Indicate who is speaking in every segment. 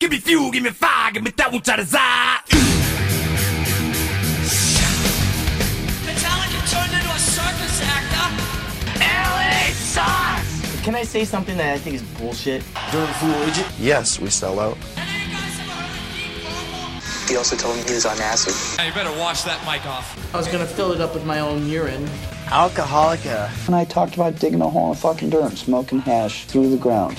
Speaker 1: Give me fuel, give me fire, give me that which I desire.
Speaker 2: Metallica turned into a circus actor.
Speaker 3: Can I say something that I think is bullshit?
Speaker 4: Yes, we sell out.
Speaker 2: And then you guys ever heard of Deep Purple?
Speaker 5: He also told me he was on acid.
Speaker 6: Hey, you better wash that mic off.
Speaker 3: I was gonna fill it up with my own urine.
Speaker 7: Alcoholica.
Speaker 8: And I talked about digging a hole in fucking dirt, smoking hash through the ground.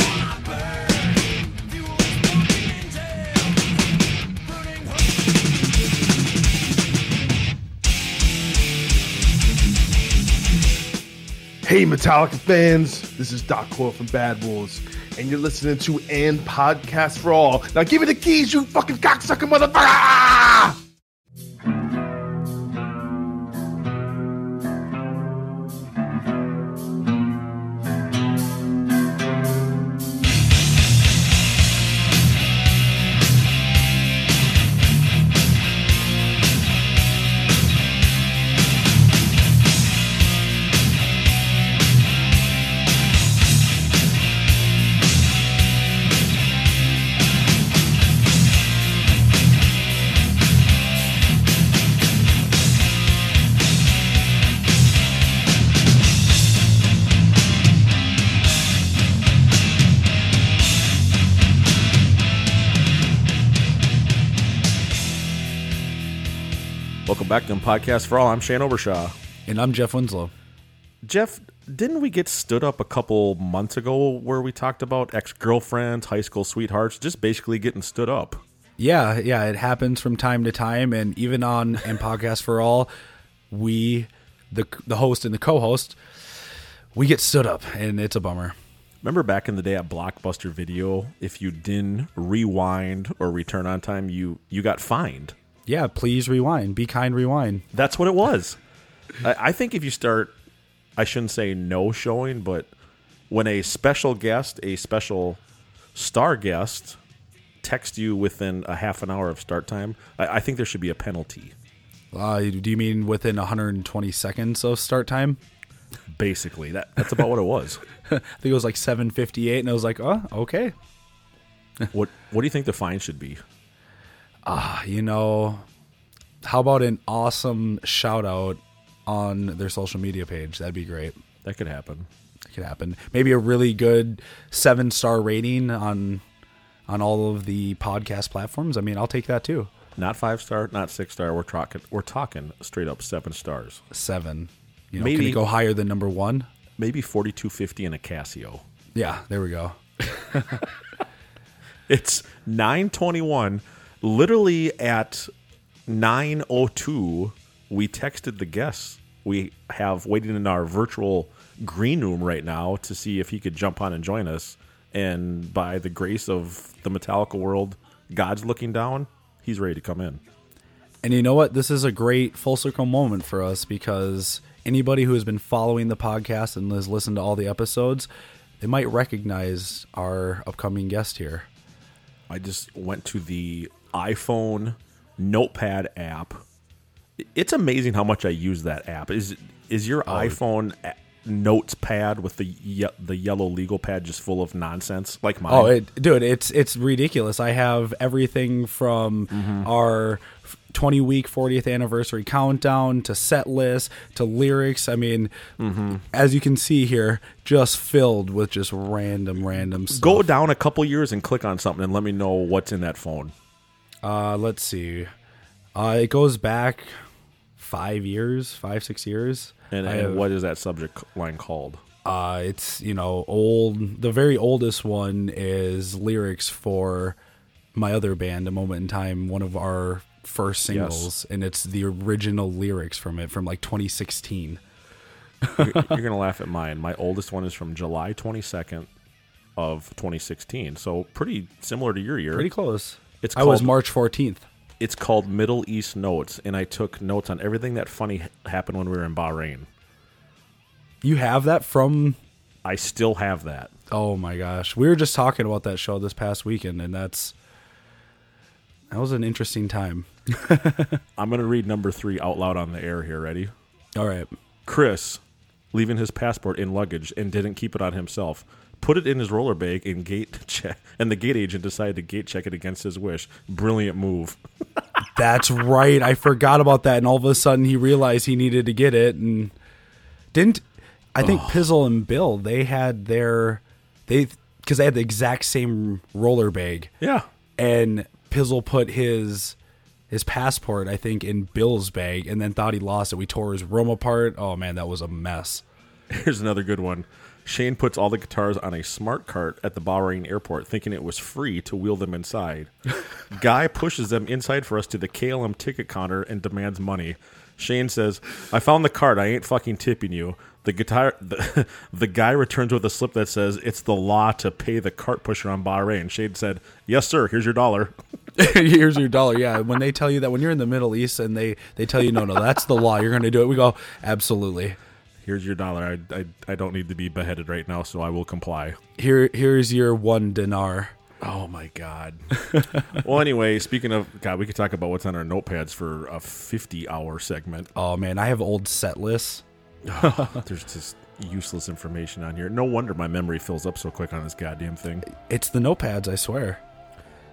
Speaker 9: Hey, Metallica fans, this is Doc Cole from Bad Wolves, and you're listening to And Podcast for All. Now give me the keys, you fucking cocksucker motherfucker!
Speaker 10: Welcome back to Podcast for All. I'm Shane Obershaw.
Speaker 11: And I'm Jeff Winslow.
Speaker 10: Jeff, didn't we get stood up a couple months ago where we talked about ex girlfriends, high school sweethearts, just basically getting stood up?
Speaker 11: Yeah, yeah, it happens from time to time, and even on and podcast for all, we, the the host and the co-host, we get stood up, and it's a bummer.
Speaker 10: Remember back in the day at Blockbuster Video, if you didn't rewind or return on time, you you got fined.
Speaker 11: Yeah, please rewind. Be kind, rewind.
Speaker 10: That's what it was. I, I think if you start, I shouldn't say no showing, but when a special guest, a special star guest, texts you within a half an hour of start time, I, I think there should be a penalty.
Speaker 11: Uh, do you mean within 120 seconds of start time?
Speaker 10: Basically, that that's about what it was.
Speaker 11: I think it was like 7:58, and I was like, oh, okay.
Speaker 10: What what do you think the fine should be?
Speaker 11: Uh, You know, how about an awesome shout out on their social media page? That'd be great.
Speaker 10: That could happen.
Speaker 11: It could happen. Maybe a really good seven star rating on on all of the podcast platforms. I mean, I'll take that too.
Speaker 10: Not five star, not six star. We're talking we're talking straight up seven stars.
Speaker 11: Seven. You know, can
Speaker 10: Maybe.
Speaker 11: it go higher than number one?
Speaker 10: Maybe forty two fifty in a Casio.
Speaker 11: Yeah, there we go.
Speaker 10: It's 921. Literally at 902, we texted the guests we have waiting in our virtual green room right now to see if he could jump on and join us. And by the grace of the Metallica world, God's looking down, he's ready to come in.
Speaker 11: And you know what? This is a great full circle moment for us because anybody who has been following the podcast and has listened to all the episodes, they might recognize our upcoming guest here.
Speaker 10: I just went to the iPhone notepad app. It's amazing how much I use that app. Is is your
Speaker 11: Oh,
Speaker 10: iPhone a- notepad with the ye- the yellow legal pad just full of nonsense like mine?
Speaker 11: Oh, it, dude, it's it's ridiculous. I have everything from our 20 week 40th anniversary countdown to set list to lyrics. I mean, as you can see here, just filled with just random random stuff.
Speaker 10: Go down a couple years and click on something and let me know what's in that phone.
Speaker 11: Uh, let's see. Uh, it goes back 5 years, 5 6 years.
Speaker 10: And,
Speaker 11: I
Speaker 10: and
Speaker 11: have-
Speaker 10: what is that subject line called?
Speaker 11: Uh, it's you know old. The very oldest one is lyrics for my other band, A Moment in Time, one of our first singles, and it's the original lyrics from it from like 2016.
Speaker 10: You're, you're gonna laugh at mine. My oldest one is from July 22nd of 2016, so pretty similar to your year.
Speaker 11: Pretty close.
Speaker 10: It's
Speaker 11: I was
Speaker 10: called-
Speaker 11: March 14th.
Speaker 10: It's called Middle East Notes, and I took notes on everything that funny happened when we were in Bahrain.
Speaker 11: You have that from?
Speaker 10: I still have that.
Speaker 11: Oh my gosh, we were just talking about that show this past weekend, and that's that was an interesting time.
Speaker 10: I'm going to read number three out loud on the air here. Ready?
Speaker 11: All right.
Speaker 10: Chris, leaving his passport in luggage and didn't keep it on himself, put it in his roller bag and gate check, and the gate agent decided to gate check it against his wish. Brilliant move.
Speaker 11: That's right. I forgot about that, and all of a sudden he realized he needed to get it, and didn't. I think Pizzle and Bill they had their they because they had the exact same roller bag.
Speaker 10: Yeah.
Speaker 11: and Pizzle put his his passport I think in Bill's bag, and then thought he lost it. We tore his room apart. Oh man, that was a mess.
Speaker 10: Here's another good one. Shane puts all the guitars on a smart cart at the Bahrain airport, thinking it was free to wheel them inside. Guy pushes them inside for us to the KLM ticket counter and demands money. Shane says, "I found the cart. I ain't fucking tipping you." The guitar, the, the guy returns with a slip that says, "It's the law to pay the cart pusher on Bahrain." Shane said, "Yes, sir. Here's your dollar."
Speaker 11: Here's your dollar. Yeah, when they tell you that when you're in the Middle East and they they tell you no, no, that's the law. You're going to do it. We go absolutely.
Speaker 10: Here's your dollar. I, I I don't need to be beheaded right now, so I will comply.
Speaker 11: Here here's your one dinar.
Speaker 10: Oh my god. well, anyway, speaking of God, we could talk about what's on our notepads for a fifty-hour segment.
Speaker 11: Oh man, I have old set lists.
Speaker 10: There's just useless information on here. No wonder my memory fills up so quick on this goddamn thing.
Speaker 11: It's the notepads, I swear.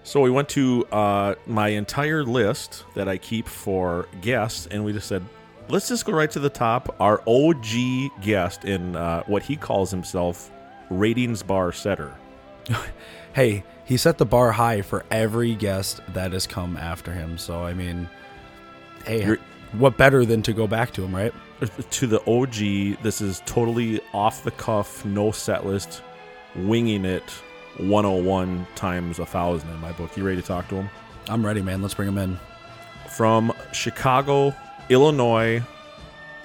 Speaker 10: So we went to uh, my entire list that I keep for guests, and we just said, let's just go right to the top. Our OG guest in uh, what he calls himself ratings bar setter.
Speaker 11: Hey, he set the bar high for every guest that has come after him. So I mean, hey,
Speaker 10: You're-
Speaker 11: what better than to go back to him, right?
Speaker 10: to the OG, this is totally off the cuff, no set list, winging it 101 times a thousand in my book. You ready to talk to him?
Speaker 11: I'm ready, man. Let's bring him in.
Speaker 10: From Chicago, Illinois,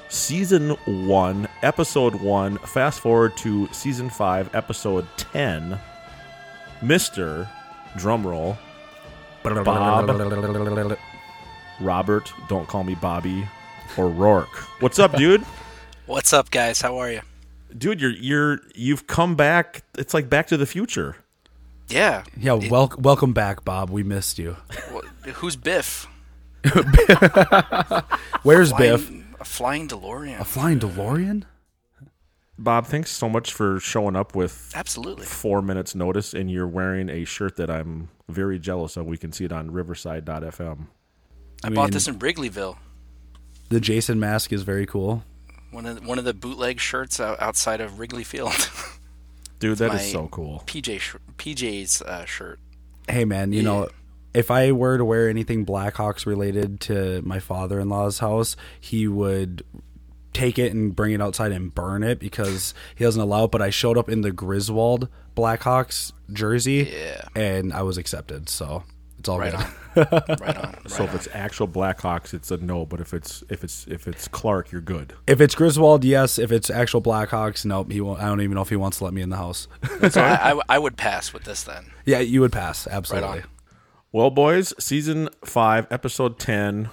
Speaker 10: season one, episode one, fast forward to season five, episode 10, Mr. Drumroll, Bob. Robert, don't call me Bobby, or Rourke. What's up, dude?
Speaker 12: What's up, guys? How are you?
Speaker 10: dude you're you're you've come back it's like back to the future
Speaker 12: Yeah.
Speaker 11: Yeah, wel- welcome back, Bob. We missed you.
Speaker 12: Wh- Who's Biff?
Speaker 11: Where's
Speaker 12: Flying-
Speaker 11: Biff?
Speaker 12: A flying DeLorean.
Speaker 11: A flying DeLorean?
Speaker 10: bob thanks so much for showing up with
Speaker 12: Absolutely.
Speaker 10: four minutes notice and you're wearing a shirt that i'm very jealous of we can see it on riverside.fm
Speaker 12: I, bought this in Wrigleyville.
Speaker 11: The Jason mask is very cool.
Speaker 12: One of the, one of the bootleg shirts out- outside of Wrigley Field.
Speaker 10: dude that is
Speaker 12: My
Speaker 10: so cool
Speaker 12: PJ sh- PJ's uh, shirt.
Speaker 11: Hey, man, you know, if I were to wear anything Blackhawks related to my father in law's house, he would take it and bring it outside and burn it because he doesn't allow it. But I showed up in the Griswold Blackhawks jersey and I was accepted. So it's all
Speaker 12: Right
Speaker 11: good.
Speaker 12: on. Right on. Right
Speaker 10: so if
Speaker 12: on.
Speaker 10: it's actual blackhawks it's a no but if it's if it's if it's clark you're good
Speaker 11: If it's Griswold, yes. If it's actual Blackhawks, nope. He won't. I don't even know if he wants to let me in the house.
Speaker 12: So I, I, I would pass with this then.
Speaker 11: yeah, you would pass. Absolutely.
Speaker 10: well boys season 5 episode 10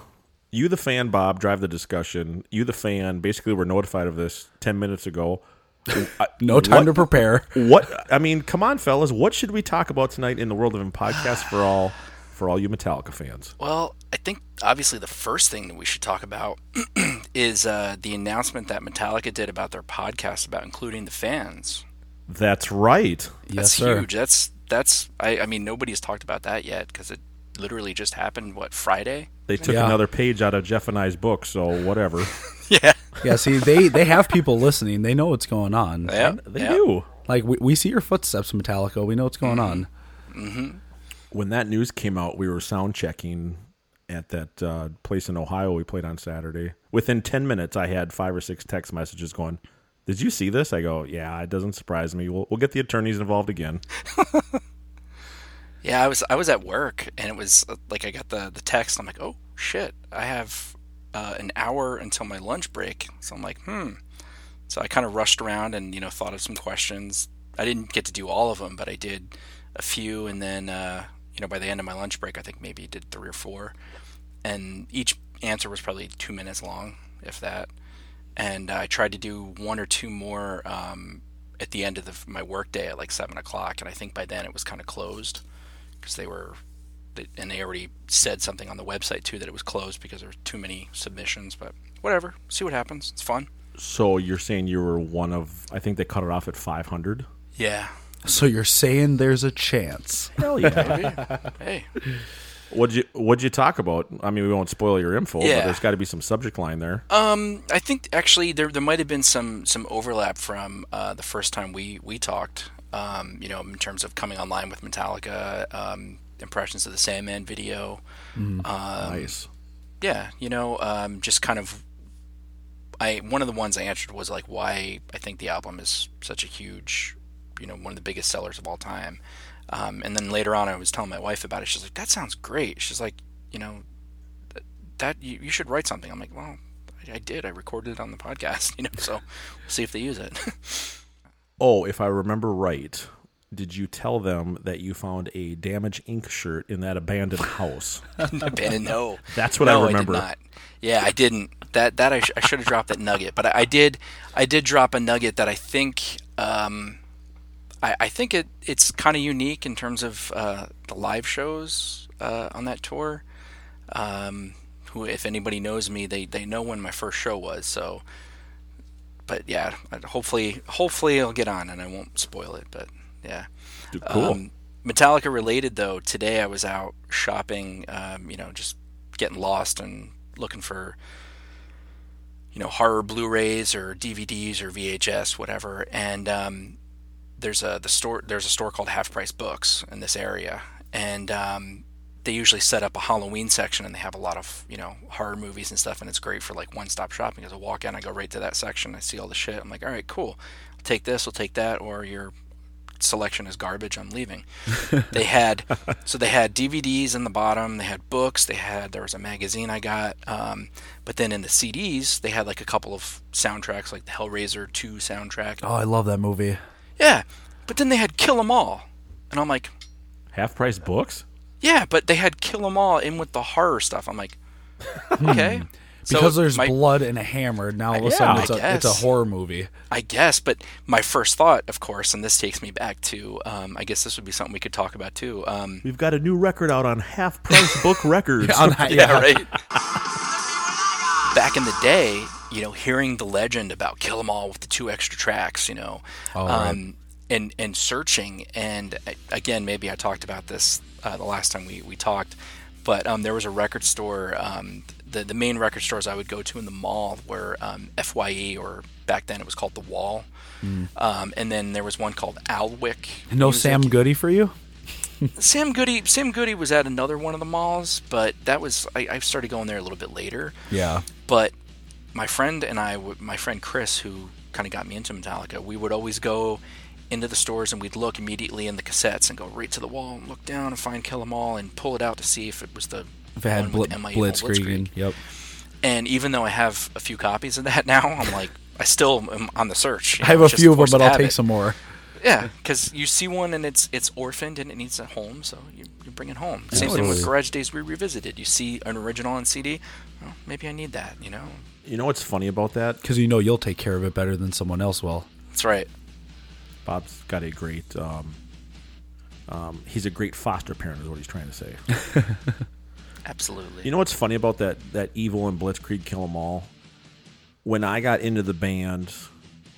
Speaker 10: you the fan bob drive the discussion you the fan basically were notified of this 10 minutes ago I-
Speaker 11: No
Speaker 10: what-
Speaker 11: time to prepare.
Speaker 10: What I mean, come on, fellas, what should we talk about tonight in the world of podcast for all for all you Metallica fans?
Speaker 12: Well, I think obviously the first thing that we should talk about is uh, the announcement that Metallica did about their podcast about including the fans.
Speaker 10: That's right.
Speaker 12: that's huge. That's that's I, I mean nobody's talked about that yet because it literally just happened. What Friday?
Speaker 10: They took
Speaker 11: Yeah.
Speaker 10: another page out of Jeff and I's book, so whatever.
Speaker 12: Yeah.
Speaker 11: Yeah, see, they they have people listening. They know what's going on.
Speaker 12: Yeah.
Speaker 10: they
Speaker 12: yeah.
Speaker 10: do.
Speaker 11: Like we, we see your footsteps, Metallica. We know what's going
Speaker 12: Mm-hmm.
Speaker 11: on.
Speaker 10: When that news came out, we were sound checking at that uh, place in Ohio we played on Saturday. Within ten minutes, I had five or six text messages going. Did you see this? I go, yeah. It doesn't surprise me. We'll, we'll get the attorneys involved again.
Speaker 12: Yeah. I was I was at work and it was uh, like I got the the text. I'm like, oh shit, I have uh, an hour until my lunch break. So I'm like, hmm. So I kind of rushed around and you know thought of some questions. I didn't get to do all of them, but I did a few, and then uh, you know, by the end of my lunch break, I think maybe did three or four, and each answer was probably two minutes long, if that. And I tried to do one or two more um, at the end of the, my work day at like seven o'clock, and I think by then it was kind of closed because they were, they, and they already said something on the website too that it was closed because there were too many submissions. But whatever, see what happens. It's fun.
Speaker 10: So you're saying you were one of? I think they cut it off at 500.
Speaker 12: Yeah.
Speaker 11: So you're saying there's a chance?
Speaker 10: Hell yeah.
Speaker 12: hey.
Speaker 10: What'd you What'd you talk about? I mean, we won't spoil your info,
Speaker 12: Yeah.
Speaker 10: but there's got to be some subject line there.
Speaker 12: Um, I think actually there there might have been some some overlap from uh, the first time we we talked. Um, you know, in terms of coming online with Metallica, um, impressions of the Sandman video.
Speaker 10: Mm,
Speaker 12: um,
Speaker 10: nice.
Speaker 12: Yeah, you know, um, just kind of. I one of the ones I answered was like why I think the album is such a huge, you know, one of the biggest sellers of all time. Um, and then later on, I was telling my wife about it. She's like, "That sounds great." She's like, "You know, th- that you, you should write something." I'm like, "Well, I, I did. I recorded it on the podcast, you know, so we'll see if they use it.
Speaker 10: Oh, if I remember right, did you tell them that you found a Damage Inc. shirt in that abandoned house?
Speaker 12: Abandoned, no.
Speaker 10: That's what
Speaker 12: No,
Speaker 10: I remember.
Speaker 12: did not. Yeah, I didn't. That that I, sh- I should have dropped that nugget, but I, I did. I did drop a nugget that I think. Um, I, I think it it's kind of unique in terms of uh, the live shows uh, on that tour. Um, who, if anybody knows me, they they know when my first show was. So, but yeah, I'd- hopefully hopefully it'll get on, and I won't spoil it. But yeah,
Speaker 10: Dude, cool.
Speaker 12: Um, Metallica related though, today I was out shopping, um, you know, just getting lost and looking for, you know, horror Blu-rays or DVDs or VHS, whatever. And um, there's a the store there's a store called Half Price Books in this area, and um, they usually set up a Halloween section and they have a lot of you know horror movies and stuff, and it's great for like one-stop shopping. As I walk in, I go right to that section, I see all the shit. I'm like, all right, cool, I'll take this, I'll take that, or your selection is garbage. I'm leaving. they had so they had DVDs in the bottom. They had books. They had there was a magazine I got. Um, but then in the CDs, they had like a couple of soundtracks, like the Hellraiser 2 soundtrack.
Speaker 11: Oh, I love that movie.
Speaker 12: Yeah, but then they had Kill 'Em All, and I'm like,
Speaker 10: Half price books?
Speaker 12: yeah, but they had Kill 'Em All in with the horror stuff. I'm like,
Speaker 10: Hmm.
Speaker 12: okay, So
Speaker 11: Because there's
Speaker 12: my-
Speaker 11: blood and a hammer. Now all of a
Speaker 12: Yeah,
Speaker 11: sudden it's
Speaker 12: I
Speaker 11: a, it's a
Speaker 12: guess.
Speaker 11: horror movie.
Speaker 12: I guess, but my first thought, of course, and this takes me back to, um, I guess this would be something we could talk about too. Um,
Speaker 10: We've got a new record out on Half Price Book Records.
Speaker 12: yeah, right. Back in the day, you know, hearing the legend about Kill 'Em All with the two extra tracks, you know,
Speaker 11: Oh, right.
Speaker 12: um, and and searching, and uh, again, maybe I talked about this uh, the last time we we talked, but um, there was a record store. Um, the, the main record stores I would go to in the mall were um, FYE, or back then it was called The Wall.
Speaker 11: Mm.
Speaker 12: Um, and then there was one called Alwick.
Speaker 11: No
Speaker 12: Music.
Speaker 11: Sam Goody for you?
Speaker 12: Sam Goody Sam Goody was at another one of the malls, but that was I, I started going there a little bit later.
Speaker 11: Yeah.
Speaker 12: But my friend and I, w- my friend Chris, who kind of got me into Metallica, we would always go into the stores and we'd look immediately in the cassettes and go right to the wall and look down and find Kill 'Em All and pull it out to see if it was the
Speaker 11: If it had
Speaker 12: one
Speaker 11: bl-
Speaker 12: with Am I Evil
Speaker 11: blitzkrieging. Yep.
Speaker 12: And even though I have a few copies of that now, I'm like, I still am on the search. you
Speaker 11: I have
Speaker 12: know,
Speaker 11: a
Speaker 12: just
Speaker 11: few of them,
Speaker 12: forced
Speaker 11: but
Speaker 12: to
Speaker 11: I'll
Speaker 12: have
Speaker 11: take
Speaker 12: it.
Speaker 11: some more.
Speaker 12: Yeah, because you see one and it's it's orphaned and it needs a home, so you, you bring it home. Same thing
Speaker 10: Absolutely.
Speaker 12: with Garage Days We Revisited. You see an original on CD, well, maybe I need that, you know?
Speaker 10: You know what's funny about that?
Speaker 11: Because you know you'll take care of it better than someone else will.
Speaker 12: That's right.
Speaker 10: Bob's got a great. Um, um, he's a great foster parent, is what he's trying to say.
Speaker 12: Absolutely.
Speaker 10: You know what's funny about that that evil and Blitzkrieg Kill 'Em All? When I got into the band,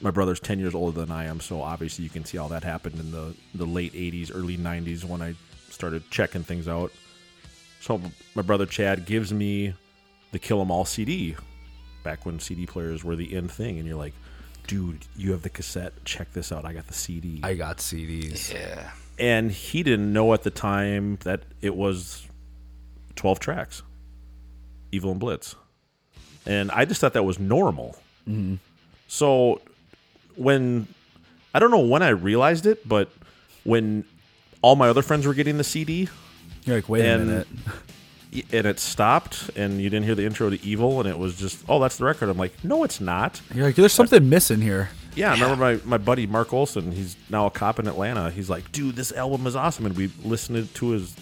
Speaker 10: my brother's ten years older than I am, so obviously you can see how that happened in the the late '80s, early '90s when I started checking things out. So my brother Chad gives me the Kill 'Em All CD, back when CD players were the in thing, and you're like, dude, you have the cassette. Check this out. I got the CD.
Speaker 11: I got CDs.
Speaker 12: Yeah.
Speaker 10: And he didn't know at the time that it was 12 tracks Evil and Blitz. And I just thought that was normal.
Speaker 11: Mhm.
Speaker 10: So when I don't know when I realized it, but when all my other friends were getting the CD,
Speaker 11: You're like, wait a
Speaker 10: and-
Speaker 11: minute.
Speaker 10: y- And it stopped, and you didn't hear the intro to Evil, and it was just, oh, that's the record. I'm like, no, it's not.
Speaker 11: You're like, there's something missing here.
Speaker 10: Yeah, I remember my, my buddy Mark Olson. He's now a cop in Atlanta. He's like, dude, this album is awesome, and we listened to his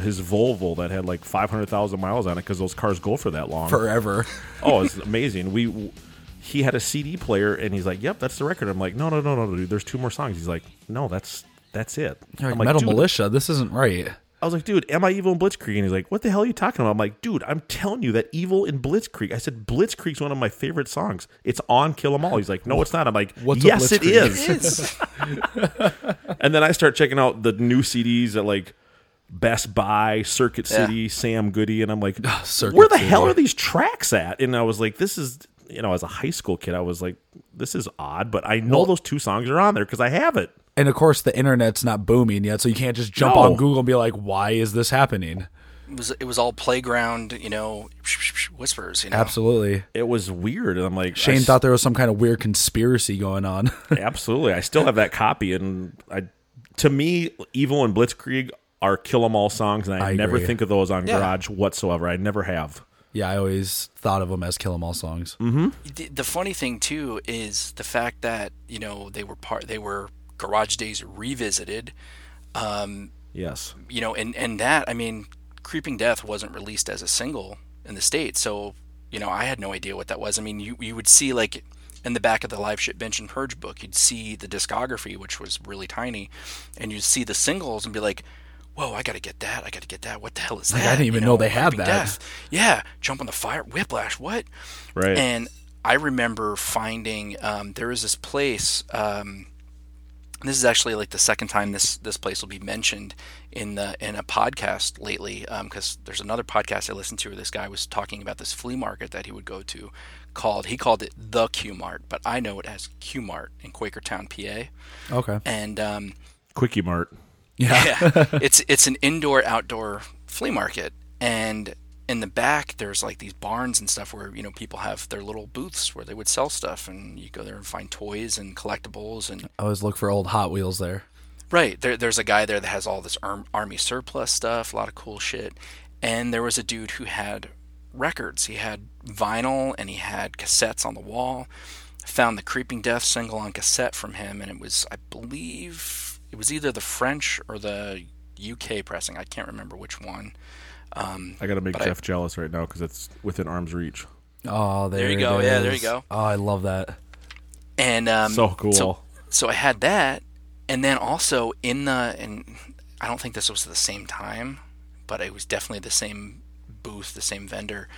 Speaker 10: his Volvo that had like 500,000 miles on it because those cars go for that long
Speaker 11: Forever.
Speaker 10: oh, it's amazing. We he had a CD player and he's like, "Yep, that's the record." I'm like, "No, no, no, no, dude. There's two more songs." He's like, "No, that's that's it."
Speaker 11: You're
Speaker 10: I'm
Speaker 11: like, Metal
Speaker 10: "Dude."
Speaker 11: Militia. This isn't right.
Speaker 10: I was like, "Dude, am I evil and Blitzkrieg?" And he's like, "What the hell are you talking about?" I'm like, "Dude, I'm telling you that evil in Blitzkrieg." I said, "Blitzkrieg's one of my favorite songs. It's on Kill 'Em All." He's like, "No, it's not." I'm like,
Speaker 11: What's a
Speaker 10: "Yes, it
Speaker 11: Blitzkrieg?"
Speaker 10: is." and then I start checking out the new CDs at like Best Buy, Circuit
Speaker 12: Yeah.
Speaker 10: City, Sam Goody, and I'm like,
Speaker 11: Circuit
Speaker 10: where the
Speaker 11: City.
Speaker 10: hell are these tracks at? And I was like, this is, you know, as a high school kid, I was like, this is odd, but I know those two songs are on there because I have it.
Speaker 11: And of course, the internet's not booming yet, so you can't just jump
Speaker 10: No.
Speaker 11: on Google and be like, "Why is this happening?"
Speaker 12: It was it was all playground, you know, whispers, you know.
Speaker 11: Absolutely.
Speaker 10: It was weird, and I'm like,
Speaker 11: Shane
Speaker 10: I-
Speaker 11: thought there was some kind of weird conspiracy going on.
Speaker 10: absolutely. I still have that copy, and I, to me, Evil and Blitzkrieg are Kill 'Em All songs, and I,
Speaker 11: I
Speaker 10: never
Speaker 11: agree.
Speaker 10: think of those on
Speaker 12: Yeah.
Speaker 10: Garage whatsoever. I never have.
Speaker 11: yeah, I always thought of them as Kill 'Em All songs.
Speaker 10: Mm-hmm.
Speaker 12: The, the funny thing too is the fact that you know they were part they were Garage Days revisited. Um,
Speaker 10: Yes.
Speaker 12: you know, and and that I mean, Creeping Death wasn't released as a single in the states, so you know I had no idea what that was. I mean, you you would see like in the back of the live ship bench and purge book, you'd see the discography, which was really tiny, and you'd see the singles and be like. Whoa! I gotta get that. I gotta get that. What the hell is that?
Speaker 11: Like, I didn't even know they had
Speaker 12: Creeping
Speaker 11: that.
Speaker 12: Yeah, jump on the fire, whiplash. What?
Speaker 10: Right.
Speaker 12: And I remember finding um, there was this place. Um, this is actually like the second time this this place will be mentioned in the in a podcast lately because there's another podcast I listened to where this guy was talking about this flea market that he would go to called he called it the Q Mart but I know it as Q Mart in Quakertown PA
Speaker 11: Okay.
Speaker 12: and um,
Speaker 10: Quickie Mart.
Speaker 11: Yeah.
Speaker 12: it's it's an indoor outdoor flea market, and in the back there's like these barns and stuff where you know people have their little booths where they would sell stuff, and you go there and find toys and collectibles and
Speaker 11: I always look for old Hot Wheels there.
Speaker 12: Right. There, there's a guy there that has all this arm, army surplus stuff, a lot of cool shit. And there was a dude who had records. He had vinyl and he had cassettes on the wall. Found the Creeping Death single on cassette from him, and it was, I believe, it was either the French or the UK pressing. I can't remember which one. Um,
Speaker 10: I gotta make
Speaker 12: but I-
Speaker 10: Jeff jealous right now because it's within arm's reach.
Speaker 11: Oh, there,
Speaker 12: There you
Speaker 11: it
Speaker 12: go. Yeah, there you
Speaker 11: is.
Speaker 12: go.
Speaker 11: Oh, I love that.
Speaker 12: and um,
Speaker 10: So cool.
Speaker 12: So, so I had that, and then also in the and I don't think this was the same time, but it was definitely the same booth, the same vendor.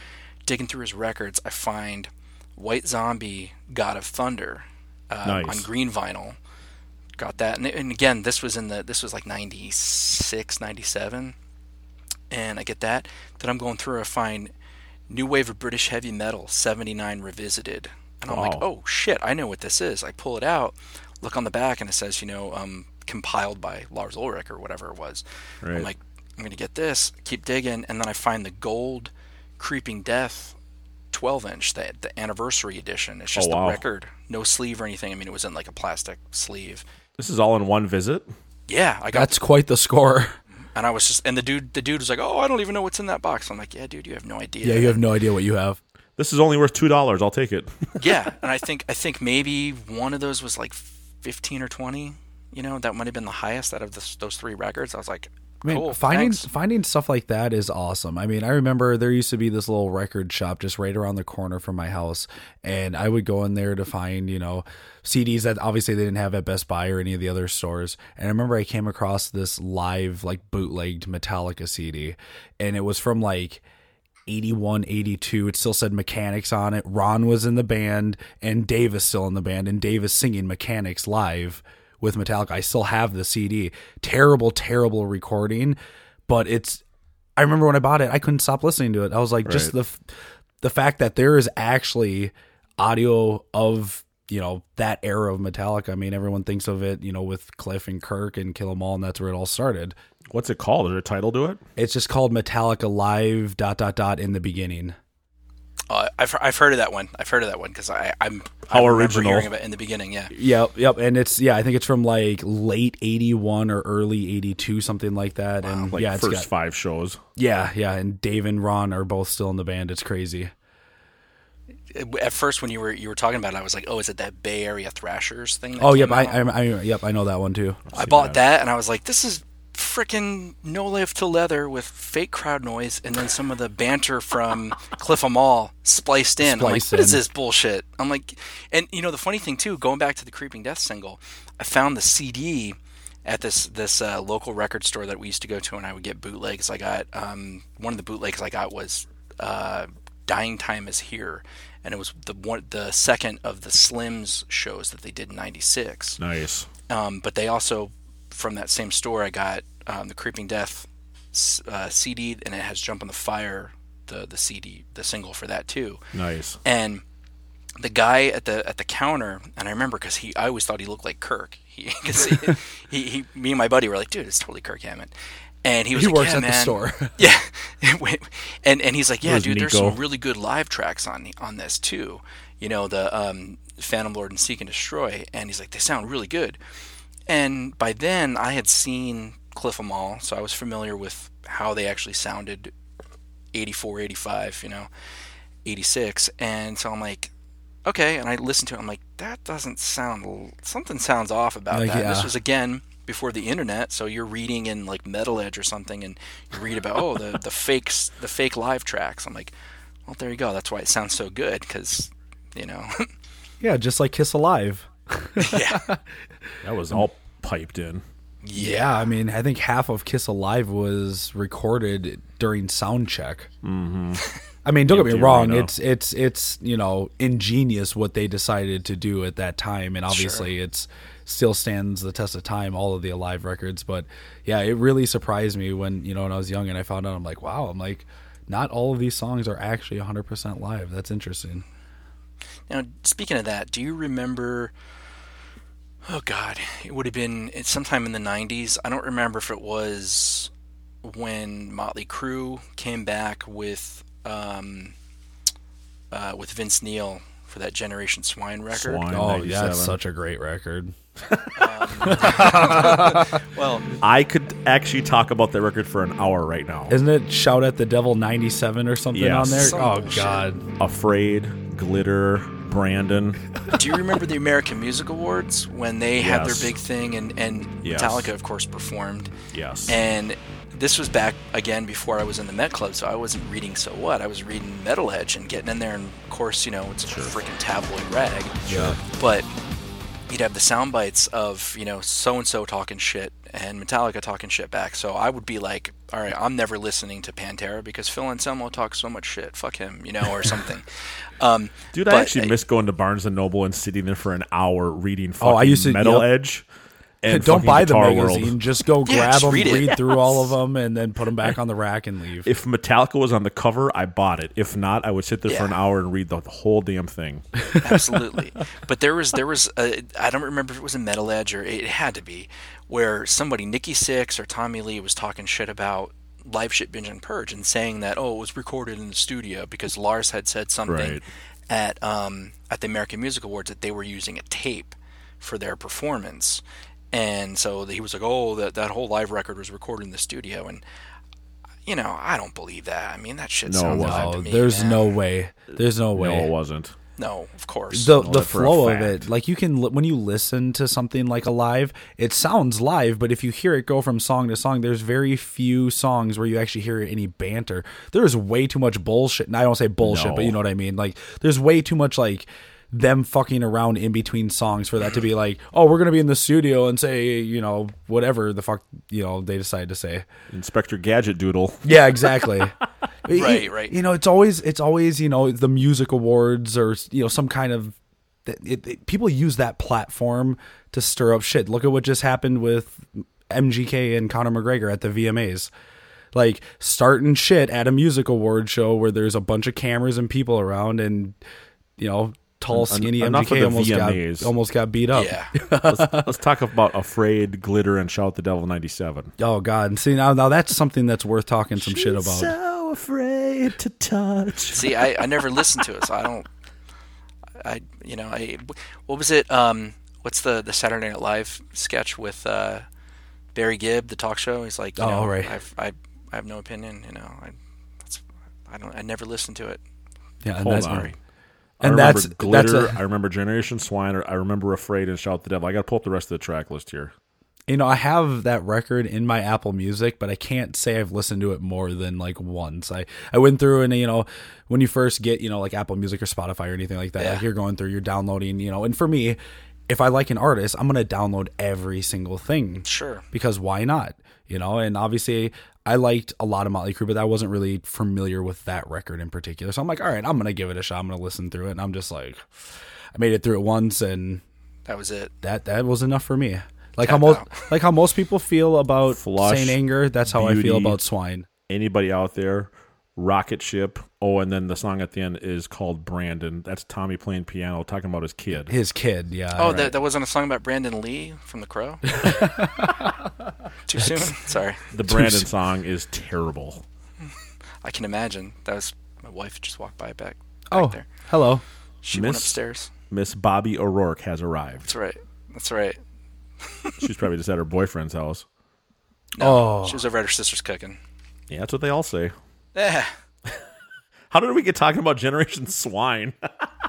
Speaker 12: Digging through his records, I find White Zombie, God of Thunder, um,
Speaker 10: Nice.
Speaker 12: on green vinyl. Got that, and, and again, this was in the this was like 96, 97 and I get that. Then I'm going through, I find New Wave of British Heavy Metal 79 Revisited. And I'm like,
Speaker 10: Wow.
Speaker 12: oh shit, I know what this is. I pull it out, look on the back, and it says, you know, um, compiled by Lars Ulrich or whatever it was.
Speaker 10: Right.
Speaker 12: I'm like, I'm going to get this, keep digging. And then I find the gold Creeping Death 12 inch, the, the anniversary edition. It's just
Speaker 10: Oh, wow.
Speaker 12: the record, no sleeve or anything. I mean, it was in like a plastic sleeve.
Speaker 10: This is all in one visit.
Speaker 12: Yeah, I got
Speaker 11: That's quite the score.
Speaker 12: and I was just, and the dude, the dude was like, "Oh, I don't even know what's in that box." I'm like, "Yeah, dude, you have no idea."
Speaker 11: Yeah, you have no idea what you have.
Speaker 10: This is only worth two dollars. I'll take it.
Speaker 12: yeah, and I think, I think maybe one of those was like 15 or 20. You know, that might have been the highest out of this, those three records. I was like,
Speaker 11: I mean,
Speaker 12: "Cool,
Speaker 11: finding
Speaker 12: thanks."
Speaker 11: finding stuff like that is awesome. I mean, I remember there used to be this little record shop just right around the corner from my house, and I would go in there to find you know CDs that obviously they didn't have at Best Buy or any of the other stores. And I remember I came across this live like bootlegged Metallica CD, and it was from like 81 82 it still said mechanics on it ron was in the band and dave is still in the band and dave is singing mechanics live with metallica i still have the cd terrible terrible recording but it's i remember when i bought it i couldn't stop listening to it i was like just
Speaker 10: Right.
Speaker 11: the f- the fact that there is actually audio of you know that era of metallica i mean everyone thinks of it you know with cliff and kirk and kill 'em all and that's where it all started
Speaker 10: What's it called? Is there a title to it?
Speaker 11: it's just called metallica live dot dot dot in the beginning
Speaker 12: Uh, I've, I've heard of that one. I've heard of that one because I, I'm I
Speaker 10: How
Speaker 12: remember
Speaker 10: original.
Speaker 12: hearing about it in the beginning. Yeah,
Speaker 11: Yep, yep, and it's yeah, I think it's from like late '81 or early '82, something like that. And
Speaker 10: Like
Speaker 11: yeah, it's
Speaker 10: first
Speaker 11: got,
Speaker 10: five shows.
Speaker 11: yeah, yeah, and Dave and Ron are both still in the band. It's crazy.
Speaker 12: at first when you were you were talking about it, I was like, "Oh, is it that Bay Area Thrashers thing?" that
Speaker 11: Oh,
Speaker 12: came
Speaker 11: yep, I,
Speaker 12: out?"
Speaker 11: I, I, yep, I know that one too.
Speaker 12: I bought that and I was like, this is freaking No Life to Leather with fake crowd noise and then some of the banter from Cliff Amal spliced in. I'm like,
Speaker 11: Spliced
Speaker 12: what is
Speaker 11: in.
Speaker 12: this bullshit? I'm like, and you know, the funny thing too, going back to the Creeping Death single, I found the CD at this this uh, local record store that we used to go to, and I would get bootlegs. I got um, one of the bootlegs I got was uh, "Dying Time Is Here," and it was the one the second of the Slims shows that they did in '96.
Speaker 10: Nice.
Speaker 12: Um, but they also, from that same store, I got um, the Creeping Death s- uh, CD, and it has "Jump on the Fire," the the CD, the single for that too.
Speaker 10: Nice.
Speaker 12: And the guy at the at the counter, and I remember because he, I always thought he looked like Kirk. He, 'cause he, he, he, me and my buddy were like, dude, it's totally Kirk Hammett. And he was
Speaker 11: He
Speaker 12: like,
Speaker 11: works
Speaker 12: yeah,
Speaker 11: at the
Speaker 12: man.
Speaker 11: store.
Speaker 12: yeah, and and he's like, yeah,
Speaker 11: Where's
Speaker 12: dude, there's
Speaker 11: Nico?
Speaker 12: some really good live tracks on on this too. You know, the um, Phantom Lord and Seek and Destroy, and he's like, they sound really good. And by then, I had seen Cliff Amal, so I was familiar with how they actually sounded 84, 85, you know, 86. And so I'm like, okay. And I listened to it. I'm like, that doesn't sound, something sounds off about
Speaker 11: Like,
Speaker 12: that. This
Speaker 11: yeah.
Speaker 12: was, again, before the internet. So you're reading in like Metal Edge or something and you read about, oh, the, the fakes, the fake live tracks. I'm like, well, there you go. That's why it sounds so good because, you know,
Speaker 11: Yeah, just like Kiss Alive.
Speaker 10: That was all piped in.
Speaker 11: Yeah. I mean, I think half of Kiss Alive was recorded during sound check.
Speaker 10: Mm-hmm.
Speaker 11: I mean, don't get me
Speaker 10: Empty
Speaker 11: wrong.
Speaker 10: arena.
Speaker 11: It's it's it's you know ingenious what they decided to do at that time, and obviously it's still stands the test of time. All of the Alive records, but yeah, it really surprised me when you know when I was young and I found out. I'm like, wow. I'm like, not all of these songs are actually 100 percent live. That's interesting.
Speaker 12: Now, speaking of that, do you remember? Oh God, it would have been it's sometime in the '90s. I don't remember if it was when Motley Crue came back with um, uh, with Vince Neil for that Generation Swine record.
Speaker 11: oh yeah, it's such a great record.
Speaker 12: well,
Speaker 10: I could actually talk about that record for an hour right now.
Speaker 11: Isn't it "Shout at the Devil" '97 or something
Speaker 10: Yes.
Speaker 11: on there?
Speaker 10: Some
Speaker 11: oh
Speaker 10: bullshit.
Speaker 11: God,
Speaker 10: Afraid, Glitter, Brandon.
Speaker 12: do you remember the American Music Awards when they had their
Speaker 10: Yes.
Speaker 12: big thing and and
Speaker 10: Yes.
Speaker 12: Metallica, of course, performed?
Speaker 10: Yes.
Speaker 12: And this was back again before I was in the Met Club, so I wasn't reading so what. I was reading Metal Edge and getting in there, and of course, you know, it's a freaking tabloid rag.
Speaker 10: Sure.
Speaker 12: But you'd have the sound bites of you know so and so talking shit and Metallica talking shit back. So I would be like, all right, I'm never listening to Pantera because Phil Anselmo talks so much shit. Fuck him, you know, or something. um,
Speaker 10: Dude,
Speaker 12: but-
Speaker 10: I actually miss going to Barnes and Noble and sitting there for an hour reading fucking
Speaker 11: Oh, I used to-
Speaker 10: Metal
Speaker 11: yep.
Speaker 10: Edge. And
Speaker 11: don't
Speaker 10: fucking
Speaker 11: buy the
Speaker 10: Guitar
Speaker 11: magazine.
Speaker 10: World.
Speaker 11: Just go
Speaker 12: Yeah,
Speaker 11: grab
Speaker 12: just
Speaker 11: them,
Speaker 12: read
Speaker 11: read,
Speaker 12: it.
Speaker 11: through all of them, and then put them back on the rack and leave.
Speaker 10: If Metallica was on the cover, I bought it. If not, I would sit there for an hour and read the whole damn thing.
Speaker 12: absolutely. But there was there was a, I don't remember if it was a Metal Edge or it had to be where somebody Nikki Six or Tommy Lee was talking shit about live shit binge and purge and saying that oh it was recorded in the studio because Lars had said something
Speaker 10: Right.
Speaker 12: at um, at the American Music Awards that they were using a tape for their performance. And so he was like, "Oh, that that whole live record was recorded in the studio," and you know, I don't believe that. I mean, that shit sounds live to
Speaker 11: no,
Speaker 12: me.
Speaker 11: there's
Speaker 12: man.
Speaker 11: no way. There's no way.
Speaker 10: No, it wasn't.
Speaker 12: no, of course.
Speaker 11: the
Speaker 12: No,
Speaker 11: the
Speaker 12: for a
Speaker 11: flow of
Speaker 12: fact.
Speaker 11: it like you can li- when you listen to something like alive it sounds live but if you hear it go from song to song there's very few songs where you actually hear any banter there is way too much bullshit and i don't say bullshit but you know what i mean like there's way too much like them fucking around in between songs for that to be like oh we're gonna be in the studio and say you know whatever the fuck you know they decide to say
Speaker 10: Inspector Gadget Doodle.
Speaker 11: yeah, exactly. You-
Speaker 10: Right, right.
Speaker 11: You know, it's always it's always you know the music awards or you know some kind of it, it, people use that platform to stir up shit. Look at what just happened with MGK and Conor McGregor at the VMAs. Like starting shit at a music award show where there's a bunch of cameras and people around, and you know, tall,
Speaker 10: En-
Speaker 11: skinny
Speaker 10: en- enough of
Speaker 11: MGK
Speaker 10: the
Speaker 11: almost
Speaker 10: VMAs.
Speaker 11: got almost got beat up.
Speaker 10: let's, let's talk about Afraid, Glitter, and Shout the Devil 97.
Speaker 11: Oh God! And see now, now that's something that's worth talking some shit about.
Speaker 10: So afraid to touch.
Speaker 12: See, I, I never listened to it, so I don't. I you know I what was it? Um, what's the the Saturday Night Live sketch with uh, Barry Gibb, the talk show? He's like, you
Speaker 11: Oh,
Speaker 12: know,
Speaker 11: right.
Speaker 12: I've, I I have no opinion. You know, I that's, I don't. I never listened to it.
Speaker 11: Yeah, and
Speaker 10: Hold
Speaker 11: that's
Speaker 10: on. I
Speaker 11: and
Speaker 10: remember
Speaker 11: that's
Speaker 10: glitter.
Speaker 11: that's a-
Speaker 10: I remember Generation Swine. I remember Afraid and Shout the Devil. I got to pull up the rest of the track list here.
Speaker 11: you know, I have that record in my Apple Music, but I can't say I've listened to it more than like once. I, I went through and, you know, when you first get, you know, like Apple Music or Spotify or anything like that, like you're going through, you're downloading, you know, and for me, if I like an artist, I'm going to download every single thing.
Speaker 12: Sure.
Speaker 11: Because why not? You know, and obviously I liked a lot of Motley Crue, but I wasn't really familiar with that record in particular. So I'm like, all right, I'm going to give it a shot. I'm going to listen through it. And I'm just like, I made it through it once and
Speaker 12: That was it.
Speaker 11: that that was enough for me. Like
Speaker 12: Tap
Speaker 11: how most like how most people feel about
Speaker 10: Flush,
Speaker 11: Saint Anger, that's how I feel
Speaker 10: Beauty,
Speaker 11: about Swine.
Speaker 10: Anybody out there? Rocket Ship. Oh, and then the song at the end is called Brandon. That's Tommy playing piano, talking about his kid.
Speaker 11: His kid, yeah.
Speaker 12: Oh, that, that wasn't a song about Brandon Lee from The Crow? Too soon? Sorry.
Speaker 10: The Brandon song is terrible.
Speaker 12: I can imagine. That was my wife just walked by back.
Speaker 11: Oh, hello.
Speaker 12: She went upstairs.
Speaker 10: Miss Bobby O'Rourke has arrived.
Speaker 12: That's right. That's right.
Speaker 10: She's probably just at her boyfriend's house.
Speaker 11: oh,
Speaker 12: She was over at her sister's cooking.
Speaker 10: Yeah, that's what they all say.
Speaker 12: Yeah.
Speaker 10: How did we get talking about Generation Swine?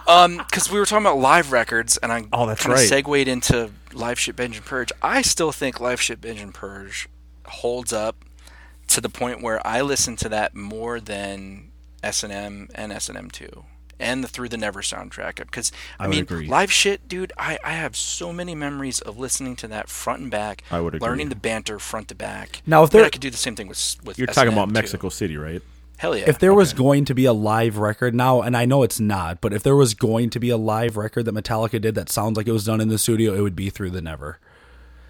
Speaker 12: Um, because we were talking about live records, and I
Speaker 10: Oh, that's
Speaker 12: kinda
Speaker 10: right.
Speaker 12: segued into Live Ship Engine Purge. I still think Live Ship Engine Purge holds up to the point where I listen to that more than S and M and S and M two and the Through the Never soundtrack. Because I,
Speaker 10: I would
Speaker 12: mean,
Speaker 10: agree.
Speaker 12: live shit, dude. I I have so many memories of listening to that front and back.
Speaker 10: I would agree.
Speaker 12: learning the banter front to back.
Speaker 11: Now, if
Speaker 12: I mean,
Speaker 11: there-
Speaker 12: I could do the same thing with with
Speaker 10: You're talking
Speaker 12: S&M
Speaker 10: about
Speaker 12: too.
Speaker 10: Mexico City, right?
Speaker 12: Hell yeah.
Speaker 11: if there was going to be a live record now, and I know it's not, but if there was going to be a live record that Metallica did that sounds like it was done in the studio, it would be through the Never.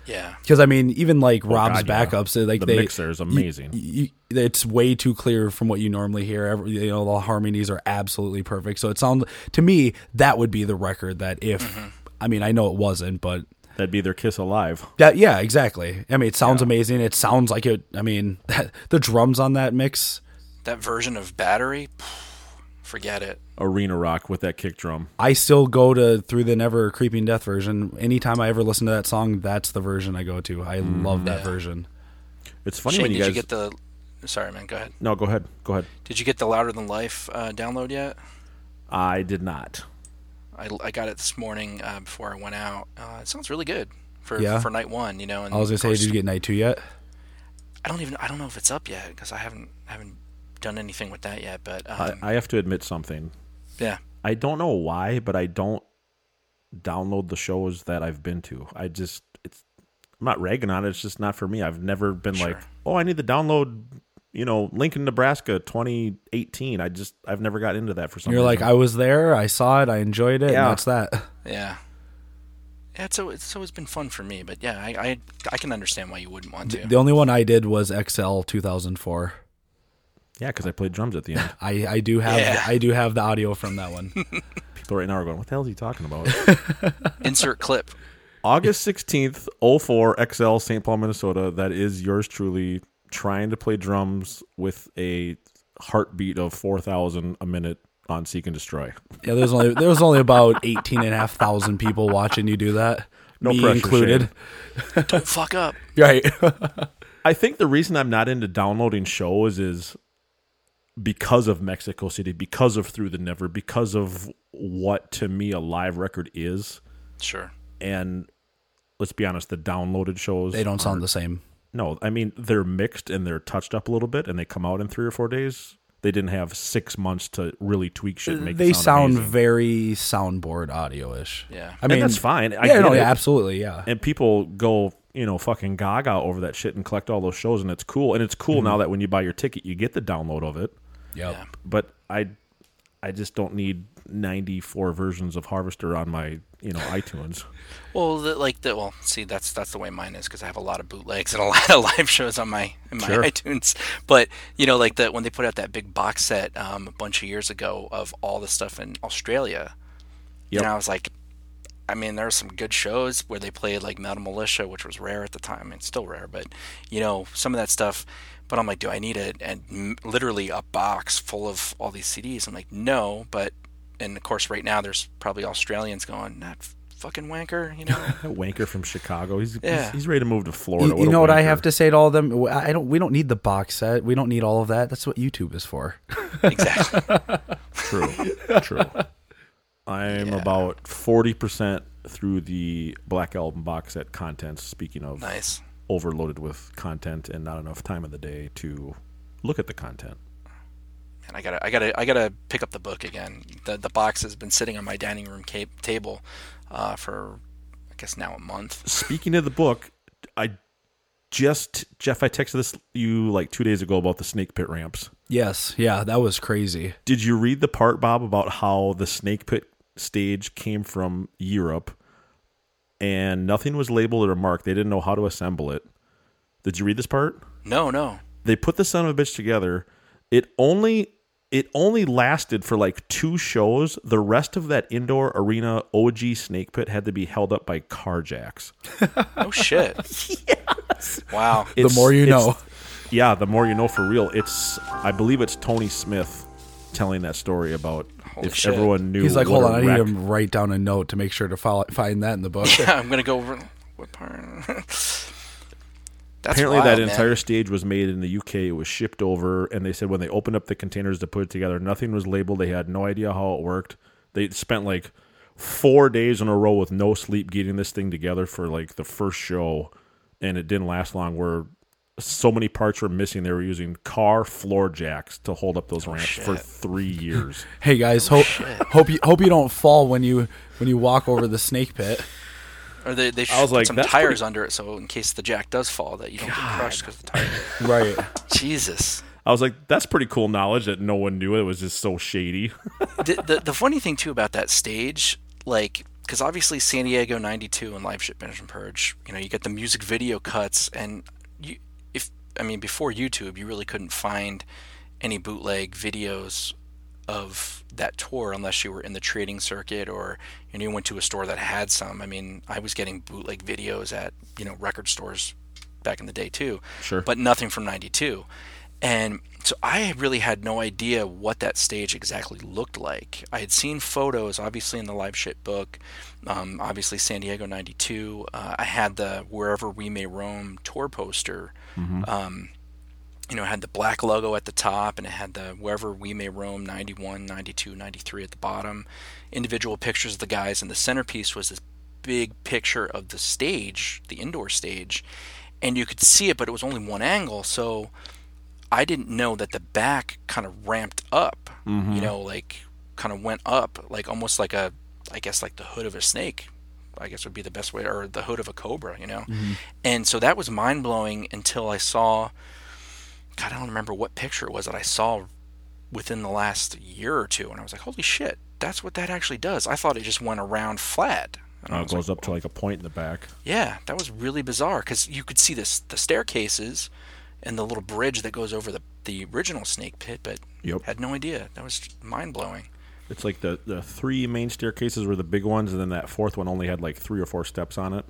Speaker 12: yeah.
Speaker 11: Because I mean, even like Rob's
Speaker 10: Oh, God, yeah.
Speaker 11: backups, they- like
Speaker 10: The
Speaker 11: they,
Speaker 10: mixer is
Speaker 11: you-
Speaker 10: amazing.
Speaker 11: you- it's way too clear from what you normally hear. Every, you know, the harmonies are absolutely perfect. So it sounds to me that would be the record that if
Speaker 12: Mm-hmm.
Speaker 11: I mean I know it wasn't, but
Speaker 10: That'd be their Kiss Alive.
Speaker 11: that yeah, exactly. I mean, it sounds amazing. It sounds like it. I mean, the drums on that mix.
Speaker 12: That version of Battery, forget it.
Speaker 10: Arena Rock with that kick drum.
Speaker 11: I still go to through the Never Creeping Death version. Anytime I ever listen to that song, that's the version I go to. I
Speaker 10: Mm.
Speaker 11: love that version.
Speaker 10: It's funny
Speaker 12: Shane,
Speaker 10: when you
Speaker 12: did
Speaker 10: guys.
Speaker 12: you get the? Sorry, man. Go ahead.
Speaker 10: No, go ahead. Go ahead.
Speaker 12: Did you get the Louder Than Life uh, download yet?
Speaker 10: I did not.
Speaker 12: I, I got it this morning uh, before I went out. Uh, it sounds really good for
Speaker 11: Yeah?
Speaker 12: for night one. You know, and
Speaker 11: I was gonna
Speaker 12: Mm, of
Speaker 11: say,
Speaker 12: course,
Speaker 11: did you get night two yet?
Speaker 12: I don't even I don't know if it's up yet because I haven't haven't done anything with that yet. But um,
Speaker 10: I, I have to admit something.
Speaker 12: yeah,
Speaker 10: I don't know why, but I don't download the shows that I've been to. I just it's I'm not ragging on it. It's just not for me. I've never been
Speaker 12: Sure.
Speaker 10: like, oh, I need to download, you know, Lincoln, Nebraska, 2018. I just I've never got into that for some.
Speaker 11: You're like, I was there. I saw it. I enjoyed it.
Speaker 10: Yeah.
Speaker 11: And that's that.
Speaker 12: yeah, yeah. It's, al- it's always been fun for me. But yeah, I I, I can understand why you wouldn't want to.
Speaker 11: The only one I did was XL 2004.
Speaker 10: yeah, because I played drums at the end.
Speaker 11: I, I do have
Speaker 12: Yeah.
Speaker 11: I do have the audio from that one.
Speaker 10: People right now are going, what the hell is he talking about?
Speaker 12: Insert clip.
Speaker 10: August oh 16th, 04 XL, St. Paul, Minnesota. That is yours truly trying to play drums with a heartbeat of 4,000 a minute on Seek and Destroy.
Speaker 11: yeah, there's only there was only about 18 and a half thousand people watching you do that.
Speaker 10: No
Speaker 11: me
Speaker 10: pressure,
Speaker 11: included.
Speaker 12: Don't fuck up.
Speaker 11: Right.
Speaker 10: I think the reason I'm not into downloading shows is because of Mexico City, because of Through the Never, because of what to me a live record is.
Speaker 12: Sure.
Speaker 10: And let's be honest, the downloaded shows
Speaker 11: they don't sound the same.
Speaker 10: No, I mean they're mixed and they're touched up a little bit, and they come out in three or four days. They didn't have six months to really tweak shit. And make
Speaker 11: They
Speaker 10: it sound,
Speaker 11: sound
Speaker 10: amazing.
Speaker 11: very soundboard audio ish.
Speaker 12: Yeah.
Speaker 11: I mean
Speaker 10: that's fine. I
Speaker 11: yeah,
Speaker 10: get
Speaker 11: no,
Speaker 10: it.
Speaker 11: yeah, absolutely, yeah.
Speaker 10: and people go, you know, fucking gaga over that shit and collect all those shows, and it's cool. And it's
Speaker 11: Mm-hmm.
Speaker 10: cool now that when you buy your ticket, you get the download of it.
Speaker 11: Yep.
Speaker 10: But I, I just don't need ninety four versions of Harvester on my, you know, iTunes.
Speaker 12: Well, the, like the well, see that's that's the way mine is because I have a lot of bootlegs and a lot of live shows on my in my
Speaker 10: Sure.
Speaker 12: iTunes. But you know, like that when they put out that big box set um, a bunch of years ago of all the stuff in Australia,
Speaker 10: Yep.
Speaker 12: and I was like, I mean, there are some good shows where they played like Metal Militia, which was rare at the time and still rare, but you know, some of that stuff. But I'm like, do I need it? And m- literally a box full of all these CDs. I'm like, no, but and of course, right now there's probably Australians going that f- fucking wanker, you know.
Speaker 10: That wanker from Chicago, he's
Speaker 12: Yeah.
Speaker 10: he's, he's ready to move to Florida.
Speaker 11: You, you
Speaker 10: a
Speaker 11: know what I
Speaker 10: wanker.
Speaker 11: have to say to all of them? I don't. We don't need the box set. We don't need all of that. That's what YouTube is for.
Speaker 12: exactly.
Speaker 10: True. True. I'm about 40% through the Black Album box set contents, speaking of
Speaker 12: Nice.
Speaker 10: overloaded with content and not enough time of the day to look at the content.
Speaker 12: and I gotta, I gotta, I gotta pick up the book again. The the box has been sitting on my dining room ca- table uh, for, I guess now a month.
Speaker 10: Speaking of the book, I just Jeff, I texted this you like two days ago about the snake pit ramps.
Speaker 11: Yes, yeah, that was crazy.
Speaker 10: Did you read the part, Bob, about how the snake pit stage came from Europe and nothing was labeled or marked? They didn't know how to assemble it. Did you read this part?
Speaker 12: No, no.
Speaker 10: They put the son of a bitch together. It only it only lasted for like two shows. The rest of that indoor arena OG snake pit had to be held up by carjacks.
Speaker 12: Oh shit. yes. Wow.
Speaker 10: It's-
Speaker 11: more you
Speaker 10: it's-
Speaker 11: know.
Speaker 10: Yeah, the more you know for real. It's I believe it's Tony Smith telling that story about if everyone knew.
Speaker 11: he's like,
Speaker 10: what
Speaker 11: hold
Speaker 10: a
Speaker 11: on, I need
Speaker 10: wreck-
Speaker 11: to write down a note to make sure to fol- find that in the book.
Speaker 12: Yeah, I'm gonna go over what part. That's
Speaker 10: Apparently,
Speaker 12: wild,
Speaker 10: that
Speaker 12: man.
Speaker 10: entire stage was made in the UK. It was shipped over, and they said when they opened up the containers to put it together, nothing was labeled. They had no idea how it worked. They spent like four days in a row with no sleep getting this thing together for like the first show, and it didn't last long. Where so many parts were missing, they were using car floor jacks to hold up
Speaker 12: Oh,
Speaker 10: those ramps for
Speaker 11: shit.
Speaker 10: three years.
Speaker 11: Hey guys, hope hope you hope you don't fall when you when you walk over the snake pit.
Speaker 12: Or they they should
Speaker 10: I was
Speaker 12: put
Speaker 10: like,
Speaker 12: some
Speaker 10: that's
Speaker 12: tires
Speaker 10: pretty-
Speaker 12: under it so in case the jack does fall that you don't get crushed because the tire.
Speaker 11: Right.
Speaker 12: Jesus.
Speaker 10: I was like, that's pretty cool knowledge that no one knew. It was just so shady.
Speaker 12: the, the the funny thing too about that stage, like, because obviously San Diego '92 and Live Shit Binge and Purge, you know, you get the music video cuts, and you, if I mean, before YouTube, you really couldn't find any bootleg videos of that tour unless you were in the trading circuit or you, know, you went to a store that had some. I mean, I was getting bootleg videos at you know record stores back in the day too.
Speaker 10: Sure.
Speaker 12: But nothing from 92. And so I really had no idea what that stage exactly looked like. I had seen photos, obviously, in the live shit book, um, obviously, San Diego 92. Uh, I had the Wherever We May Roam tour poster.
Speaker 13: Mhm.
Speaker 12: Um, you know, it had the black logo at the top and it had the Wherever We May Roam 91, 92, 93 at the bottom. Individual pictures of the guys, and the centerpiece was this big picture of the stage, the indoor stage, and you could see it, but it was only one angle. So I didn't know that the back kind of ramped up,
Speaker 13: Mhm.
Speaker 10: Mm-hmm.
Speaker 12: you know, like kind of went up, like almost like a, I guess, like the hood of a snake, I guess would be the best way, or the hood of a cobra, you know?
Speaker 10: Mm-hmm.
Speaker 13: Mhm.
Speaker 12: And so that was mind blowing until I saw, God, I don't remember what picture it was that I saw within the last year or two. And I was like, holy shit, that's what that actually does. I thought it just went around flat.
Speaker 10: Uh, it goes up to like a point in the back.
Speaker 12: Yeah, that was really bizarre because you could see this the staircases and the little bridge that goes over the the original snake pit, but
Speaker 10: Yep.
Speaker 12: had no idea. That was mind blowing.
Speaker 10: It's like the, the three main staircases were the big ones, and then that fourth one only had like three or four steps on it.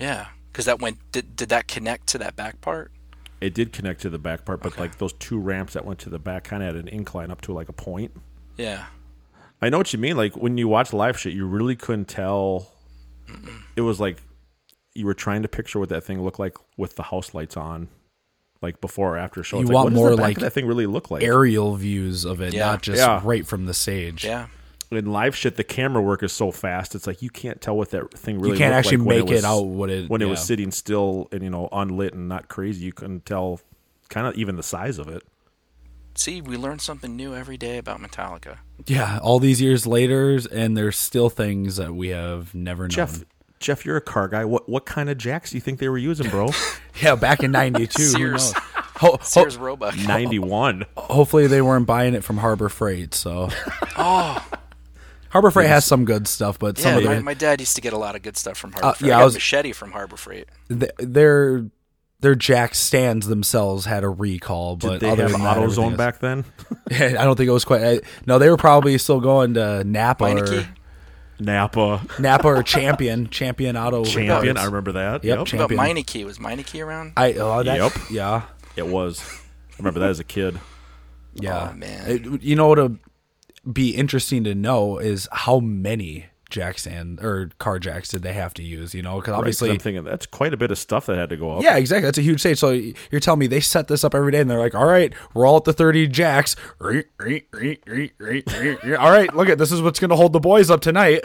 Speaker 12: Yeah, because that went did did that connect to that back part?
Speaker 10: It did connect to the back part, but like those two ramps that went to the back kind of had an incline up to like a point.
Speaker 12: Yeah,
Speaker 10: I know what you mean. Like when you watch live shit, you really couldn't tell. It was like you were trying to picture what that thing looked like with the house lights on, like before or after show.
Speaker 11: you
Speaker 10: It's
Speaker 11: want
Speaker 10: what does the
Speaker 11: more
Speaker 10: back
Speaker 11: like
Speaker 10: of that thing really look like
Speaker 11: aerial views of it,
Speaker 10: Yeah.
Speaker 11: not just
Speaker 10: Yeah.
Speaker 11: right from the stage.
Speaker 12: Yeah.
Speaker 10: In live shit, the camera work is so fast. It's like you can't tell what that thing really.
Speaker 11: can't
Speaker 10: looked
Speaker 11: actually
Speaker 10: like when
Speaker 11: make it
Speaker 10: was-
Speaker 11: out what it-
Speaker 10: when it was
Speaker 11: yeah.
Speaker 10: sitting still and you know unlit and not crazy. You couldn't tell, kind of even the size of it.
Speaker 12: see, we learn something new every day about Metallica.
Speaker 11: Yeah, all these years later, and there's still things that we have never known.
Speaker 10: Jeff, Jeff, you're a car guy. What what kind of jacks do you think they were using, bro?
Speaker 11: yeah, back in '92, who knows?
Speaker 12: Sears.
Speaker 11: Ho- ho-
Speaker 12: Sears Roebuck.
Speaker 10: Ninety-one.
Speaker 11: Hopefully, they weren't buying it from Harbor Freight. So
Speaker 12: Oh,
Speaker 11: Harbor Freight has some good stuff, but some
Speaker 12: yeah.
Speaker 11: of
Speaker 12: My,
Speaker 11: the
Speaker 12: my dad used to get a lot of good stuff from Harbor
Speaker 11: Uh,
Speaker 12: Freight.
Speaker 11: yeah,
Speaker 12: I
Speaker 11: I
Speaker 12: got
Speaker 11: was-
Speaker 12: a machete from Harbor Freight.
Speaker 11: th- their their jack stands themselves had a recall,
Speaker 10: Did
Speaker 11: but
Speaker 10: they
Speaker 11: other
Speaker 10: have
Speaker 11: than that, everything
Speaker 10: AutoZone
Speaker 11: is-
Speaker 10: back then?
Speaker 11: Yeah, I don't think it was quite. I, no, they were probably still going to Napa or
Speaker 12: Meineke?
Speaker 10: Napa.
Speaker 11: Napa or Champion Champion Auto.
Speaker 10: Champion,
Speaker 11: Reparts.
Speaker 10: I remember that.
Speaker 11: Yep,
Speaker 10: Yep.
Speaker 12: But
Speaker 11: Champion.
Speaker 12: Meineke was Meineke around?
Speaker 11: I oh that
Speaker 10: Yep.
Speaker 11: yeah
Speaker 10: It was. I remember that as a kid.
Speaker 11: yeah
Speaker 12: Oh, man.
Speaker 11: It- you know what'd be interesting to know is how many jack stand or car jacks did they have to use? You know, because
Speaker 10: Right, 'cause
Speaker 11: obviously
Speaker 10: I'm thinking that's quite a bit of stuff that had to go up.
Speaker 11: Yeah, exactly. That's a huge stage. So you're telling me they set this up every day, and they're like, "All right, we're all at the 30 jacks. All right, look at this is what's going to hold the boys up tonight."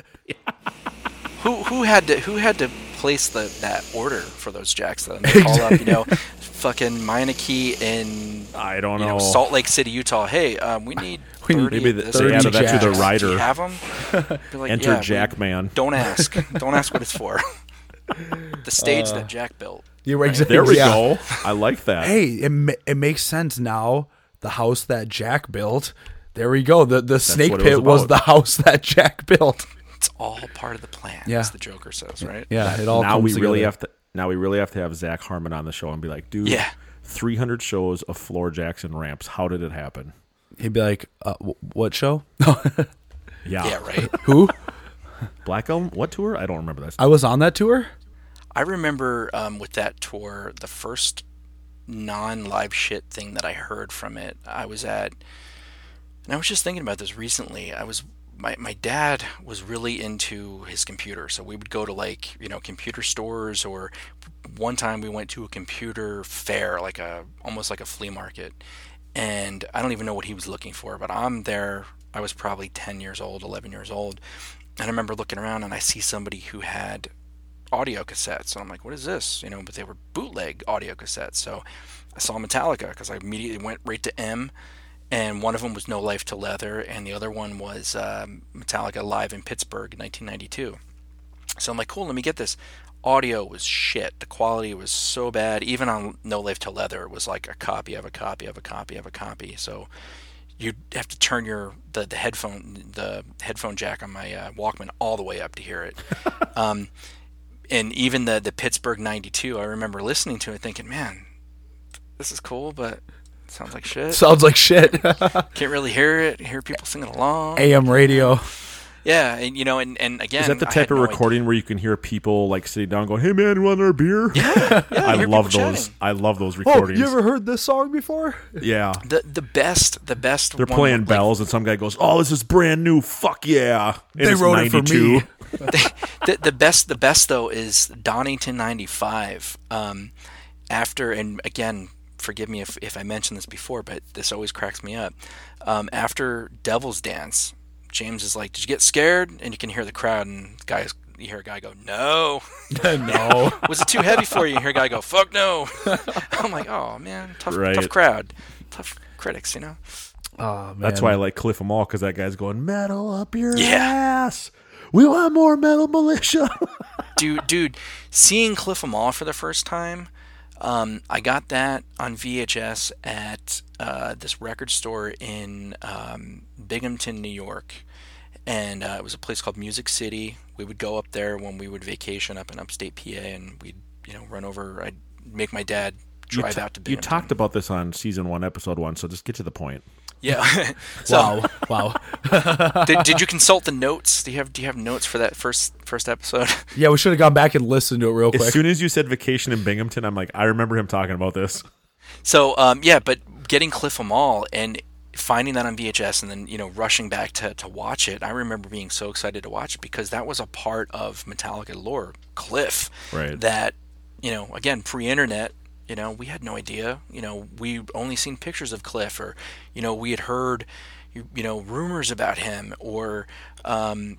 Speaker 12: Who who had to who had to place the that order for those jacks though? And they call up, you know, fucking Meineke in
Speaker 10: I don't
Speaker 12: you know,
Speaker 10: know.
Speaker 12: Salt Lake City, Utah. Hey, um, we need
Speaker 10: We need
Speaker 12: 30
Speaker 10: maybe
Speaker 12: of
Speaker 10: they-
Speaker 12: this
Speaker 10: they
Speaker 12: and
Speaker 10: added that to the
Speaker 12: 30 jacks. Do you
Speaker 10: rider.
Speaker 12: have 'em?" Be like,
Speaker 10: Enter
Speaker 12: "Yeah, we-
Speaker 10: Jackman."
Speaker 12: Don't ask. Don't ask what it's for. the stage
Speaker 11: Uh,
Speaker 12: that Jack built.
Speaker 11: You were exactly-
Speaker 10: There we
Speaker 11: yeah.
Speaker 10: go. I like that.
Speaker 11: Hey, it ma- it makes sense now. The house that Jack built. There we go. The the snake
Speaker 12: what it was
Speaker 11: pit was,
Speaker 12: about.
Speaker 11: the house that Jack built.
Speaker 12: It's all part of the plan.
Speaker 11: Yeah.
Speaker 12: as the Joker says, right?
Speaker 11: Yeah, it all
Speaker 10: now we
Speaker 11: comes
Speaker 10: really
Speaker 11: together.
Speaker 10: have to. Now we really have to have Zach Harmon on the show and be like, dude,
Speaker 12: Yeah.
Speaker 10: 300 shows of floor jacks and ramps. How did it happen?
Speaker 11: He'd be like, uh, w- "What show?"
Speaker 10: Yeah.
Speaker 12: Yeah, right.
Speaker 11: Who?
Speaker 10: Black Elm? What tour? I don't remember that.
Speaker 11: I was on that tour.
Speaker 12: I remember um, with that tour, the first non-live shit thing that I heard from it, I was at, and I was just thinking about this recently. I was my my dad was really into his computer, so we would go to like you know computer stores, or one time we went to a computer fair, like a almost like a flea market, and I don't even know what he was looking for, but I'm there. I was probably 10 years old, 11 years old, and I remember looking around and I see somebody who had audio cassettes. And I'm like, what is this? You know, but they were bootleg audio cassettes. So I saw Metallica because I immediately went right to M. And one of them was No Life to Leather, and the other one was um, Metallica Live in Pittsburgh in 1992. So I'm like, cool, let me get this. Audio was shit. The quality was so bad. Even on No Life to Leather, it was like a copy of a copy of a copy of a copy. So you'd have to turn your the, the headphone the headphone jack on my uh, Walkman all the way up to hear it. um, and even the the Pittsburgh '92, I remember listening to it, thinking, man, this is cool, but it sounds like shit.
Speaker 11: Sounds like shit.
Speaker 12: Can't really hear it. Hear people singing along.
Speaker 11: AM radio.
Speaker 12: Yeah, and you know, and, and again,
Speaker 10: Is that the
Speaker 12: I
Speaker 10: type
Speaker 12: had
Speaker 10: of
Speaker 12: no
Speaker 10: recording where you can hear people like sitting down going, "Hey man, you want our beer?" Yeah, I
Speaker 12: hear
Speaker 10: love
Speaker 12: people
Speaker 10: those.
Speaker 12: chatting.
Speaker 10: I love those
Speaker 11: Oh,
Speaker 10: recordings.
Speaker 11: you ever heard this song before?
Speaker 10: yeah.
Speaker 12: The the best, the best.
Speaker 10: They're
Speaker 12: one
Speaker 10: playing
Speaker 12: would, like,
Speaker 10: bells, and some guy goes, "Oh, this is brand new. Fuck yeah!" And
Speaker 11: They
Speaker 10: it's
Speaker 11: wrote it for
Speaker 10: 92.
Speaker 11: me.
Speaker 12: the, the best the best though is Donington 95 um, after and again forgive me if, if I mentioned this before but this always cracks me up um, after Devil's Dance James is like did you get scared and you can hear the crowd and the guys you hear a guy go no
Speaker 11: no
Speaker 12: was it too heavy for you you hear a guy go fuck no I'm like oh man tough tough
Speaker 10: Right.
Speaker 12: crowd tough critics you know
Speaker 11: Oh,
Speaker 10: That's why I like Cliff Amal because that guy's going metal up your
Speaker 12: Yeah.
Speaker 10: ass. We want more metal militia.
Speaker 12: dude, dude, seeing Cliff Amal for the first time, um, I got that on VHS at uh, this record store in um, Binghamton, New York, and uh, it was a place called Music City. We would go up there when we would vacation up in upstate PA, and we'd you know run over. I'd make my dad
Speaker 10: You
Speaker 12: drive
Speaker 10: ta-
Speaker 12: out to
Speaker 10: you
Speaker 12: Binghamton.
Speaker 10: talked about this on season one, episode one. So just get to the point.
Speaker 12: yeah.
Speaker 11: wow,
Speaker 12: wow. did, did you consult the notes? Do you have Do you have notes for that first first episode?
Speaker 11: Yeah, we should have gone back and listened to it real
Speaker 10: As
Speaker 11: quick.
Speaker 10: soon as you said vacation in Binghamton, I'm like, I remember him talking about this.
Speaker 12: So um, yeah, but getting Cliff Amal and finding that on VHS and then you know rushing back to, to watch it, I remember being so excited to watch it because that was a part of Metallica lore. Cliff,
Speaker 10: Right.
Speaker 12: That you know, again, pre-internet, you know, we had no idea. You know, we only seen pictures of Cliff, or you know, we had heard, you, you know, rumors about him, or um,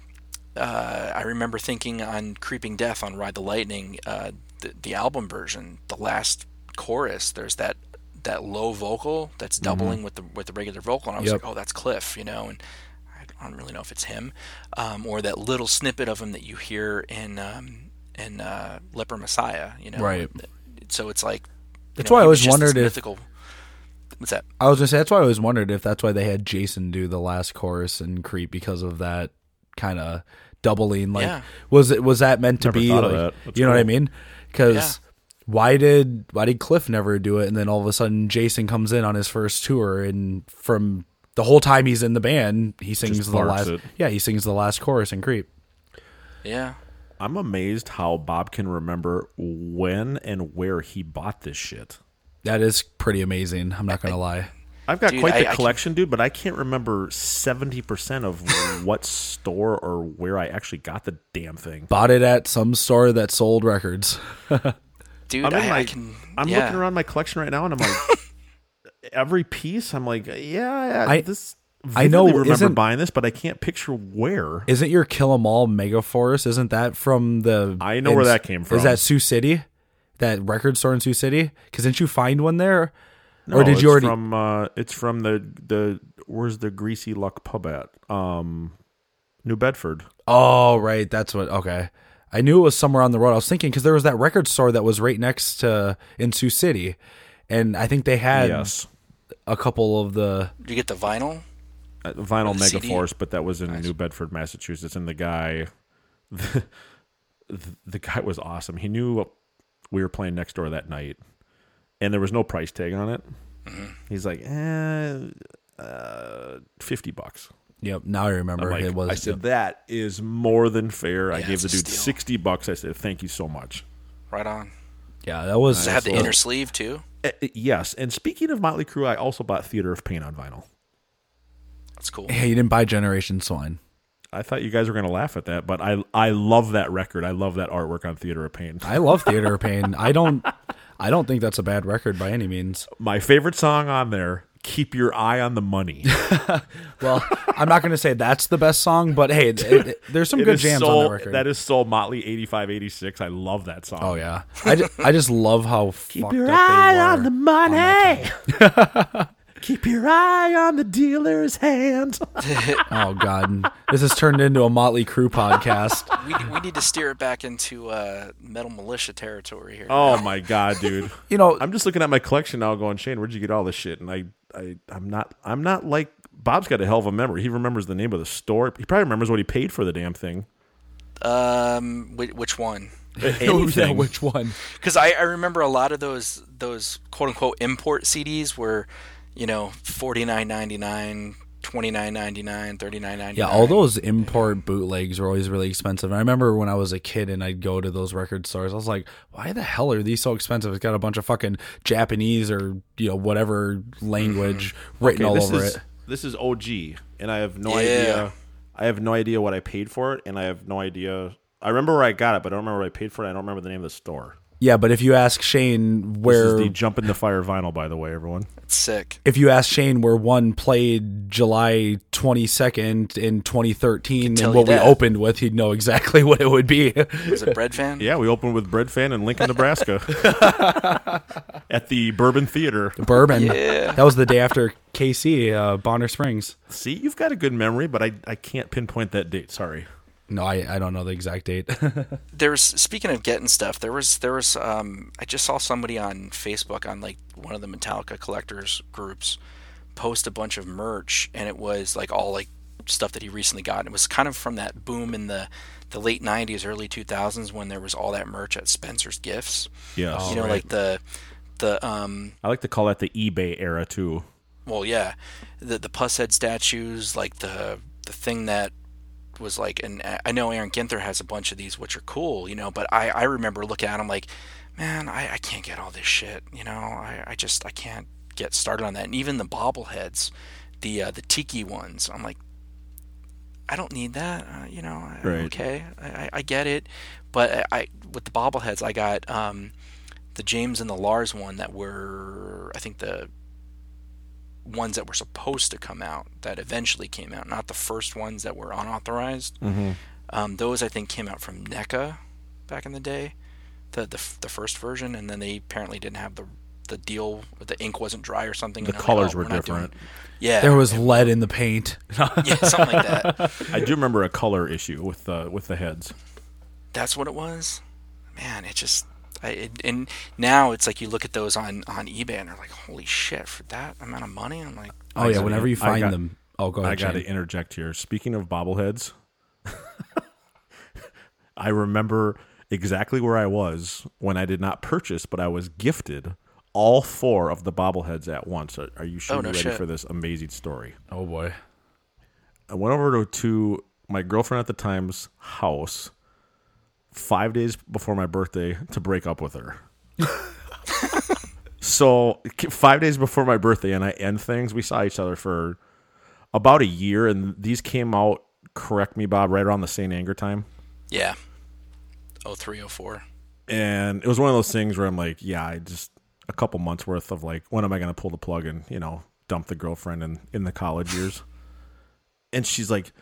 Speaker 12: uh, I remember thinking on Creeping Death on Ride the Lightning, uh, the, the album version, the last chorus, there's that that low vocal that's doubling with the with the regular vocal, and I was
Speaker 11: Mm-hmm. Yep.
Speaker 12: like, oh, that's Cliff, you know, and I don't really know if it's him, um, or that little snippet of him that you hear in um, in uh, Leper Messiah, you know,
Speaker 11: Right.
Speaker 12: So it's like you
Speaker 11: That's
Speaker 12: know,
Speaker 11: why I
Speaker 12: he was
Speaker 11: always
Speaker 12: just this
Speaker 11: wondered if-
Speaker 12: mythical. What's that?
Speaker 11: I was gonna say that's why I always wondered if that's why they had Jason do the last chorus and creep because of that kind of doubling. Like,
Speaker 12: Yeah.
Speaker 11: was it was that meant to
Speaker 10: Never
Speaker 11: be?
Speaker 10: thought of
Speaker 11: like-
Speaker 10: that. That's
Speaker 11: You know what I
Speaker 10: cool.
Speaker 11: mean? Because
Speaker 12: Yeah.
Speaker 11: why did why did Cliff never do it, and then all of a sudden Jason comes in on his first tour, and from the whole time he's in the band, he sings the
Speaker 10: barks
Speaker 11: last.
Speaker 10: it.
Speaker 11: Yeah, he sings the last chorus and creep.
Speaker 12: Yeah.
Speaker 10: I'm amazed how Bob can remember when and where he bought this shit.
Speaker 11: That is pretty amazing. I'm not gonna lie.
Speaker 10: I I've got
Speaker 12: Dude,
Speaker 10: quite the
Speaker 12: I- I can-
Speaker 10: collection, dude, but I can't remember seventy percent of what store or where I actually got the damn thing.
Speaker 11: Bought it at some store that sold records.
Speaker 12: Dude,
Speaker 10: I'm, in
Speaker 12: I- I
Speaker 10: my,
Speaker 12: can-
Speaker 10: I'm
Speaker 12: yeah.
Speaker 10: looking around my collection right now, and I'm like, every piece, I'm like, yeah, I,
Speaker 11: I-
Speaker 10: this.
Speaker 11: I know,
Speaker 10: vividly remember
Speaker 11: isn't-
Speaker 10: buying this, but I can't picture where.
Speaker 11: Isn't your Kill 'Em All Megaforce? Isn't that from the?
Speaker 10: I know where that came from.
Speaker 11: Is that Sioux City? That record store in Sioux City? Because didn't you find one there?
Speaker 10: No,
Speaker 11: or did
Speaker 10: it's
Speaker 11: you already?
Speaker 10: From, uh, it's from the the where's the Greasy Luck pub at? Um, New Bedford.
Speaker 11: Oh, right. That's what. Okay. I knew it was somewhere on the road. I was thinking because there was that record store that was right next to in Sioux City, and I think they had
Speaker 10: Yes.
Speaker 11: a couple of the.
Speaker 12: Did you get the vinyl?
Speaker 10: uh, vinyl
Speaker 12: Or the CD?
Speaker 10: megaforce but that was in new bedford massachusetts and the guy the, the guy was awesome he knew we were playing next door that night and there was no price tag on it
Speaker 12: Mm-hmm.
Speaker 10: he's like eh, uh, 50 bucks
Speaker 11: Yep. Now I remember
Speaker 10: I'm like,
Speaker 11: it was.
Speaker 10: I said that is more than fair. I
Speaker 12: Yeah,
Speaker 10: gave
Speaker 12: it's
Speaker 10: the
Speaker 12: a
Speaker 10: dude
Speaker 12: steal.
Speaker 10: sixty bucks. I said thank you so much.
Speaker 12: Right on.
Speaker 11: yeah, that was.
Speaker 12: Does it have the
Speaker 10: Absolutely.
Speaker 12: inner sleeve too?
Speaker 10: Uh, uh, yes, and speaking of Motley Crue, I also bought Theater of Pain on vinyl.
Speaker 12: That's cool.
Speaker 11: Hey, you didn't buy Generation Swine.
Speaker 10: I thought you guys were going to laugh at that, but I I love that record. I love that artwork on Theater of Pain.
Speaker 11: I love Theater of Pain. I don't. I don't think that's a bad record by any means.
Speaker 10: My favorite song on there, Keep Your Eye on the Money.
Speaker 11: Well, I'm not going to say that's the best song, but hey, it, it- there's some
Speaker 10: It
Speaker 11: good
Speaker 10: is
Speaker 11: jams
Speaker 10: so-
Speaker 11: on the record.
Speaker 10: That is so Motley 85, 86. I love that song.
Speaker 11: oh yeah, I, ju- I just love how fucked up they were.
Speaker 10: money. Keep your eye on the dealer's hand.
Speaker 11: oh god, this has turned into a Motley Crue podcast.
Speaker 12: We, we need to steer it back into uh, metal militia territory here.
Speaker 10: oh my god, dude.
Speaker 11: You know,
Speaker 10: I'm just looking at my collection now going, Shane, where'd you get all this shit? And I, I I'm not I'm not like Bob's got a hell of a memory. He remembers the name of the store. He probably remembers what he paid for the damn thing.
Speaker 12: Um, which, which one?
Speaker 11: yeah,
Speaker 10: Anything.
Speaker 11: which one?
Speaker 12: Because I, I remember a lot of those those quote unquote import CDs were, you know, forty nine ninety nine, twenty nine ninety nine, thirty nine ninety
Speaker 11: Yeah,
Speaker 12: nine.
Speaker 11: all those import bootlegs were always really expensive. And I remember when I was a kid and I'd go to those record stores, I was like, why the hell are these so expensive? It's got a bunch of fucking Japanese or, you know, whatever language written all
Speaker 10: Mm-hmm. this
Speaker 11: over
Speaker 10: is,
Speaker 11: it.
Speaker 10: This is OG, and I have no
Speaker 12: Yeah.
Speaker 10: idea. I have no idea what I paid for it, and I have no idea. I remember where I got it, but I don't remember what I paid for it. I don't remember the name of the store.
Speaker 11: Yeah, but if you ask Shane
Speaker 10: This
Speaker 11: where
Speaker 10: is the Jump in the Fire vinyl, by the way, everyone.
Speaker 12: That's sick.
Speaker 11: if you ask Shane where one played July 22nd in 2013
Speaker 12: tell
Speaker 11: and
Speaker 12: you
Speaker 11: what we
Speaker 12: that.
Speaker 11: opened with, he'd know exactly what it would be.
Speaker 12: Was it Bread Fan?
Speaker 10: Yeah, we opened with Bread Fan in Lincoln, Nebraska, at the Bourbon Theater.
Speaker 11: Bourbon. That was the day after KC, uh, Bonner Springs.
Speaker 10: See, you've got a good memory, but I, I can't pinpoint that date. Sorry.
Speaker 11: No, I, I don't know the exact date.
Speaker 12: There's speaking of getting stuff. There was there was um I just saw somebody on Facebook on like one of the Metallica collectors groups post a bunch of merch and it was like all like stuff that he recently got. And it was kind of from that boom in the the late 90s early 2000s when there was all that merch at Spencer's Gifts.
Speaker 10: Yes.
Speaker 12: you know like the the um
Speaker 10: I like to call that the eBay era too.
Speaker 12: well yeah the the puss head statues like the the thing that was like and I- I know Aaron Ginther has a bunch of these which are cool you know but I I remember looking at them like man I I can't get all this shit you know I I just I can't get started on that and even the bobbleheads the uh, the tiki ones I'm like I don't need that uh, you know I-
Speaker 10: Right.
Speaker 12: okay I, I I get it but I, I with the bobbleheads I got um the James and the Lars one that were I think the ones that were supposed to come out that eventually came out, not the first ones that were unauthorized.
Speaker 10: Mm-hmm.
Speaker 12: Um, those I think came out from NECA back in the day, the, the f- the first version, and then they apparently didn't have the the deal. The ink wasn't dry or something.
Speaker 10: The
Speaker 12: and they're like,
Speaker 10: colors
Speaker 12: "Oh,
Speaker 10: were
Speaker 12: we're not doing-"
Speaker 10: different.
Speaker 12: Yeah,
Speaker 11: there was lead in the paint.
Speaker 12: yeah, something like that.
Speaker 10: I do remember a color issue with the with the heads.
Speaker 12: That's what it was. Man, it just. I, it, and now it's like you look at those on, on eBay and they're like, holy shit, for that amount of money? I'm like,
Speaker 11: Oh yeah, whenever you
Speaker 10: I
Speaker 11: find
Speaker 10: got-
Speaker 11: them. Oh, go
Speaker 10: I
Speaker 11: ahead.
Speaker 10: got to
Speaker 11: Shane.
Speaker 10: interject here. Speaking of bobbleheads, I remember exactly where I was when I did not purchase, but I was gifted all four of the bobbleheads at once. Are, are you sure
Speaker 12: Oh,
Speaker 10: you're
Speaker 12: no
Speaker 10: ready
Speaker 12: shit.
Speaker 10: for this amazing story?
Speaker 11: Oh boy.
Speaker 10: I went over to, to my girlfriend at the time's house five days before my birthday to break up with her. So five days before my birthday, and I end things. We saw each other for about a year, and these came out. Correct me, Bob. Right around the St. Anger time,
Speaker 12: Yeah. 0304.
Speaker 10: and it was one of those things where I'm like, yeah, I just a couple months worth of like, when am I going to pull the plug and you know dump the girlfriend in in the college years? and she's like,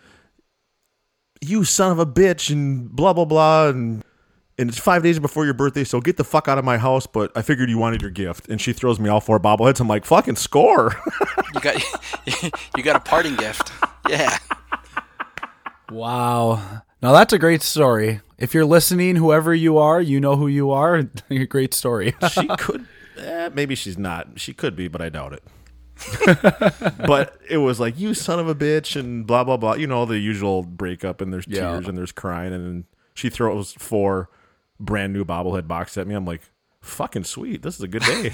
Speaker 10: you son of a bitch, and blah blah blah, and and it's five days before your birthday, so get the fuck out of my house. But I figured you wanted your gift, and she throws me all four bobbleheads. I'm like, fucking score.
Speaker 12: You got you got a parting gift. Yeah.
Speaker 11: Wow. Now that's a great story. If you're listening, whoever you are, you know who you are. a great story.
Speaker 10: she could eh, maybe she's not she could be but i doubt it but it was like you son of a bitch and blah blah blah you know the usual breakup and there's tears
Speaker 11: Yeah.
Speaker 10: and there's crying and then she throws four brand new bobblehead box at me i'm like fucking sweet this is a good day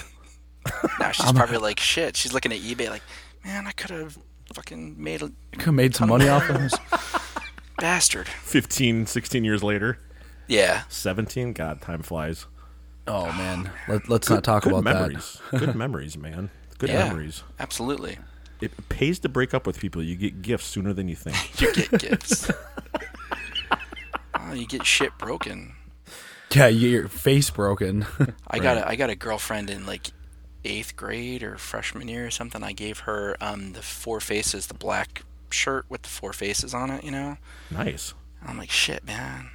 Speaker 12: Now she's probably like shit. She's looking at eBay like, man, I could have fucking made a
Speaker 11: Could have made some money off of this.
Speaker 12: bastard.
Speaker 10: 15 16 years later
Speaker 12: Yeah.
Speaker 10: 17 god time flies
Speaker 11: oh man Let, let's not talk about
Speaker 10: memories.
Speaker 11: that.
Speaker 10: good memories man good
Speaker 12: Yeah,
Speaker 10: memories
Speaker 12: Absolutely.
Speaker 10: it pays to break up with people you get gifts sooner than you think
Speaker 12: You get gifts. oh, you get shit broken.
Speaker 11: Yeah, your face broken.
Speaker 12: I got a, I got a girlfriend in like eighth grade or freshman year or something. I gave her um, the four faces, the black shirt with the four faces on it. You know,
Speaker 10: nice
Speaker 12: I'm like shit, man.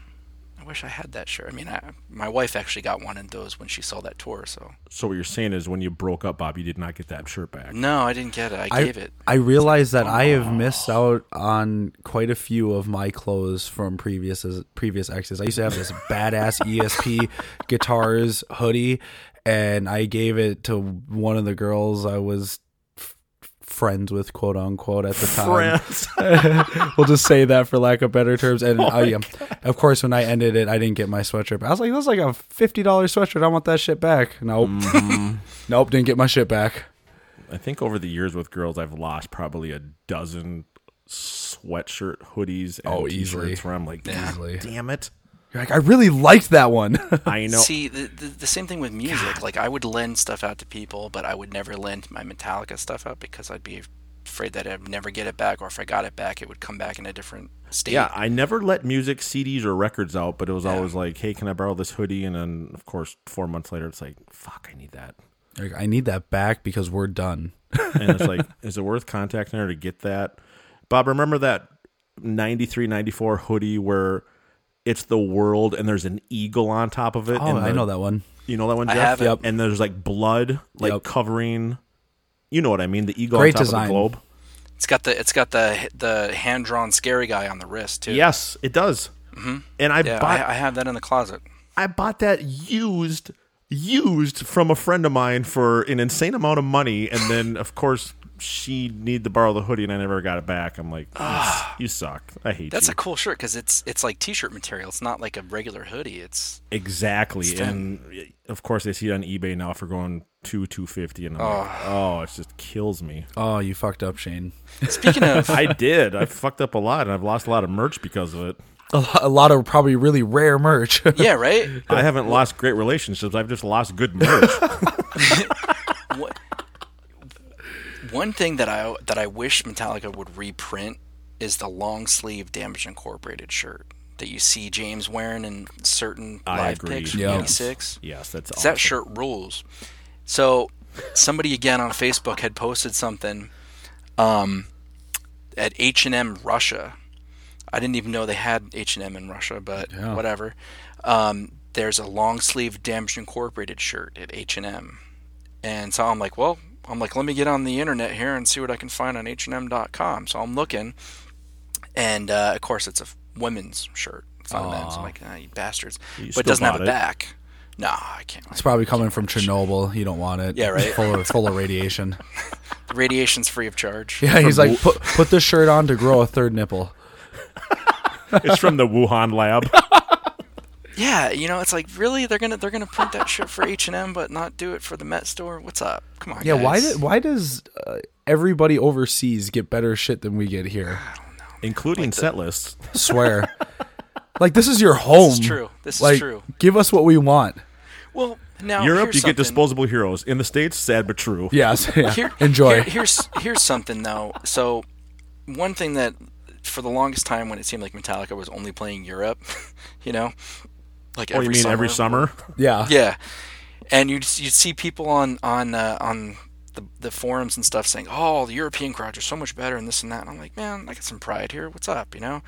Speaker 12: I wish I had that shirt. I mean, I, my wife actually got one of those when she saw that tour. So
Speaker 10: So what you're saying is when you broke up, Bob, you did not get that shirt back.
Speaker 12: no, I didn't get it. I, gave it.
Speaker 11: I realize that I have missed out on quite a few of my clothes from previous previous exes. I used to have this badass ESP guitars hoodie, and I gave it to one of the girls I was f- friends with, quote unquote, at the
Speaker 10: Um,
Speaker 11: time.
Speaker 10: Friends.
Speaker 11: we'll just say that for lack of better terms. And
Speaker 10: Oh
Speaker 11: I,
Speaker 10: my
Speaker 11: um, of course, when I ended it, I didn't get my sweatshirt. back. I was like, "That's like a fifty dollars sweatshirt. I want that shit back." Nope,
Speaker 10: Mm-hmm.
Speaker 11: nope, didn't get my shit back.
Speaker 10: I think over the years with girls, I've lost probably a dozen sweatshirt hoodies and
Speaker 11: Oh,
Speaker 10: t-shirts
Speaker 11: easily.
Speaker 10: where I'm like,
Speaker 11: Easily.
Speaker 10: damn it.
Speaker 11: You're like, I really liked that one.
Speaker 10: I know.
Speaker 12: See, the, the, the same thing with music. Like, I would lend stuff out to people, but I would never lend my Metallica stuff out because I'd be afraid that I'd never get it back, or if I got it back, it would come back in a different state.
Speaker 10: Yeah, I never let music, CDs, or records out, but it was always like, hey, can I borrow this hoodie? And then, of course, four months later, it's like, fuck, I need that.
Speaker 11: Like, I need that back because we're done.
Speaker 10: and it's like, is it worth contacting her to get that? Bob, remember that 93, 94 hoodie where it's the world and there's an eagle on top of it?
Speaker 11: Oh,
Speaker 10: and
Speaker 11: I
Speaker 10: the-
Speaker 11: know that one.
Speaker 10: You know that one,
Speaker 12: I
Speaker 10: Jeff?
Speaker 12: have it. Yep.
Speaker 10: And there's like blood, like covering, you know what I mean? The eagle
Speaker 11: Great
Speaker 10: on top
Speaker 11: design.
Speaker 10: of the globe.
Speaker 12: It's got the it's got the the hand drawn scary guy on the wrist too.
Speaker 10: Yes, it does. And I
Speaker 12: Mm-hmm. yeah,
Speaker 10: bought
Speaker 12: I, I have that in the closet.
Speaker 10: I bought that used used from a friend of mine for an insane amount of money and then of course she needed to borrow the hoodie and I never got it back. I'm like, you s- you suck. I hate
Speaker 12: Ah. That's
Speaker 10: you.
Speaker 12: a cool shirt because it's it's like t-shirt material. It's not like a regular hoodie. It's
Speaker 10: exactly.
Speaker 12: It's
Speaker 10: And eh, of course they see it on eBay now for going two two fifty and I'm like,
Speaker 12: Ah.
Speaker 10: oh, it just kills me.
Speaker 11: Oh, you fucked up, Shane.
Speaker 12: speaking of
Speaker 10: I did. I fucked up a lot and I've lost a lot of merch because of it.
Speaker 11: A, lo- a lot of probably really rare merch.
Speaker 12: yeah, right?
Speaker 10: I haven't lost great relationships. I've just lost good merch.
Speaker 12: What one thing that I that I wish Metallica would reprint is the long sleeve Damage Incorporated shirt that you see James wearing in certain
Speaker 10: I
Speaker 12: live
Speaker 10: agree.
Speaker 12: pics from
Speaker 11: Yeah.
Speaker 12: '86.
Speaker 10: yes, that's
Speaker 12: That shirt rules. So somebody again on Facebook had posted something um, at H and M Russia. I didn't even know they had H and M in Russia, but whatever. Um, there's a long sleeve Damage Incorporated shirt at H and M, and so I'm like, well, I'm like, let me get on the internet here and see what I can find on H&M.com. So I'm looking, and uh, of course it's a women's shirt. It's not a men's. I'm like, ah, you bastards.
Speaker 10: You
Speaker 12: but it
Speaker 10: still
Speaker 12: doesn't have
Speaker 10: bought
Speaker 12: a
Speaker 10: it.
Speaker 12: back. Nah, I can't.
Speaker 11: It's probably coming from Chernobyl. You don't want it.
Speaker 12: Yeah, right.
Speaker 11: Full of, full of radiation.
Speaker 12: The radiation's free of charge.
Speaker 11: Yeah, he's like, put put this shirt on to grow a third nipple.
Speaker 10: It's from the Wuhan lab.
Speaker 12: Yeah, you know, it's like really they're gonna they're gonna print that shirt for H and M, but not do it for the Met store. What's up? Come on.
Speaker 11: Yeah, why
Speaker 12: guys.
Speaker 11: did, why does uh, everybody overseas get better shit than we get here?
Speaker 10: Including set lists.
Speaker 11: Swear. like this is your home.
Speaker 12: true. This is
Speaker 11: Like,
Speaker 12: true.
Speaker 11: Give us what we want.
Speaker 12: Well, Now,
Speaker 10: Europe,
Speaker 12: Oh, here's
Speaker 10: you get
Speaker 12: something.
Speaker 10: disposable heroes. In the States, sad but true.
Speaker 11: Yes, yeah.
Speaker 12: Here- here- here's here's something though. So one thing that for the longest time when it seemed like Metallica was only playing Europe, you know, like
Speaker 10: Oh, you
Speaker 12: every
Speaker 10: mean
Speaker 12: summer.
Speaker 10: every summer?
Speaker 11: Yeah.
Speaker 12: Yeah, and you'd you'd see people on on uh, on the the forums and stuff saying, "Oh, the European crowds are so much better," and this and that. And I'm like, man, I got some pride here. What's up, you know?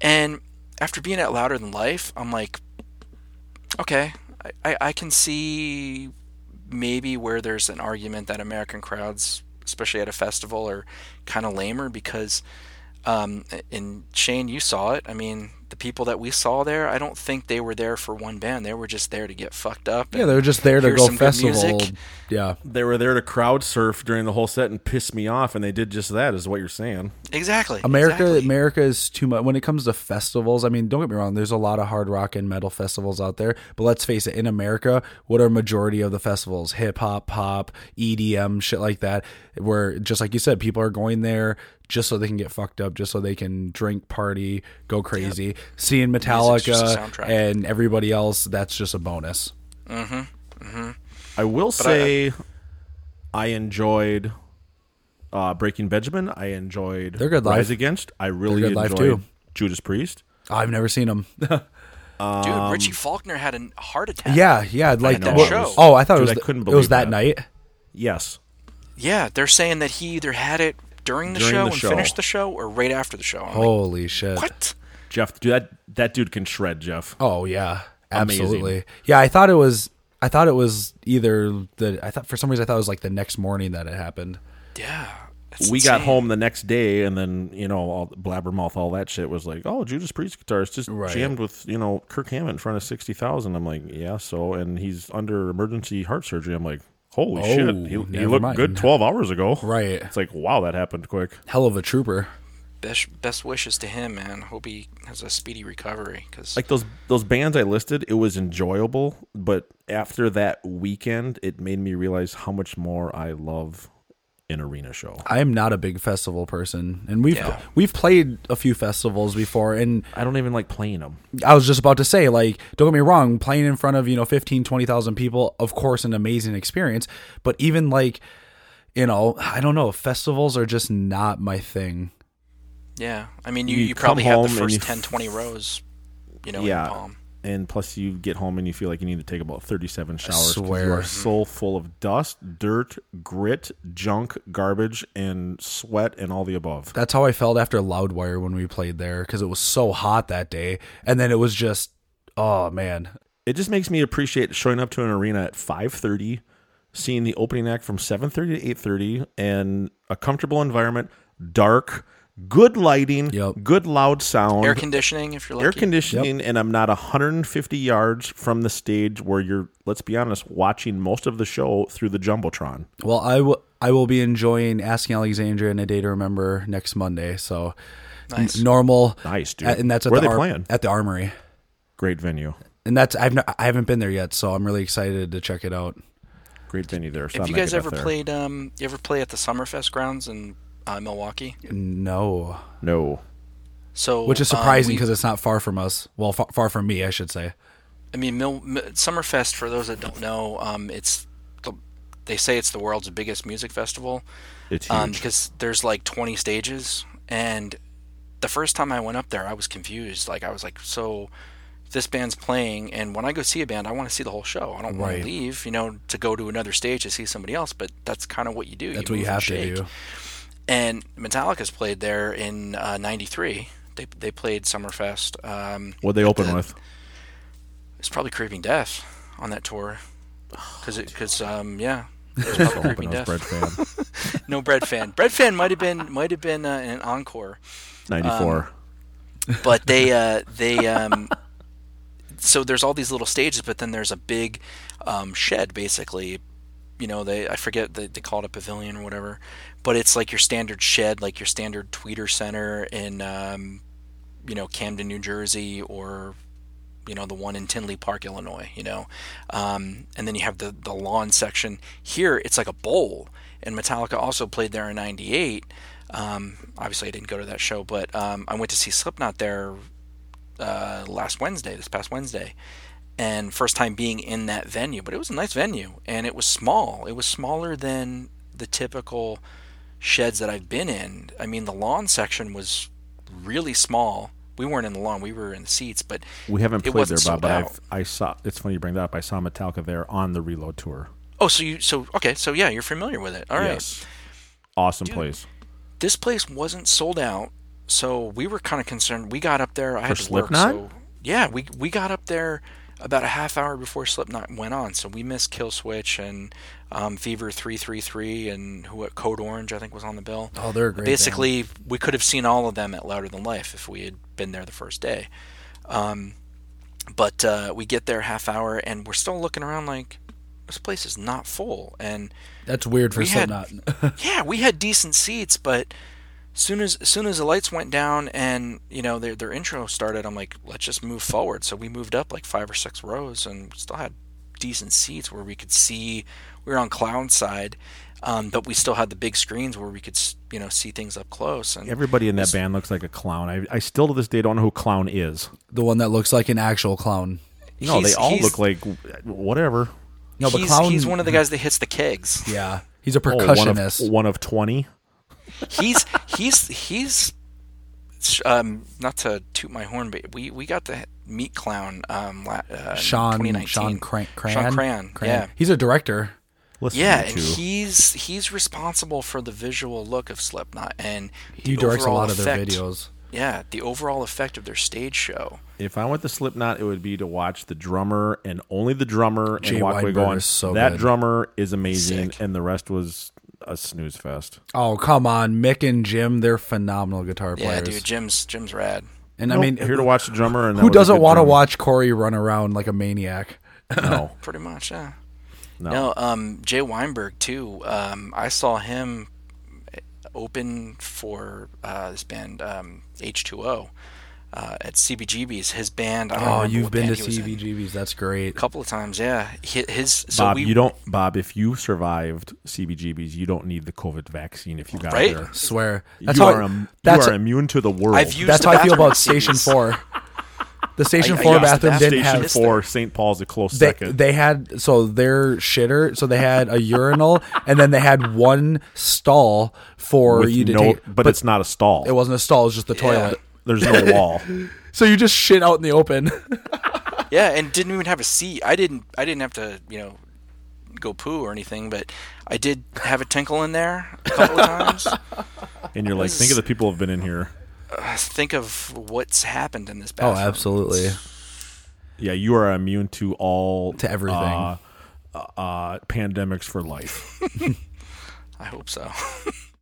Speaker 12: And after being at Louder Than Life, I'm like, okay, I, I, I can see maybe where there's an argument that American crowds, especially at a festival, are kind of lamer because, um, and Shane, you saw it. I mean, the people that we saw there, I don't think they were there for one band. They were just there to get fucked up.
Speaker 11: Yeah,
Speaker 12: and
Speaker 11: they were just there to
Speaker 12: hear
Speaker 11: go
Speaker 12: some good
Speaker 11: festival.
Speaker 12: music.
Speaker 11: Yeah.
Speaker 10: They were there to crowd surf during the whole set and piss me off, and they did just that, is what you're saying.
Speaker 12: Exactly.
Speaker 11: America America is too much when it comes to festivals. I mean, don't get me wrong, there's a lot of hard rock and metal festivals out there, but let's face it, in America, what are majority of the festivals? Hip hop, pop, EDM, shit like that, where just like you said, people are going there just so they can get fucked up, just so they can drink, party, go crazy. Seeing
Speaker 12: Music's just a
Speaker 11: Metallica
Speaker 12: soundtrack.
Speaker 11: and everybody else, that's just a bonus.
Speaker 12: Mm-hmm. Mm-hmm.
Speaker 10: I will
Speaker 12: But I-
Speaker 10: say I, enjoyed uh, Breaking Benjamin. I enjoyed
Speaker 11: They're good live.
Speaker 10: Rise Against. I really
Speaker 11: They're good live,
Speaker 10: enjoyed
Speaker 11: too.
Speaker 10: Judas Priest.
Speaker 11: I've never seen them.
Speaker 12: Dude, Richie Faulkner had a heart attack.
Speaker 11: Um, yeah, yeah, like
Speaker 12: at that
Speaker 11: well,
Speaker 12: show.
Speaker 11: Oh, I thought
Speaker 10: Dude,
Speaker 11: it was
Speaker 10: I
Speaker 11: th-
Speaker 10: couldn't
Speaker 11: it
Speaker 10: believe
Speaker 11: was that,
Speaker 10: that.
Speaker 11: night.
Speaker 10: Yes.
Speaker 12: Yeah, they're saying that he either had it during the
Speaker 10: During
Speaker 12: show
Speaker 10: the
Speaker 12: and
Speaker 10: show.
Speaker 12: finished the show, or right after the show. I'm like,
Speaker 11: Holy shit.
Speaker 12: what?
Speaker 10: Jeff, dude, that, that dude can shred, Jeff.
Speaker 11: Oh yeah,
Speaker 10: Amazing.
Speaker 11: absolutely. Yeah, I thought it was. I thought it was either the. I thought for some reason I thought it was like the next morning that it happened.
Speaker 12: Yeah.
Speaker 10: we got home the next day, and then you know, all blabbermouth, all that shit was like, oh, Judas Priest guitarist just jammed with you know Kirk Hammett in front of sixty thousand. I'm like, yeah, so, and he's under emergency heart surgery. I'm like, holy
Speaker 11: Oh,
Speaker 10: shit, he, he
Speaker 11: never
Speaker 10: looked
Speaker 11: mind.
Speaker 10: good twelve hours ago.
Speaker 11: Right.
Speaker 10: It's like, wow, that happened quick.
Speaker 11: Hell of a trooper.
Speaker 12: Best best wishes to him, man. Hope he has a speedy recovery. Cause
Speaker 10: Like those those bands I listed, it was enjoyable, but after that weekend, it made me realize how much more I love an arena show.
Speaker 11: I am not a big festival person, and we've
Speaker 10: Yeah.
Speaker 11: we've played a few festivals before, and
Speaker 10: I don't even like playing them.
Speaker 11: I was just about to say, like, don't get me wrong, playing in front of, you know, 15, 20,000 people, of course, an amazing experience. But even like, you know, I don't know, festivals are just not my thing.
Speaker 12: yeah, I mean, you,
Speaker 10: You
Speaker 12: you, probably
Speaker 10: come
Speaker 12: have the
Speaker 10: home and you
Speaker 12: first
Speaker 10: f-
Speaker 12: 10, 20 rows. You know, in palm.
Speaker 10: And plus, you get home and you feel like you need to take about thirty-seven showers. 'cause you
Speaker 11: swear.
Speaker 10: are so
Speaker 12: Mm-hmm.
Speaker 10: full of dust, dirt, grit, junk, garbage, and sweat, and all the above.
Speaker 11: That's how I felt after Loudwire when we played there because it was so hot that day. And then it was just, oh man.
Speaker 10: It just makes me appreciate showing up to an arena at five thirty, seeing the opening act from seven thirty to eight thirty, and a comfortable environment, dark, good lighting, good loud sound,
Speaker 12: Air conditioning, if you're lucky.
Speaker 10: air conditioning and i'm not 150 yards from the stage where you're let's be honest watching most of the show through the jumbotron
Speaker 11: Well, I will. I will be enjoying asking Alexandria and a day to remember next Monday. So,
Speaker 10: Nice.
Speaker 11: n- normal,
Speaker 10: Nice, dude.
Speaker 11: a- and that's at
Speaker 10: Where
Speaker 11: the
Speaker 10: are they
Speaker 11: Ar-
Speaker 10: playing?
Speaker 11: at the Armory.
Speaker 10: great venue
Speaker 11: And that's I've not, I haven't been there yet, so I'm really excited to check it out.
Speaker 10: Great venue there.
Speaker 12: Have you guys ever played? Um, you ever play at the Summerfest grounds in uh, Milwaukee?
Speaker 11: No,
Speaker 10: no,
Speaker 12: So
Speaker 11: which is
Speaker 12: um,
Speaker 11: surprising
Speaker 12: we-
Speaker 11: because it's not far from us. Well, far, far from me, I should say.
Speaker 12: I mean, Mil- M- Summerfest. For those that don't know, um, it's the, they say it's the world's biggest music festival.
Speaker 10: It's
Speaker 12: um,
Speaker 10: huge.
Speaker 12: because there's like 20 stages, and the first time I went up there, I was confused. Like I was like, so this band's playing, and when I go see a band, I want to see the whole show. I don't want
Speaker 11: Right.
Speaker 12: to leave, you know, to go to another stage to see somebody else. But that's kind of what you do.
Speaker 11: That's what you
Speaker 12: move and
Speaker 11: have to
Speaker 12: shake.
Speaker 11: do.
Speaker 12: And Metallica's played there in uh, '93. They they played Summerfest. Um,
Speaker 10: what they open with
Speaker 12: it's probably Creeping Death on that tour, because because um yeah, it was
Speaker 10: Just
Speaker 12: probably
Speaker 10: hoping I was Bread
Speaker 12: Um, fan. no bread fan. Bread fan might have been might have been uh, an encore.
Speaker 10: 94
Speaker 12: Um, but they uh, they um, so there's all these little stages, but then there's a big um, shed basically. You know, they I forget they, they call it a pavilion or whatever, but it's like your standard shed, like your standard tweeter center in um, you know Camden, New Jersey, or you know the one in Tinley Park, Illinois. You know, um, and then you have the the lawn section. Here, it's like a bowl. And Metallica also played there in '98. Um, obviously, I didn't go to that show, but um, I went to see Slipknot there uh, last Wednesday, this past Wednesday, and first time being in that venue. But it was a nice venue, and it was small. It was smaller than the typical sheds that I've been in. I mean, the lawn section was really small. We weren't in the lawn; we were in the seats. But
Speaker 10: We haven't
Speaker 12: it
Speaker 10: played there,
Speaker 12: wasn't
Speaker 10: Bob,
Speaker 12: sold
Speaker 10: but
Speaker 12: out.
Speaker 10: I've, I saw. It's funny you bring that up. I saw Metallica there on the Reload tour.
Speaker 12: Oh, so you so okay, so yeah, you're familiar with it. All right.
Speaker 10: Yes. Awesome place.
Speaker 12: This place wasn't sold out, so we were kind of concerned. We got up there. I
Speaker 10: For
Speaker 12: had to work,
Speaker 10: Slipknot?
Speaker 12: so yeah, we we got up there about a half hour before Slipknot went on, so we missed Kill Switch and um, Fever three three three and who Code Orange I think was on the bill.
Speaker 11: Oh, they're a great
Speaker 12: Basically, we could have seen all of them at Louder Than Life if we had been there the first day. Um, but uh, we get there half hour and we're still looking around like this place is not full and
Speaker 11: That's weird for
Speaker 12: we had-
Speaker 11: Slipknot.
Speaker 12: yeah, we had decent seats, but soon as soon as the lights went down and you know their their intro started, I'm like, let's just move forward. So we moved up like five or six rows and still had decent seats where we could see. We were on clown side, um, but we still had the big screens where we could s- you know see things up close. And
Speaker 10: Everybody in that band looks like a clown. I, I still to this day don't know who clown is.
Speaker 11: The one that looks like an actual clown.
Speaker 10: No, they all look like whatever.
Speaker 11: No, but
Speaker 12: he's,
Speaker 11: clown-
Speaker 12: he's one of the guys that hits the kegs.
Speaker 11: Yeah, he's a
Speaker 10: Oh, one of-
Speaker 11: percussionist.
Speaker 10: one of, twenty.
Speaker 12: he's he's he's um not to toot my horn, but we we got to meet clown um la- uh, in
Speaker 11: Sean
Speaker 12: 2019.
Speaker 11: Sean Cran- Cran.
Speaker 12: Sean Cran, yeah.
Speaker 11: he's a director.
Speaker 12: yeah, and he's he's responsible for the visual look of Slipknot, and
Speaker 11: He
Speaker 12: the
Speaker 11: directs a
Speaker 12: overall
Speaker 11: lot of their
Speaker 12: effect-
Speaker 11: videos.
Speaker 12: Yeah, the overall effect of their stage show.
Speaker 10: If I went to Slipknot, it would be to watch the drummer and only the drummer
Speaker 11: Jay
Speaker 10: and walk away
Speaker 11: Weinberger
Speaker 10: going,
Speaker 11: is so
Speaker 10: that
Speaker 11: good."
Speaker 10: drummer is amazing, and the rest was a snooze fest.
Speaker 11: Oh come on, Mick and Jim, they're phenomenal guitar
Speaker 12: Yeah,
Speaker 11: players.
Speaker 12: dude, Jim's Jim's rad.
Speaker 11: And I
Speaker 10: Nope,
Speaker 11: mean,
Speaker 10: here to watch the drummer, and that
Speaker 11: who
Speaker 10: was a
Speaker 11: doesn't
Speaker 10: good
Speaker 11: want to
Speaker 10: drummer.
Speaker 11: watch Corey run around like a maniac?
Speaker 10: No,
Speaker 12: Pretty much, yeah.
Speaker 10: No.
Speaker 12: um, Jay Weinberg too. Um, I saw him open for uh, this band um, H2O uh, at CBGB's. His band. I don't
Speaker 11: oh,
Speaker 12: remember
Speaker 11: you've
Speaker 12: what
Speaker 11: been to
Speaker 12: band he was in.
Speaker 11: CBGB's. That's great.
Speaker 12: a couple of times. Yeah, his. his so
Speaker 10: Bob,
Speaker 12: we,
Speaker 10: you don't. Bob, if you survived CBGBs, you don't need the COVID vaccine. If you got
Speaker 12: Right?
Speaker 10: there,
Speaker 11: Swear.
Speaker 10: you are im- you are immune to the world.
Speaker 12: I've used
Speaker 11: That's
Speaker 12: the
Speaker 11: how I feel
Speaker 12: bathroom
Speaker 11: about
Speaker 12: at CBGB's.
Speaker 11: Station Four. The Station
Speaker 12: I- I
Speaker 11: Four
Speaker 12: used the
Speaker 11: bathroom
Speaker 12: bathroom.
Speaker 11: didn't
Speaker 10: Station
Speaker 11: have
Speaker 10: Four, St. Paul's a close
Speaker 11: They,
Speaker 10: second.
Speaker 11: they had so their shitter so they had a urinal and then they had one stall for
Speaker 10: with
Speaker 11: you to
Speaker 10: no-
Speaker 11: take
Speaker 10: but, it's not a stall.
Speaker 11: it wasn't a stall it was just the toilet
Speaker 10: There's no wall.
Speaker 11: so you just shit out in the open
Speaker 12: Yeah, and didn't even have a seat. I didn't. I didn't have to. You know, go poo or anything, but I did have a tinkle in there a couple of times.
Speaker 10: And you're like, think of the people who've been in here.
Speaker 12: Uh, think of what's happened in this
Speaker 10: Oh,
Speaker 12: bathroom.
Speaker 11: Oh, absolutely
Speaker 10: Yeah, you are immune to all
Speaker 11: To everything.
Speaker 10: uh, uh, pandemics for life.
Speaker 12: I hope so.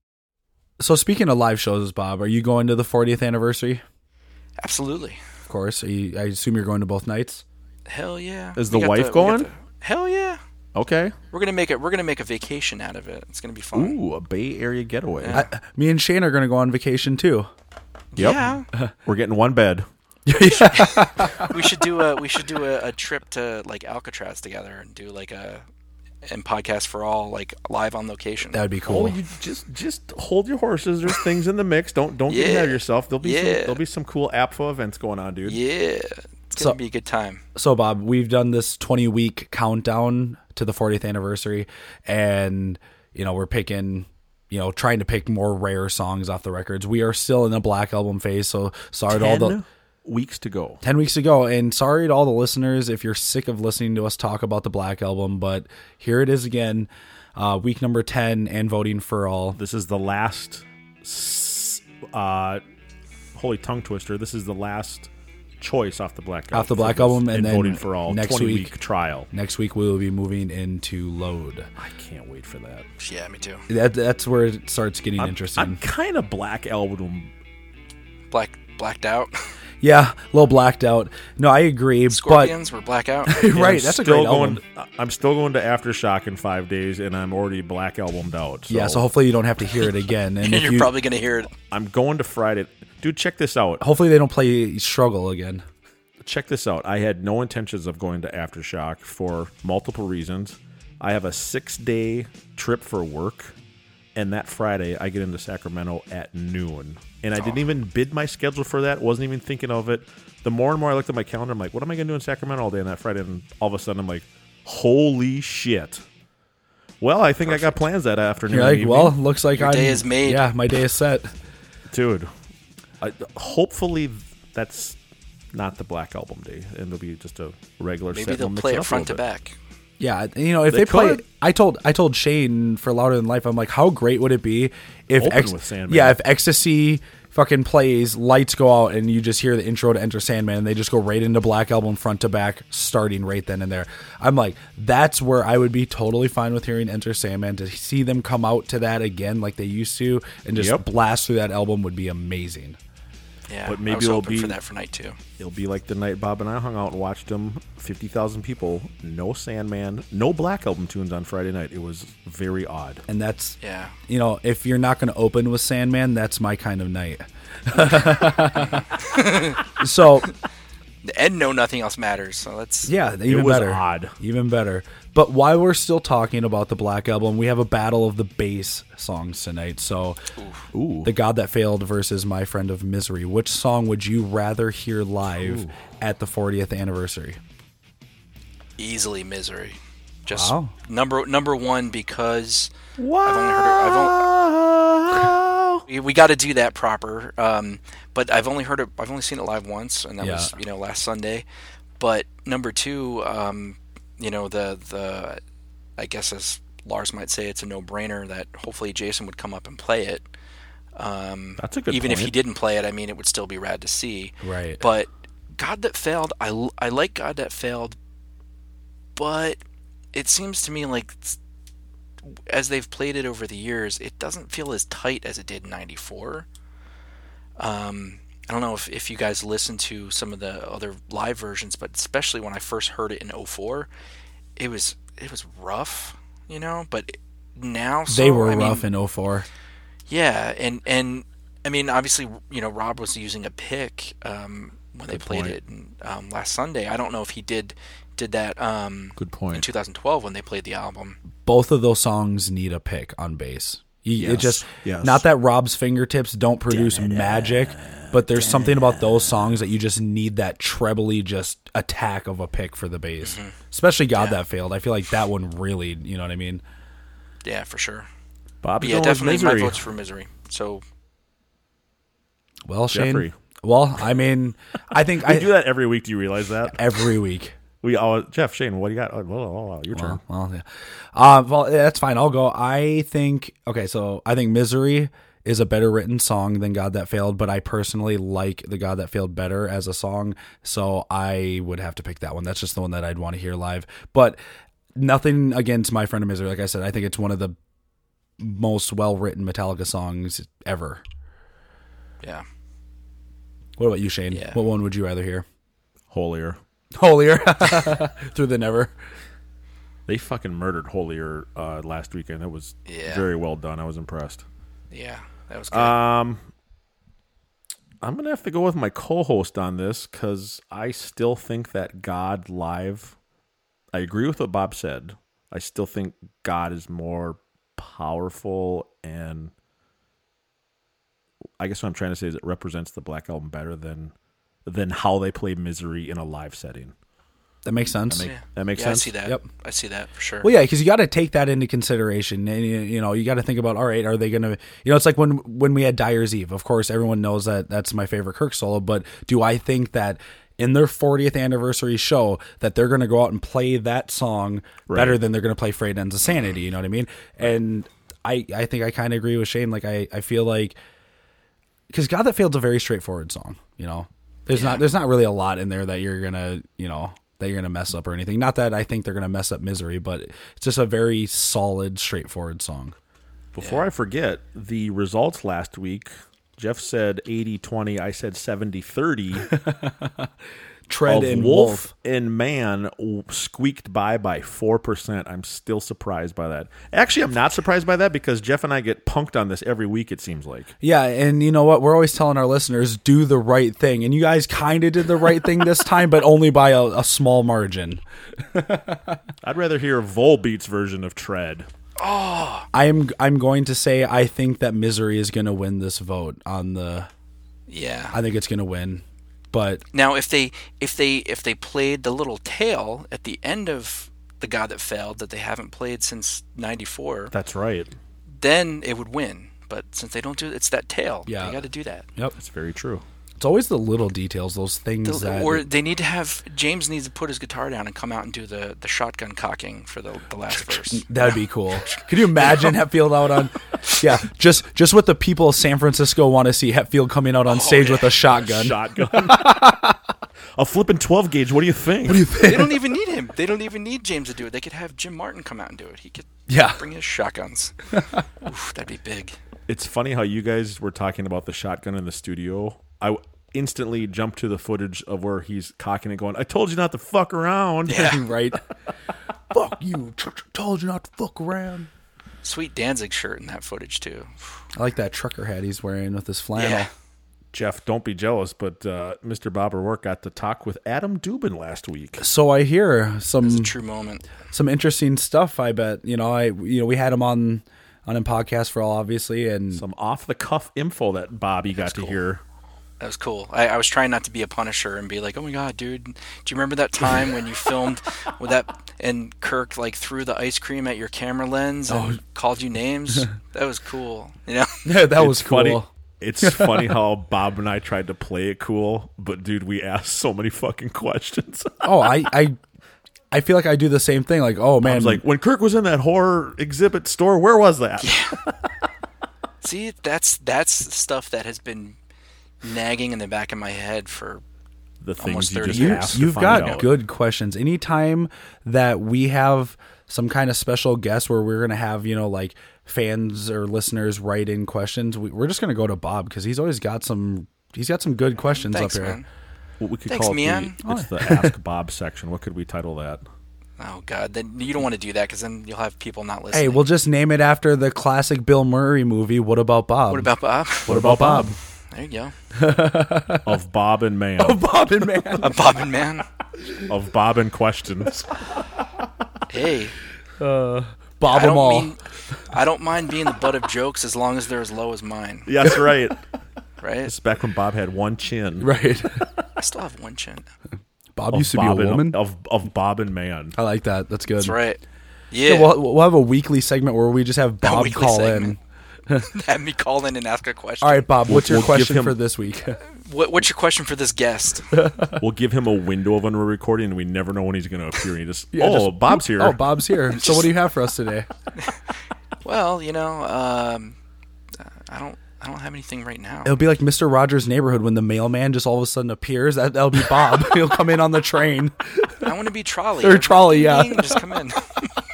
Speaker 11: so speaking of live shows Bob are you going to the 40th anniversary
Speaker 12: absolutely.
Speaker 11: of course Are you- I assume you're going to both nights
Speaker 12: Hell yeah.
Speaker 10: Is
Speaker 12: We
Speaker 10: the
Speaker 12: got
Speaker 10: wife
Speaker 12: we got
Speaker 10: going?
Speaker 12: the- hell yeah.
Speaker 10: Okay.
Speaker 12: We're gonna make it. We're gonna make a vacation out of it. It's gonna be fun.
Speaker 10: Ooh, a Bay Area getaway.
Speaker 11: I, me and Shane are going to go on vacation too
Speaker 10: Yep.
Speaker 12: Yeah.
Speaker 10: We're getting one bed.
Speaker 12: we should do a we should do a, a trip to like Alcatraz together and do like a and podcast for all like live on location.
Speaker 11: that would be cool
Speaker 10: Oh, you just just hold your horses. There's things in the mix. Don't don't get ahead of
Speaker 12: Yeah.
Speaker 10: yourself. There'll be some,
Speaker 12: Yeah.
Speaker 10: there'll be some cool APFA events going on, dude.
Speaker 12: yeah, it's
Speaker 11: So-
Speaker 12: gonna be a good time.
Speaker 11: so Bob, we've done this 20 week countdown to the 40th anniversary and you know, we're picking you know, trying to pick more rare songs off the records. We are still in the black album phase, so sorry to all
Speaker 10: Ten
Speaker 11: the
Speaker 10: weeks to go.
Speaker 11: 10 weeks ago and sorry to all the listeners if you're sick of listening to us talk about the black album, but here it is again. Uh, week number 10 and voting for all.
Speaker 10: This is the last. s- Uh, holy tongue twister! This is the last choice off the black
Speaker 11: Off
Speaker 10: for
Speaker 11: the Black
Speaker 10: this
Speaker 11: Album, and
Speaker 10: in
Speaker 11: then
Speaker 10: voting for all
Speaker 11: next
Speaker 10: 20
Speaker 11: week-
Speaker 10: trial.
Speaker 11: Next week we will be moving into load.
Speaker 10: I can't wait for that.
Speaker 12: Yeah, me too.
Speaker 11: That, that's where it starts getting interesting.
Speaker 10: I'm kind of black album.
Speaker 12: Black blacked out.
Speaker 11: yeah, a little blacked out. No, I agree,
Speaker 12: Scorpions were black out.
Speaker 11: but right, that's a
Speaker 10: still
Speaker 11: great album.
Speaker 10: going. uh, I'm still going to aftershock in five days, and I'm already black albumed out. So
Speaker 11: Yeah, so hopefully you don't have to hear it again, and if
Speaker 12: You're
Speaker 11: you,
Speaker 12: probably gonna hear it.
Speaker 10: I'm going to Friday. Dude, check this out.
Speaker 11: hopefully they don't play struggle again.
Speaker 10: check this out. I had no intentions of going to Aftershock for multiple reasons. I have a six day trip for work And that Friday, I get into Sacramento at noon. And I didn't even bid my schedule for that. Wasn't even thinking of it. The more and more I looked at my calendar, I'm like, what am I going to do in Sacramento all day on that Friday? And all of a sudden, I'm like, holy shit. Well, I think I got plans that afternoon.
Speaker 11: You're
Speaker 10: and
Speaker 11: like,
Speaker 10: evening.
Speaker 11: well, looks like
Speaker 10: Your
Speaker 11: I'm,
Speaker 10: day is made.
Speaker 11: Yeah, my day is set.
Speaker 10: dude. I, hopefully, that's not the Black Album day, and it'll be just a regular.
Speaker 12: Maybe
Speaker 10: set.
Speaker 12: they'll
Speaker 10: We'll mix
Speaker 12: play
Speaker 10: up
Speaker 12: it
Speaker 10: a
Speaker 12: front to
Speaker 10: little bit.
Speaker 12: back.
Speaker 11: Yeah, you know, if
Speaker 10: They
Speaker 11: they, play,
Speaker 10: could.
Speaker 11: I told I told Shane for louder than life. I'm like, how great would it be if
Speaker 10: Open with Sandman.
Speaker 11: yeah, if ecstasy fucking plays, lights go out, and you just hear the intro to Enter Sandman, and they just go right into Black Album front to back, starting right then and there. I'm like, that's where I would be totally fine with hearing Enter Sandman to see them come out to that again like they used to, and just
Speaker 10: Yep.
Speaker 11: blast through that album would be amazing.
Speaker 12: Yeah,
Speaker 10: But
Speaker 12: but
Speaker 10: maybe
Speaker 12: maybe I was
Speaker 10: it'll
Speaker 12: hoping
Speaker 10: be-
Speaker 12: for that for night two.
Speaker 10: It'll be like the night Bob and I hung out and watched them. Fifty thousand people, no Sandman, no Black Album tunes on Friday night. It was very odd.
Speaker 11: And that's
Speaker 12: Yeah.
Speaker 11: you know, if you're not going to open with Sandman, that's my kind of night. so
Speaker 12: And no, nothing else matters. So that's
Speaker 11: Yeah, even better. Even better. But while we're still talking about the Black Album, we have a battle of the bass songs tonight. So,
Speaker 10: Ooh.
Speaker 11: The God That Failed versus My Friend of Misery. Which song would you rather hear live
Speaker 12: Ooh.
Speaker 11: at the 40th anniversary?
Speaker 12: easily misery. Just
Speaker 11: Wow.
Speaker 12: number number one because
Speaker 10: Wow.
Speaker 12: I've only heard it. I've only, we we got to do that proper. Um, but I've only heard it. I've only seen it live once, and that was
Speaker 11: Yeah.
Speaker 12: you know last Sunday. But number two, um, you know the the I guess as Lars might say, it's a no brainer that hopefully Jason would come up and play it. Um,
Speaker 10: That's a good
Speaker 12: Even if he
Speaker 10: point.
Speaker 12: didn't play it, I mean, it would still be rad to see.
Speaker 11: Right.
Speaker 12: But God that failed, I, l- I like God that failed, but it seems to me like s- as they've played it over the years, it doesn't feel as tight as it did in '94. Um, I don't know if, if you guys listened to some of the other live versions, but especially when I first heard it in '04, it was it was rough, you know. But now
Speaker 11: they
Speaker 12: so,
Speaker 11: were
Speaker 12: I mean,
Speaker 11: rough in 04.
Speaker 12: yeah, and and I mean, obviously, you know, Rob was using a pick um, when they
Speaker 10: Good
Speaker 12: played
Speaker 10: point.
Speaker 12: it and, um, last Sunday. I don't know if he did did that. Um,
Speaker 10: Good point.
Speaker 12: In 2012, when they played the album,
Speaker 11: Both of those songs need a pick on bass. You- It
Speaker 10: Yes,
Speaker 11: just
Speaker 10: yes.
Speaker 11: not that Rob's fingertips don't produce magic, but there's something about those songs that you just need that trebly just attack of a pick for the bass.
Speaker 10: Mm-hmm.
Speaker 11: Especially God that failed. I feel like that one really, you know what I mean?
Speaker 12: yeah, for sure.
Speaker 10: Bob's
Speaker 12: yeah,
Speaker 10: going
Speaker 12: definitely.
Speaker 10: with
Speaker 12: My
Speaker 10: misery.
Speaker 12: vote's for misery. So
Speaker 11: Well, Shane.
Speaker 10: Jeffrey.
Speaker 11: Well, I mean, I think
Speaker 10: we
Speaker 11: I
Speaker 10: do that every week. Do you realize that?
Speaker 11: every week.
Speaker 10: We all Jeff Shane. What do you got? Oh, Well, well, well, your turn.
Speaker 11: Well, well, yeah. Uh, well, that's fine. I'll go. I think okay. So I think "Misery" is a better written song than "God That Failed," but I personally like "The God That Failed" better as a song. So I would have to pick that one. That's just the one that I'd want to hear live. But nothing against my friend of "Misery." Like I said, I think it's one of the most well written Metallica songs ever.
Speaker 12: yeah,
Speaker 11: What about you, Shane?
Speaker 12: Yeah.
Speaker 11: What one would you rather hear?
Speaker 10: Holier.
Speaker 11: Holier through the never.
Speaker 10: They fucking murdered Holier uh, last weekend. That was
Speaker 12: Yeah.
Speaker 10: very well done. I was impressed.
Speaker 12: yeah, that was good.
Speaker 10: Um, I'm gonna have to go with my co-host on this because I still think that God live. I agree with what Bob said. I still think God is more powerful, and I guess what I'm trying to say is it represents the Black Album better than than how they play Misery in a live setting.
Speaker 11: That makes sense.
Speaker 10: That, make- that makes
Speaker 12: yeah,
Speaker 10: sense.
Speaker 12: I see that.
Speaker 11: Yep.
Speaker 12: I see that for sure.
Speaker 11: Well, yeah, because you got to take that into consideration, and you- you know, you got to think about, all right, are they going to, you know, it's like when when we had Dyer's Eve. Of course, everyone knows that that's my favorite Kirk solo, but do I think that in their 40th anniversary show that they're going to go out and play that song
Speaker 10: Right.
Speaker 11: better than they're going to play Freight Ends of Sanity? You know what I mean? And I I think I kind of agree with Shane. Like I I feel like because God That Failed's a very straightforward song. You know, there's not there's not really a lot in there that you're gonna you know that you're gonna mess up or anything. Not that I think they're gonna mess up misery, but it's just a very solid, straightforward song.
Speaker 10: Before I forget, the results last week, Jeff said 80 20, I said 70 30. of
Speaker 11: Tread and
Speaker 10: Wolf,
Speaker 11: Wolf.
Speaker 10: and Man w- squeaked by by 4%. I'm still surprised by that. Actually, I'm not surprised by that because Jeff and I get punked on this every week, it seems like.
Speaker 11: Yeah, and you know what? We're always telling our listeners do the right thing, and you guys kind of did the right thing this time, but only by a, a small margin.
Speaker 10: I'd rather hear Volbeat's version of Tread.
Speaker 12: Oh,
Speaker 11: I'm I'm going to say I think that Misery is going to win this vote on the.
Speaker 12: Yeah.
Speaker 11: I think it's going to win, but
Speaker 12: Now, if they if they if they played the little tale at the end of the God that failed that they haven't played since '94,
Speaker 10: That's right.
Speaker 12: then it would win. But since they don't do it, it's that tale.
Speaker 11: Yeah.
Speaker 12: they got to do that.
Speaker 11: Yep,
Speaker 10: that's very true.
Speaker 11: It's always the little details, those things
Speaker 12: The-
Speaker 11: that.
Speaker 12: or they need to have James needs to put his guitar down and come out and do the, the shotgun cocking for the, the last verse.
Speaker 11: That'd be cool. Could you imagine Hetfield out on? Yeah, just just what the people of San Francisco want to see: Hetfield coming out
Speaker 10: Oh,
Speaker 11: on stage with a shotgun.
Speaker 10: Shotgun. a flipping twelve gauge. What do you think? What
Speaker 11: do you
Speaker 12: they don't even need him. They don't even need James to do it. They could have Jim Martin come out and do it. He could
Speaker 10: Yeah.
Speaker 12: bring his shotguns. Oof, that'd be big.
Speaker 10: It's funny how you guys were talking about the shotgun in the studio. I w- instantly jumped to the footage of where he's cocking it, going, "I told you not to fuck around."
Speaker 12: Yeah.
Speaker 11: right. fuck you! T- t- told you not to fuck around.
Speaker 12: Sweet Danzig shirt in that footage too.
Speaker 11: I like that trucker hat he's wearing with his flannel.
Speaker 12: Yeah.
Speaker 10: Jeff, don't be jealous, but uh, Mr. Bobber Work got to talk with Adam Dubin last week.
Speaker 11: So I hear some
Speaker 12: true moment.
Speaker 11: Some interesting stuff. I bet you know. I you know we had him on on a podcast for all obviously, and
Speaker 10: some off the cuff info that Bobby got to hear.
Speaker 12: That was cool. I, I was trying not to be a punisher and be like, "Oh my god, dude, do you remember that time when you filmed with that and Kirk like threw the ice cream at your camera lens and
Speaker 11: Oh.
Speaker 12: called you names? That was cool." You know?
Speaker 10: It's funny- It's funny how Bob and I tried to play it cool, but dude, we asked so many fucking questions.
Speaker 11: oh, I I I feel like I do the same thing. Like, oh
Speaker 10: I
Speaker 11: man,
Speaker 10: was like, when Kirk was in that horror exhibit store, where was that?
Speaker 12: See, that's that's stuff that has been nagging in the back of my head for
Speaker 10: The things
Speaker 12: almost
Speaker 10: you
Speaker 12: thirty
Speaker 10: just
Speaker 12: years.
Speaker 10: ask to
Speaker 11: You've
Speaker 10: find
Speaker 11: got
Speaker 10: out.
Speaker 11: good questions. Anytime that we have some kind of special guest where we're going to have, you know, like fans or listeners write in questions, we, we're just going to go to Bob because he's always got some. He's got some good questions
Speaker 12: Thanks,
Speaker 11: up here.
Speaker 12: man.
Speaker 10: What we could
Speaker 12: Thanks,
Speaker 10: call it
Speaker 12: man.
Speaker 10: the, it's the Ask Bob section. What could we title that?
Speaker 12: Oh god, then you don't want to do that because then you'll have people not listening.
Speaker 11: Hey, we'll just name it after the classic Bill Murray movie. What about Bob?
Speaker 12: What about Bob?
Speaker 11: What about Bob?
Speaker 12: There you go.
Speaker 10: of Bob and Man.
Speaker 11: Of Bob and Man.
Speaker 12: A Bob and Man.
Speaker 10: Of Bob and Questions.
Speaker 12: Hey.
Speaker 11: Uh, Bob
Speaker 12: I
Speaker 11: them
Speaker 12: don't
Speaker 11: all.
Speaker 12: mean- I don't mind being the butt of jokes as long as they're as low as mine.
Speaker 10: Yeah, that's right.
Speaker 12: Right?
Speaker 10: It's back when Bob had one chin.
Speaker 11: Right.
Speaker 12: I still have one chin.
Speaker 11: Hmm. Bob
Speaker 10: Of
Speaker 11: used to be
Speaker 10: Bob
Speaker 11: a
Speaker 10: and-
Speaker 11: woman.
Speaker 10: Of, of Bob and Man.
Speaker 11: I like that. That's good.
Speaker 12: That's right. Yeah.
Speaker 11: we'll, we'll have a weekly segment where we just have Bob
Speaker 12: weekly
Speaker 11: call
Speaker 12: segment.
Speaker 11: in.
Speaker 12: Have me call in and ask a question.
Speaker 11: all right, Bob, what's
Speaker 10: We'll-
Speaker 11: your
Speaker 10: we'll give
Speaker 11: question
Speaker 10: him-
Speaker 11: for this week?
Speaker 12: What, what's your question for this guest?
Speaker 10: we'll give him a window of when we're recording, and we never know when he's going to appear. And he just,
Speaker 11: Yeah,
Speaker 10: oh,
Speaker 11: just-
Speaker 10: Bob's here.
Speaker 11: Oh, Bob's here. So what do you have for us today?
Speaker 12: Well, you know, um, I don't, I don't have anything right now.
Speaker 11: It'll be like Mr. Rogers' neighborhood when the mailman just all of a sudden appears. That that'll be Bob. He'll come in on the train.
Speaker 12: I want to be trolley
Speaker 11: Or trolley, yeah.
Speaker 12: Ding, Just come in. That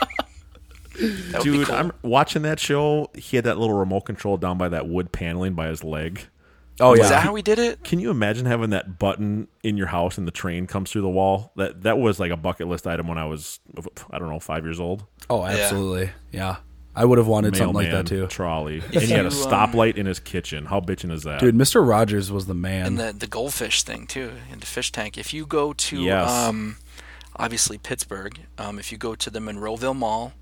Speaker 12: would be
Speaker 10: Dude,
Speaker 12: cool.
Speaker 10: I'm watching that show. He had that little remote control down by that wood paneling by his leg.
Speaker 11: Oh
Speaker 12: Is that
Speaker 11: yeah.
Speaker 12: how we did it?
Speaker 10: Can you imagine having that button in your house and the train comes through the wall? That that was like a bucket list item when I was I don't know five years old.
Speaker 11: Oh, absolutely. Yeah. I would have wanted something like
Speaker 10: Mailman,
Speaker 11: that too.
Speaker 10: Trolley, and he had a
Speaker 12: you, um,
Speaker 10: stoplight in his kitchen. How bitching is that,
Speaker 11: Dude, Mr. Rogers was the man.
Speaker 12: and
Speaker 10: Mm.
Speaker 12: the the goldfish thing too, and the fish tank. If you go to
Speaker 10: Yes.
Speaker 12: um, obviously Pittsburgh, um, if you go to the Monroeville Mall,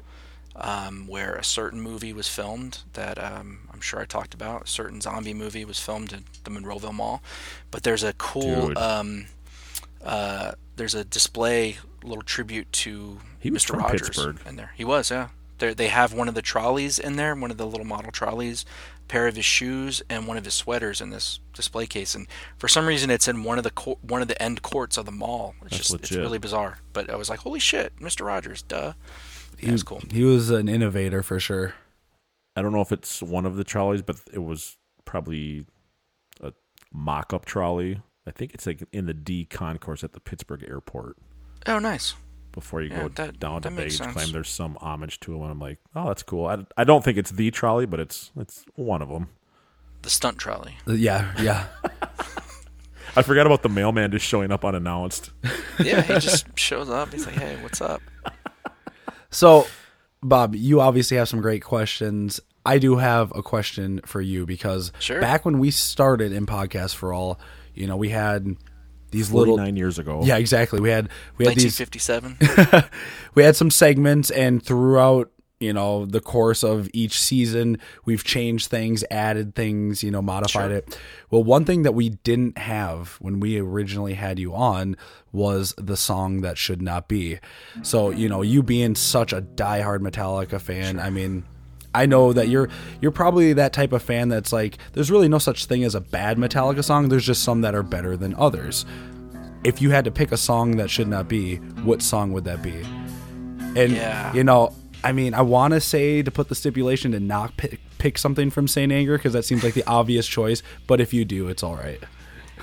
Speaker 12: um, where a certain movie was filmed that um, I'm sure I talked about, a certain zombie movie was filmed at the Monroeville Mall, but there's a cool
Speaker 10: Dude.
Speaker 12: um, uh, there's a display little tribute to
Speaker 10: He was
Speaker 12: Mr.
Speaker 10: from
Speaker 12: Rogers
Speaker 10: Pittsburgh.
Speaker 12: in there. He was, yeah. There, they have one of the trolleys in there, one of the little model trolleys, pair of his shoes, and one of his sweaters in this display case. And for some reason, it's in one of the cour one of the end courts of the mall. It's
Speaker 10: That's
Speaker 12: just it's
Speaker 10: legit.
Speaker 12: really bizarre. But I was like, holy shit, Mr. Rogers, duh.
Speaker 11: he,
Speaker 12: Yeah, it's cool.
Speaker 11: he was an innovator for sure.
Speaker 10: I don't know if it's one of the trolleys, but it was probably a mock-up trolley. I think it's like in the D concourse at the Pittsburgh airport.
Speaker 12: Oh, nice.
Speaker 10: Before you
Speaker 12: Yeah,
Speaker 10: go
Speaker 12: that-
Speaker 10: down to
Speaker 12: that makes
Speaker 10: baggage
Speaker 12: sense.
Speaker 10: claim, there's some homage to him. And I'm like, oh, that's cool. I, I don't think it's the trolley, but it's it's one of them.
Speaker 12: The stunt trolley.
Speaker 11: Uh, Yeah, yeah.
Speaker 10: I forgot about the mailman just showing up unannounced.
Speaker 12: Yeah, he just shows up. He's like, hey, what's up?
Speaker 11: So, Bob, you obviously have some great questions. I do have a question for you because
Speaker 12: Sure.
Speaker 11: back when we started in podcast for all, you know, we had these little
Speaker 10: Forty-nine years ago.
Speaker 11: Yeah, exactly. We had we had these
Speaker 12: 1957.
Speaker 11: we had some segments and throughout you know the course of each season we've changed things added things you know modified
Speaker 10: Sure.
Speaker 11: it well one thing that we didn't have when we originally had you on was the song that should not be so you know you being such a diehard metallica fan i mean I know that you're you're probably that type of fan that's like there's really no such thing as a bad Metallica song there's just some that are better than others. If you had to pick a song that should not be, what song would that be? And
Speaker 12: Yeah.
Speaker 11: you know, I mean, I want to say to put the stipulation to not pick, pick something from Saint Anger because that seems like the obvious choice. But if you do, it's all right.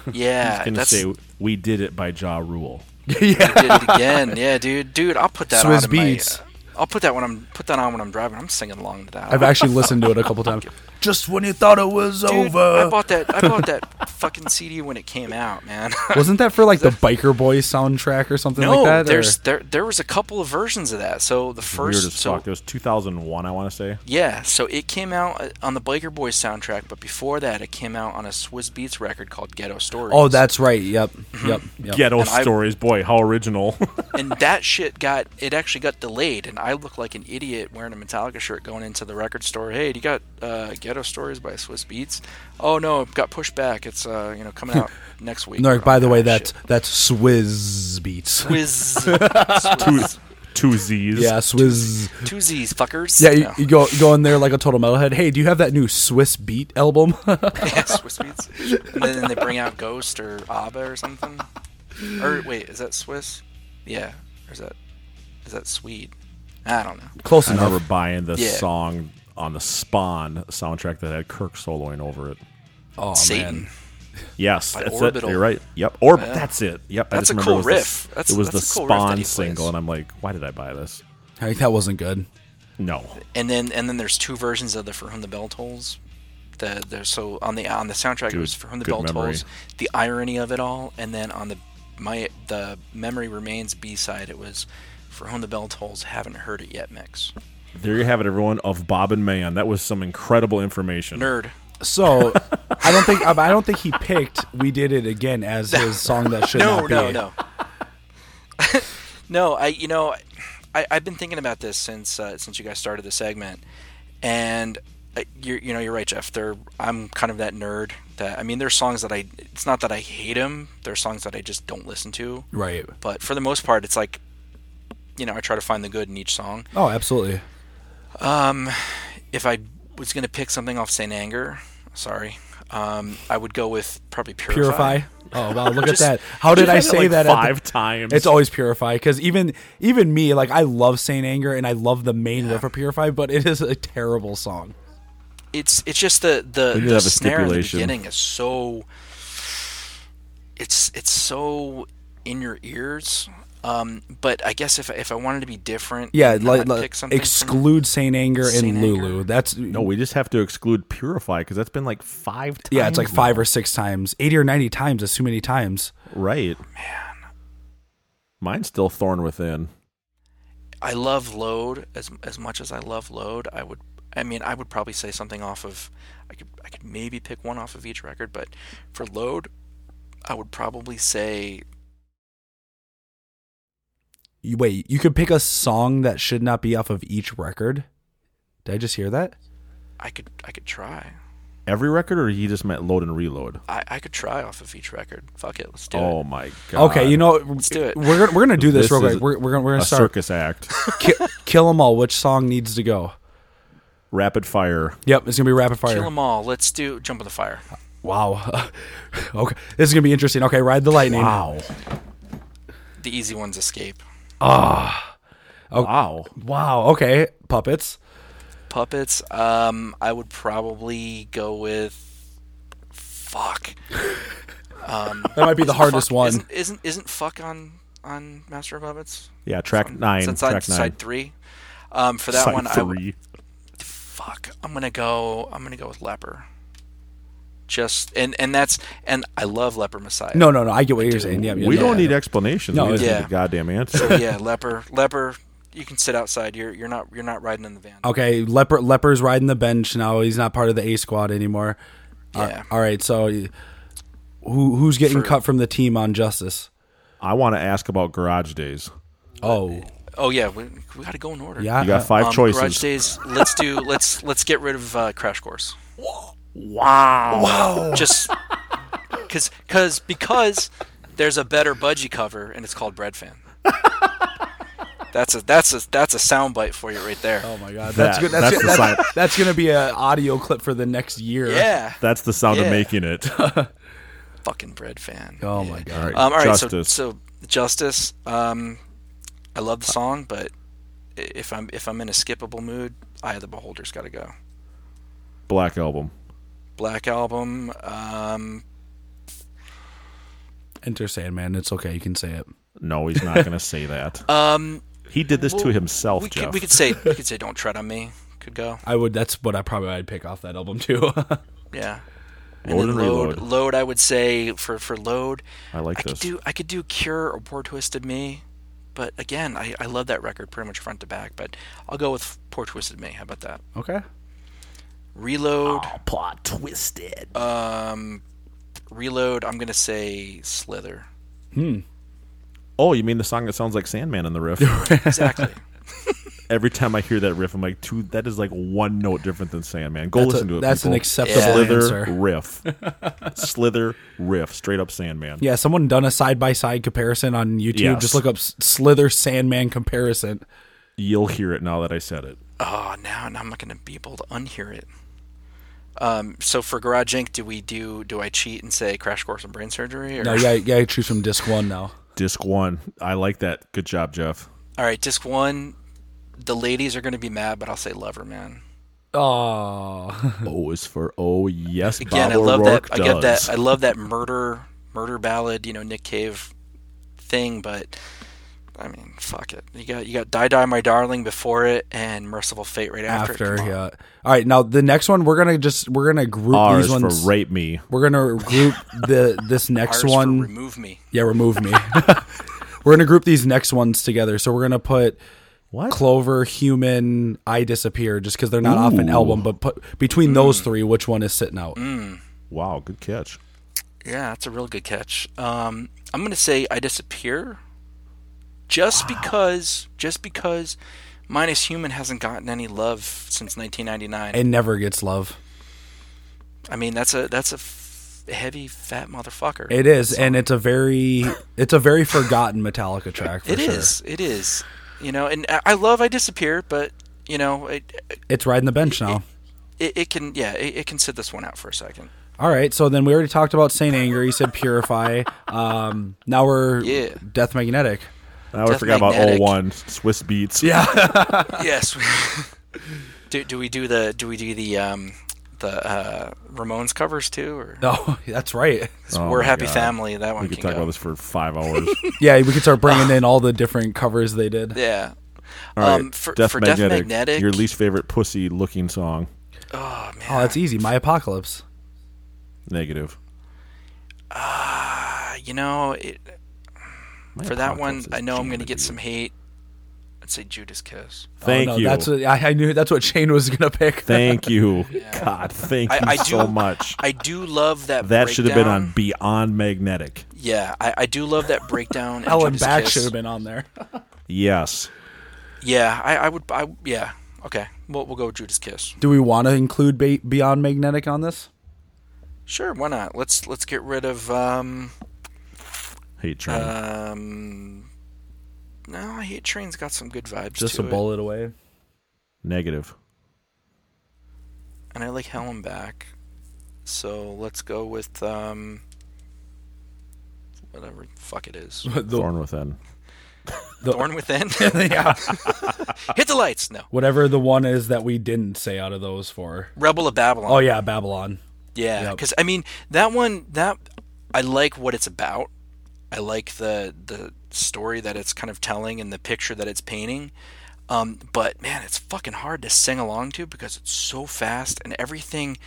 Speaker 10: I'm
Speaker 12: Yeah,
Speaker 10: just gonna
Speaker 12: that's-
Speaker 10: say we did it by Ja Rule.
Speaker 12: yeah. did it again. Yeah, dude, dude, I'll put that
Speaker 11: Swizz
Speaker 12: on in my,
Speaker 11: Beatz.
Speaker 12: uh, I'll put that when I'm put that on when I'm driving. I'm singing along to that.
Speaker 11: I've actually listened to it a couple times. Just when you thought it was
Speaker 12: Dude,
Speaker 11: over.
Speaker 12: I bought that. I bought that fucking CD when it came out, man.
Speaker 11: Wasn't that for like the Biker Boys soundtrack or something
Speaker 12: no,
Speaker 11: like that? or-
Speaker 12: there's there there was a couple of versions of that. So the
Speaker 10: Weird
Speaker 12: first,
Speaker 10: as
Speaker 12: so
Speaker 10: fuck. It was 2001, I want to say.
Speaker 12: yeah, so it came out uh, on the Biker Boys soundtrack, but before that, it came out on a Swizz Beats record called Ghetto Stories.
Speaker 11: oh, that's right. Yep.
Speaker 12: Mm-hmm.
Speaker 11: Yep. yep.
Speaker 10: Ghetto
Speaker 12: And I-
Speaker 10: stories, boy, how original.
Speaker 12: and that shit got it actually got delayed, and I looked like an idiot wearing a Metallica shirt going into the record store. Hey, do you got uh, Ghetto Stories by Swiss Beats? Oh no, it got pushed back. It's uh, you know coming out next week.
Speaker 11: No,
Speaker 12: I'm
Speaker 11: by the
Speaker 12: like,
Speaker 11: way,
Speaker 12: "Ah,
Speaker 11: that's that's Swizz beats.
Speaker 12: Swizz. Swizz.
Speaker 10: Two, two Z's.
Speaker 11: Yeah, Swizz.
Speaker 12: shit. two Z's fuckers.
Speaker 11: Yeah, you,
Speaker 12: No.
Speaker 11: you go you go in there like a total metalhead. Hey, do you have that new Swiss beat album? Oh,
Speaker 12: yeah, Swiss Beats. And then they bring out Ghost or ABBA or something. Or wait, is that Swiss? Yeah, or is that is that Swede? I don't know.
Speaker 11: Close
Speaker 10: I
Speaker 11: enough.
Speaker 10: remember buying this
Speaker 12: Yeah.
Speaker 10: song on the Spawn soundtrack that had Kirk soloing over it.
Speaker 11: Oh
Speaker 12: Satan.
Speaker 10: Yes,
Speaker 12: By
Speaker 10: that's
Speaker 12: Orbital.
Speaker 10: it. You're right. Yep. Or
Speaker 12: Yeah.
Speaker 10: that's it. Yep. I
Speaker 12: That's
Speaker 10: just
Speaker 12: a
Speaker 10: remember
Speaker 12: cool
Speaker 10: it was
Speaker 12: riff.
Speaker 10: The,
Speaker 12: That's-
Speaker 10: it was
Speaker 12: that's
Speaker 10: the
Speaker 12: a cool riff that
Speaker 10: Spawn
Speaker 12: he plays.
Speaker 10: single, and I'm like, why did I buy this?
Speaker 11: I think that wasn't good.
Speaker 10: No.
Speaker 12: And then and then there's two versions of the For Whom the Bell Tolls. The there's so on the on the soundtrack it
Speaker 10: Dude,
Speaker 12: was For Whom the
Speaker 10: good
Speaker 12: Bell
Speaker 10: memory.
Speaker 12: Tolls, the irony of it all, and then on the my the Memory Remains B side it was For Whom the Bell Tolls Haven't Heard It Yet mix.
Speaker 10: There you have it, everyone. Of Bob and Man, that was some incredible information.
Speaker 12: Nerd.
Speaker 11: So I don't think I don't think he picked "We Did It Again" as his song that should not
Speaker 12: no,
Speaker 11: be.
Speaker 12: no, no. no, I you know, I I've been thinking about this since uh, since you guys started the segment, and uh, you you know you're right, Jeff. There, I'm kind of that nerd. That I mean, there's songs that I. It's not that I hate them. There's songs that I just don't listen to.
Speaker 11: Right.
Speaker 12: But for the most part, it's like, you know, I try to find the good in each song.
Speaker 11: Oh, absolutely.
Speaker 12: Um, if I was gonna pick something off Saint Anger, sorry, um, I would go with probably
Speaker 11: Purify.
Speaker 12: Purify.
Speaker 11: Oh wow, look
Speaker 12: Just-
Speaker 11: at that! How did
Speaker 10: you
Speaker 11: I
Speaker 10: had it,
Speaker 11: say
Speaker 10: like,
Speaker 11: that at the-
Speaker 10: five times?
Speaker 11: It's always Purify because even even me, like I love Saint Anger and I love the main riff of Purify, but it is a terrible song.
Speaker 12: it's it's just the the,
Speaker 10: We did
Speaker 12: the
Speaker 10: have a
Speaker 12: snare in the
Speaker 10: stipulation.
Speaker 12: beginning is so it's it's so in your ears. Um, but I guess if if I wanted to be different,
Speaker 11: Yeah,
Speaker 12: I'd
Speaker 11: like, like,
Speaker 12: pick something from-
Speaker 11: exclude Saint Anger and
Speaker 12: Saint Anger.
Speaker 11: Lulu. That's
Speaker 10: No, we just have to exclude Purify because that's been like five times.
Speaker 11: Yeah, it's like five
Speaker 10: now.
Speaker 11: or six times, eighty or ninety times. Is too many times.
Speaker 10: Right. Man. Mine's still Thorn Within.
Speaker 12: I love Load as as much as I love Load. I would I mean I would probably say something off of I could I could maybe pick one off of each record, but for Load, I would probably say
Speaker 11: You, wait, you could pick a song that should not be off of each record. Did I just hear that?
Speaker 12: I could I could try.
Speaker 10: Every record, or you just meant Load and Reload?
Speaker 12: I, I could try off of each record. Fuck it, let's do it.
Speaker 10: oh my god.
Speaker 11: Okay, you know,
Speaker 12: Let's do it.
Speaker 11: we're gonna, we're gonna do this, real
Speaker 10: is
Speaker 11: quick. We're, we're gonna we're
Speaker 10: a
Speaker 11: gonna start
Speaker 10: circus act.
Speaker 11: ki- kill 'em all. Which song needs to go?
Speaker 10: Rapid fire.
Speaker 11: Yep, it's gonna be rapid
Speaker 12: Kill 'em
Speaker 11: fire.
Speaker 12: all. Let's do Jump on the Fire.
Speaker 11: Wow. okay, this is gonna be interesting. Okay, ride the lightning.
Speaker 10: Wow.
Speaker 12: The easy ones escape.
Speaker 10: Wow.
Speaker 11: Oh, Wow. Okay, puppets.
Speaker 12: Puppets. Um, I would probably go with. Fuck. Um,
Speaker 11: That might be the
Speaker 12: isn't
Speaker 11: hardest
Speaker 12: fuck-
Speaker 11: one.
Speaker 12: Isn't, isn't isn't fuck on on Master of Puppets?
Speaker 10: Yeah, track nine.
Speaker 12: Since
Speaker 10: track
Speaker 12: on
Speaker 10: nine.
Speaker 12: side three. Um, for that
Speaker 10: Side
Speaker 12: one, I would,
Speaker 10: three.
Speaker 12: fuck. I'm gonna go. I'm gonna go with Leper. Just and and that's and I love Leper Messiah.
Speaker 11: No, no, no. I get what you're saying. Yeah, yeah,
Speaker 10: we
Speaker 11: yeah.
Speaker 10: don't need explanations.
Speaker 11: No,
Speaker 10: we just
Speaker 12: yeah.
Speaker 10: need a goddamn
Speaker 12: So,
Speaker 10: answer.
Speaker 12: yeah, Leper. Leper. You can sit outside. You're you're not you're not riding in the
Speaker 10: Uh,
Speaker 12: van.
Speaker 11: Okay, leper leper's riding the bench now. He's not part of the A squad anymore. Uh,
Speaker 12: Yeah.
Speaker 11: all right, so y- who who's getting
Speaker 12: For-
Speaker 11: cut from the team on Justice?
Speaker 10: I want to ask about Garage Days.
Speaker 11: Oh, Uh,
Speaker 12: Oh yeah, we, we got to go in order.
Speaker 10: Yeah. You got five
Speaker 12: um,
Speaker 10: choices.
Speaker 12: Garage Days. Let's do. let's let's get rid of uh, Crash Course.
Speaker 10: Wow.
Speaker 12: Just because because because there's a better budgie cover and it's called Breadfan. That's a that's a that's a soundbite for you right there. Oh
Speaker 11: my god, that's good. That's, good. that's, that's gonna be an audio clip for the next year.
Speaker 12: Yeah.
Speaker 10: That's the sound
Speaker 12: Yeah.
Speaker 10: of making it.
Speaker 12: fucking bread fan.
Speaker 11: Oh my god.
Speaker 10: All right,
Speaker 12: Um, all right, so,
Speaker 10: Justice.
Speaker 12: so justice. Um, I love the song, but i- if I'm if I'm in a skippable mood, Eye of the Beholder's got to go.
Speaker 10: Black album.
Speaker 12: Black Album. Um,
Speaker 11: Enter Sandman. It's okay. You can say it.
Speaker 10: No, he's not gonna say that.
Speaker 12: Um,
Speaker 10: he did this to
Speaker 12: well,
Speaker 10: himself,
Speaker 12: we
Speaker 10: Jeff.
Speaker 12: could we could say we could say Don't Tread on Me could go.
Speaker 11: I would. That's what I probably I'd pick off that album too.
Speaker 12: Yeah.
Speaker 10: Load
Speaker 12: then
Speaker 10: and
Speaker 12: load,
Speaker 10: reload.
Speaker 12: load, I would say for for load.
Speaker 10: I like
Speaker 12: I could
Speaker 10: this.
Speaker 12: do I could do Cure or Poor Twisted Me, but again, I, I love that record pretty much front to back. But I'll go with Poor Twisted Me. How about that?
Speaker 11: okay.
Speaker 12: Reload.
Speaker 10: plot twisted.
Speaker 12: Um, reload. I'm gonna say Slither.
Speaker 10: Hmm. Oh, you mean the song that sounds like Sandman in the riff?
Speaker 12: Exactly.
Speaker 10: Every time I hear that riff, I'm like, dude, that is like one note different than Sandman. Go
Speaker 11: That's a-
Speaker 10: listen to it.
Speaker 11: that's an
Speaker 10: people.
Speaker 11: acceptable
Speaker 10: Slither
Speaker 11: answer.
Speaker 10: riff. Slither riff. Straight up Sandman.
Speaker 11: Yeah, someone done a side by side comparison on YouTube.
Speaker 10: Yes.
Speaker 11: Just look up S- Slither Sandman comparison.
Speaker 10: You'll hear it now that I said it.
Speaker 12: Oh, now now I'm not gonna be able to unhear it. Um, so for Garage Inc, do we do do I cheat and say Crash Course in Brain Surgery? Or?
Speaker 11: No, yeah, yeah. Choose from disc one now.
Speaker 10: Disc one. I like that. Good job, Jeff.
Speaker 12: All right, disc one. The ladies are gonna be mad, but I'll say Lover Man.
Speaker 11: Oh.
Speaker 10: O is for oh yes.
Speaker 12: Again,
Speaker 10: Bob
Speaker 12: I love
Speaker 10: O'Rourke
Speaker 12: that. I get
Speaker 10: does.
Speaker 12: that. I love that murder murder ballad. You know, Nick Cave thing, but. I mean, fuck it. You got you got Die Die My Darling before it, and Merciful Fate right after. it.
Speaker 11: After yeah. All right, now the next one we're gonna just we're gonna group
Speaker 10: R
Speaker 11: these
Speaker 10: is
Speaker 11: ones.
Speaker 10: for rape me.
Speaker 11: We're gonna group the this next
Speaker 12: Ours for
Speaker 11: one.
Speaker 12: remove me.
Speaker 11: Yeah, remove me. we're gonna group these next ones together. So we're gonna put Clover, Human, I Disappear, just because they're not off an
Speaker 10: Ooh.
Speaker 11: album. But put between those three, which one is sitting out?
Speaker 12: Mm.
Speaker 10: Wow, good catch.
Speaker 12: Yeah, that's a real good catch. Um, I'm gonna say I disappear, just because, just because, minus human hasn't gotten any love since 1999.
Speaker 11: It never gets love.
Speaker 12: I mean, that's a that's a f- heavy fat motherfucker.
Speaker 11: It is, and it's a very it's a very forgotten Metallica track. For
Speaker 12: It
Speaker 11: sure.
Speaker 12: is. It is. You know, and I- I love I disappear, but you know, it
Speaker 11: It's riding the bench now.
Speaker 12: it, it can yeah, it, it can sit this one out for a second.
Speaker 11: All right, so then we already talked about Saint Anger. You said Purify. Um, now we're
Speaker 12: Yeah.
Speaker 11: Death Magnetic.
Speaker 10: Now I forgot about 01 Swiss Beats.
Speaker 11: Yeah.
Speaker 12: yes. do do we do the do we do the um the uh, Ramones covers too or
Speaker 11: No, that's right.
Speaker 10: Oh
Speaker 12: We're
Speaker 10: my
Speaker 12: Happy
Speaker 10: God.
Speaker 12: Family. That one
Speaker 10: We could
Speaker 12: can
Speaker 10: talk
Speaker 12: go.
Speaker 10: about this for five hours.
Speaker 11: Yeah, we could start bringing in all the different covers they did.
Speaker 12: Yeah.
Speaker 10: All right,
Speaker 12: Um, for-
Speaker 10: Death
Speaker 12: for Death
Speaker 10: Magnetic,
Speaker 12: Magnetic-
Speaker 10: your least favorite pussy looking song.
Speaker 11: Oh, that's easy. My Apocalypse. Oh,
Speaker 12: Oh,
Speaker 10: Negative.
Speaker 12: Uh, you know, it,
Speaker 10: My
Speaker 12: for that one,
Speaker 10: apocalypse is
Speaker 12: I know I'm going to get some hate. I'd say Judas Kiss.
Speaker 10: Thank
Speaker 11: oh, no,
Speaker 10: you.
Speaker 11: That's what I, I knew. That's what Shane was gonna pick.
Speaker 10: Thank you. God, thank
Speaker 12: I,
Speaker 10: you
Speaker 12: I do,
Speaker 10: so much.
Speaker 12: I do love that.
Speaker 10: That should have been
Speaker 12: breakdown.
Speaker 10: on Beyond Magnetic.
Speaker 12: Yeah, I, I do love that breakdown. and
Speaker 11: Ellen
Speaker 12: Judas
Speaker 11: Back
Speaker 12: Kiss.
Speaker 11: should have been on there.
Speaker 10: Yes.
Speaker 12: Yeah, I, I would. I yeah. Okay, we'll we'll go with Judas Kiss.
Speaker 11: Do we want to include Be- Beyond Magnetic on this?
Speaker 12: Sure, why not? Let's let's get rid of um
Speaker 10: Hate Train.
Speaker 12: Uh, um. No, Hate Train's got some good vibes.
Speaker 11: Just
Speaker 12: to
Speaker 11: a
Speaker 12: it.
Speaker 11: bullet away.
Speaker 10: Negative.
Speaker 12: and I like Helen back. So let's go with um whatever the fuck it is.
Speaker 10: Thorn Within.
Speaker 12: Thorn within.
Speaker 11: Yeah.
Speaker 12: Hit the lights. No.
Speaker 11: Whatever the one is that we didn't say out of those four.
Speaker 12: Rebel of Babylon.
Speaker 11: Oh yeah, Babylon.
Speaker 12: Yeah,
Speaker 11: Yep.
Speaker 12: because I mean that one that I like what it's about. I like the the story that it's kind of telling and the picture that it's painting. Um, but man, it's fucking hard to sing along to because it's so fast and everything.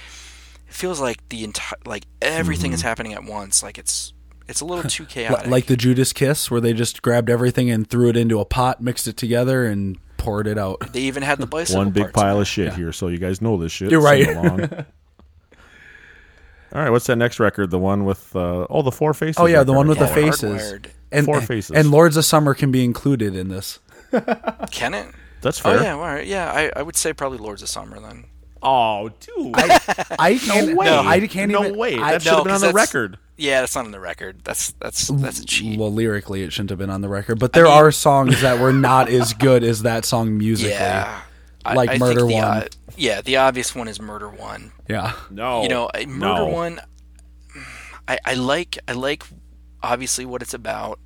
Speaker 12: It feels like the entire like everything is happening at once. Like it's it's a little too
Speaker 11: Li-
Speaker 12: chaotic.
Speaker 11: like the Judas Kiss, where they just grabbed everything and threw it into a pot, mixed it together, and poured it out.
Speaker 12: they even had the bicycle.
Speaker 10: One big
Speaker 12: parts.
Speaker 10: pile of shit here, so you guys know this shit.
Speaker 11: You're right.
Speaker 10: Sing along. All right, what's that next record? The one with uh, oh the four faces.
Speaker 11: oh yeah,
Speaker 10: record.
Speaker 11: the one with the
Speaker 10: Hardwired.
Speaker 11: faces and
Speaker 10: four faces
Speaker 11: and Lords of Summer can be included in this.
Speaker 12: Can it?
Speaker 10: That's
Speaker 12: Oh
Speaker 10: fair.
Speaker 12: yeah, all right. Yeah, I, I would say probably Lords of Summer then.
Speaker 10: Oh, dude.
Speaker 11: I can't.
Speaker 12: way.
Speaker 11: No, I can't
Speaker 12: No
Speaker 11: even.
Speaker 12: way.
Speaker 11: I,
Speaker 12: That should've No, been on 'cause the that's- record. Yeah, that's not on the record. That's that's that's a cheat.
Speaker 11: Well, lyrically, it shouldn't have been on the record, but there are songs that were not as good as that song musically.
Speaker 12: Yeah. I-
Speaker 11: like
Speaker 12: I think
Speaker 11: Murder
Speaker 12: the,
Speaker 11: One.
Speaker 12: uh, yeah, the obvious one is Murder One.
Speaker 11: Yeah.
Speaker 10: No.
Speaker 12: You know, I- Murder
Speaker 10: Oh, No.
Speaker 12: One. I, I like I like obviously what it's about.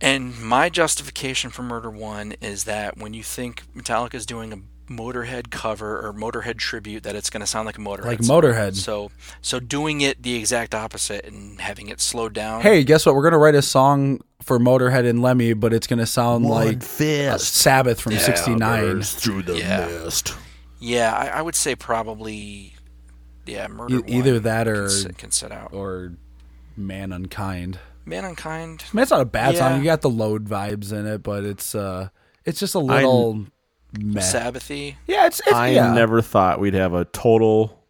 Speaker 12: And my justification for Murder One is that when you think Metallica's doing a Motorhead cover or Motorhead tribute, that it's going to sound like a Motorhead.
Speaker 11: Like
Speaker 12: song.
Speaker 11: Motorhead.
Speaker 12: So so doing it the exact opposite and having it slowed down.
Speaker 11: Hey, guess what? We're gonna write a song for Motorhead and Lemmy, but it's gonna sound
Speaker 12: One
Speaker 11: like uh, Sabbath from
Speaker 12: Yeah,
Speaker 11: '69.
Speaker 12: burst through the Yeah. mist. Yeah, I, I would say probably. Yeah, Murder
Speaker 11: E-
Speaker 12: One.
Speaker 11: either that
Speaker 12: can
Speaker 11: or-
Speaker 12: sit- can sit out.
Speaker 11: Or Man Unkind.
Speaker 12: Man Unkind.
Speaker 11: I mean, it's not a bad
Speaker 12: Yeah.
Speaker 11: song. You got the load vibes in it, but it's uh, it's just a
Speaker 10: I-
Speaker 11: little meh.
Speaker 12: Sabbathy.
Speaker 11: Yeah, it's it's
Speaker 10: I
Speaker 11: yeah.
Speaker 10: never thought we'd have a total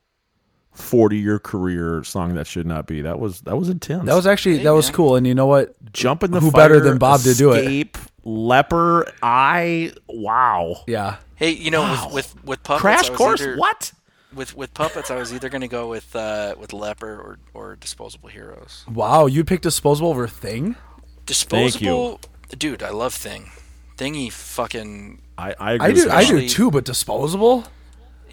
Speaker 10: forty-year career song that should not be. That was that was intense.
Speaker 11: that was actually that was cool, and you know what?
Speaker 10: Jump in the
Speaker 11: Who
Speaker 10: fire,
Speaker 11: better than Bob to do it?
Speaker 10: escape, Leper, I wow.
Speaker 11: Yeah.
Speaker 12: Hey, you know,
Speaker 10: Wow.
Speaker 12: with, with with puppets,
Speaker 10: Crash
Speaker 12: I was
Speaker 10: course,
Speaker 12: either-
Speaker 10: what?
Speaker 12: With with puppets, I was either going to go with uh, with leper or or disposable heroes.
Speaker 11: Wow, you picked disposable over thing.
Speaker 12: Disposable, dude, I love thing, thingy, fucking.
Speaker 10: I I,
Speaker 11: I do, I do too, but disposable.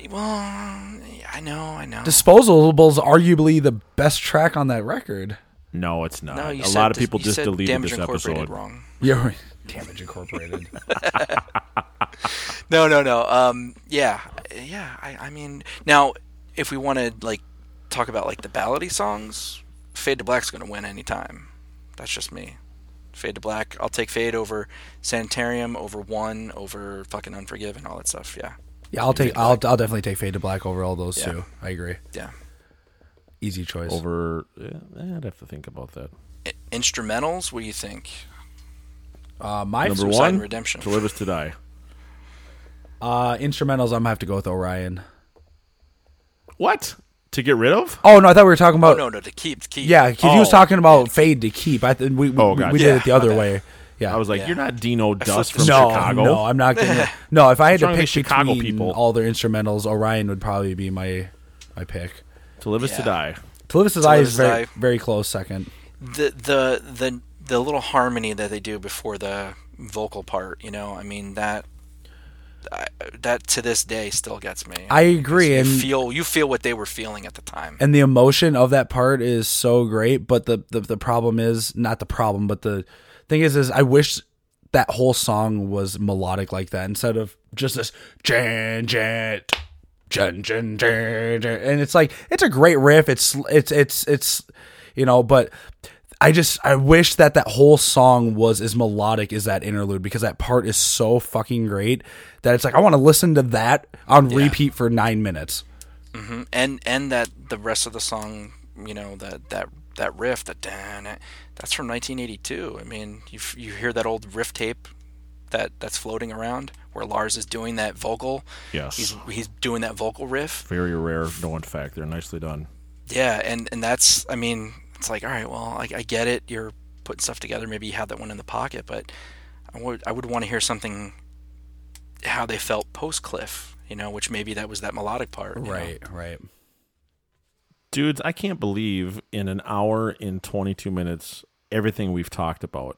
Speaker 12: Well, I know, I know.
Speaker 11: Disposables arguably the best track on that record.
Speaker 10: No, it's not.
Speaker 12: No, you
Speaker 10: a
Speaker 12: said
Speaker 10: lot of
Speaker 12: dis-
Speaker 10: people
Speaker 12: you
Speaker 10: just
Speaker 12: said
Speaker 10: deleted
Speaker 12: Damage
Speaker 10: this
Speaker 12: Incorporated
Speaker 10: episode.
Speaker 12: wrong.
Speaker 11: Yeah, right. Damage Incorporated.
Speaker 12: no, no, no. Um, yeah, yeah. I, I mean, now if we want to like talk about like the ballady songs, Fade to Black's going to win any time. That's just me. Fade to Black. I'll take Fade over Sanitarium, over One, over fucking Unforgiven, all that stuff. Yeah.
Speaker 11: Yeah, I'll take. I'll, I'll definitely take Fade to Black over all those
Speaker 12: Yeah.
Speaker 11: two. I agree.
Speaker 12: Yeah.
Speaker 11: Easy choice.
Speaker 10: Over, yeah, eh, I'd have to think about that.
Speaker 12: I- instrumentals. What do you think?
Speaker 11: Uh, my
Speaker 10: Number
Speaker 12: Suicide
Speaker 10: one,
Speaker 12: and Redemption.
Speaker 10: to live is to die.
Speaker 11: Uh, instrumentals. I'm gonna have to go with Orion.
Speaker 10: What to get rid of?
Speaker 11: Oh no, I thought we were talking about.
Speaker 12: no, no, to keep, to keep.
Speaker 11: Yeah, 'cause he was
Speaker 10: Oh.
Speaker 11: talking about Fade to keep. I th- we we,
Speaker 10: Oh,
Speaker 11: we-
Speaker 10: gotcha.
Speaker 11: we
Speaker 10: Yeah,
Speaker 11: did it the
Speaker 10: my
Speaker 11: other
Speaker 10: bad.
Speaker 11: way. Yeah,
Speaker 10: I was like, you're not Dino Dust from
Speaker 11: no,
Speaker 10: Chicago.
Speaker 11: No, I'm not gonna. No, if I had
Speaker 10: What's wrong with
Speaker 11: to pick
Speaker 10: these Chicago
Speaker 11: between
Speaker 10: people?
Speaker 11: all their instrumentals, Orion would probably be my my pick.
Speaker 10: To live is to
Speaker 12: Yeah.
Speaker 10: die.
Speaker 11: To Live Is
Speaker 12: To Live
Speaker 11: is
Speaker 12: Is
Speaker 11: very
Speaker 12: Die.
Speaker 11: very close second.
Speaker 12: the the the the little harmony that they do before the vocal part, you know, I mean that I- that to this day still gets me.
Speaker 11: I agree,
Speaker 12: You
Speaker 11: and-
Speaker 12: feel you feel what they were feeling at the time.
Speaker 11: and the emotion of that part is so great but the, the the problem is not the problem but the thing is is i wish that whole song was melodic like that instead of just this jan jan jan jan jan jan. and it's like it's a great riff it's it's it's it's you know but I just I wish that that whole song was as melodic as that interlude because that part is so fucking great that it's like I want to listen to that on repeat for 9 minutes.
Speaker 12: hmm And and that the rest of the song, you know, that that that riff, that dan, that's from 1982. I mean, you f- you hear that old riff tape that that's floating around where Lars is doing that vocal.
Speaker 10: Yes.
Speaker 12: He's he's doing that vocal riff.
Speaker 10: Very rare. No, in fact, they're nicely done.
Speaker 12: Yeah, and and that's I mean, it's like all right, well, I, I get it. You're putting stuff together. Maybe you have that one in the pocket, but I would I would want to hear something how they felt post Cliff, you know, which maybe that was that melodic part. you know?
Speaker 11: right.
Speaker 10: Dudes, I can't believe in an hour and 22 minutes, everything we've talked about.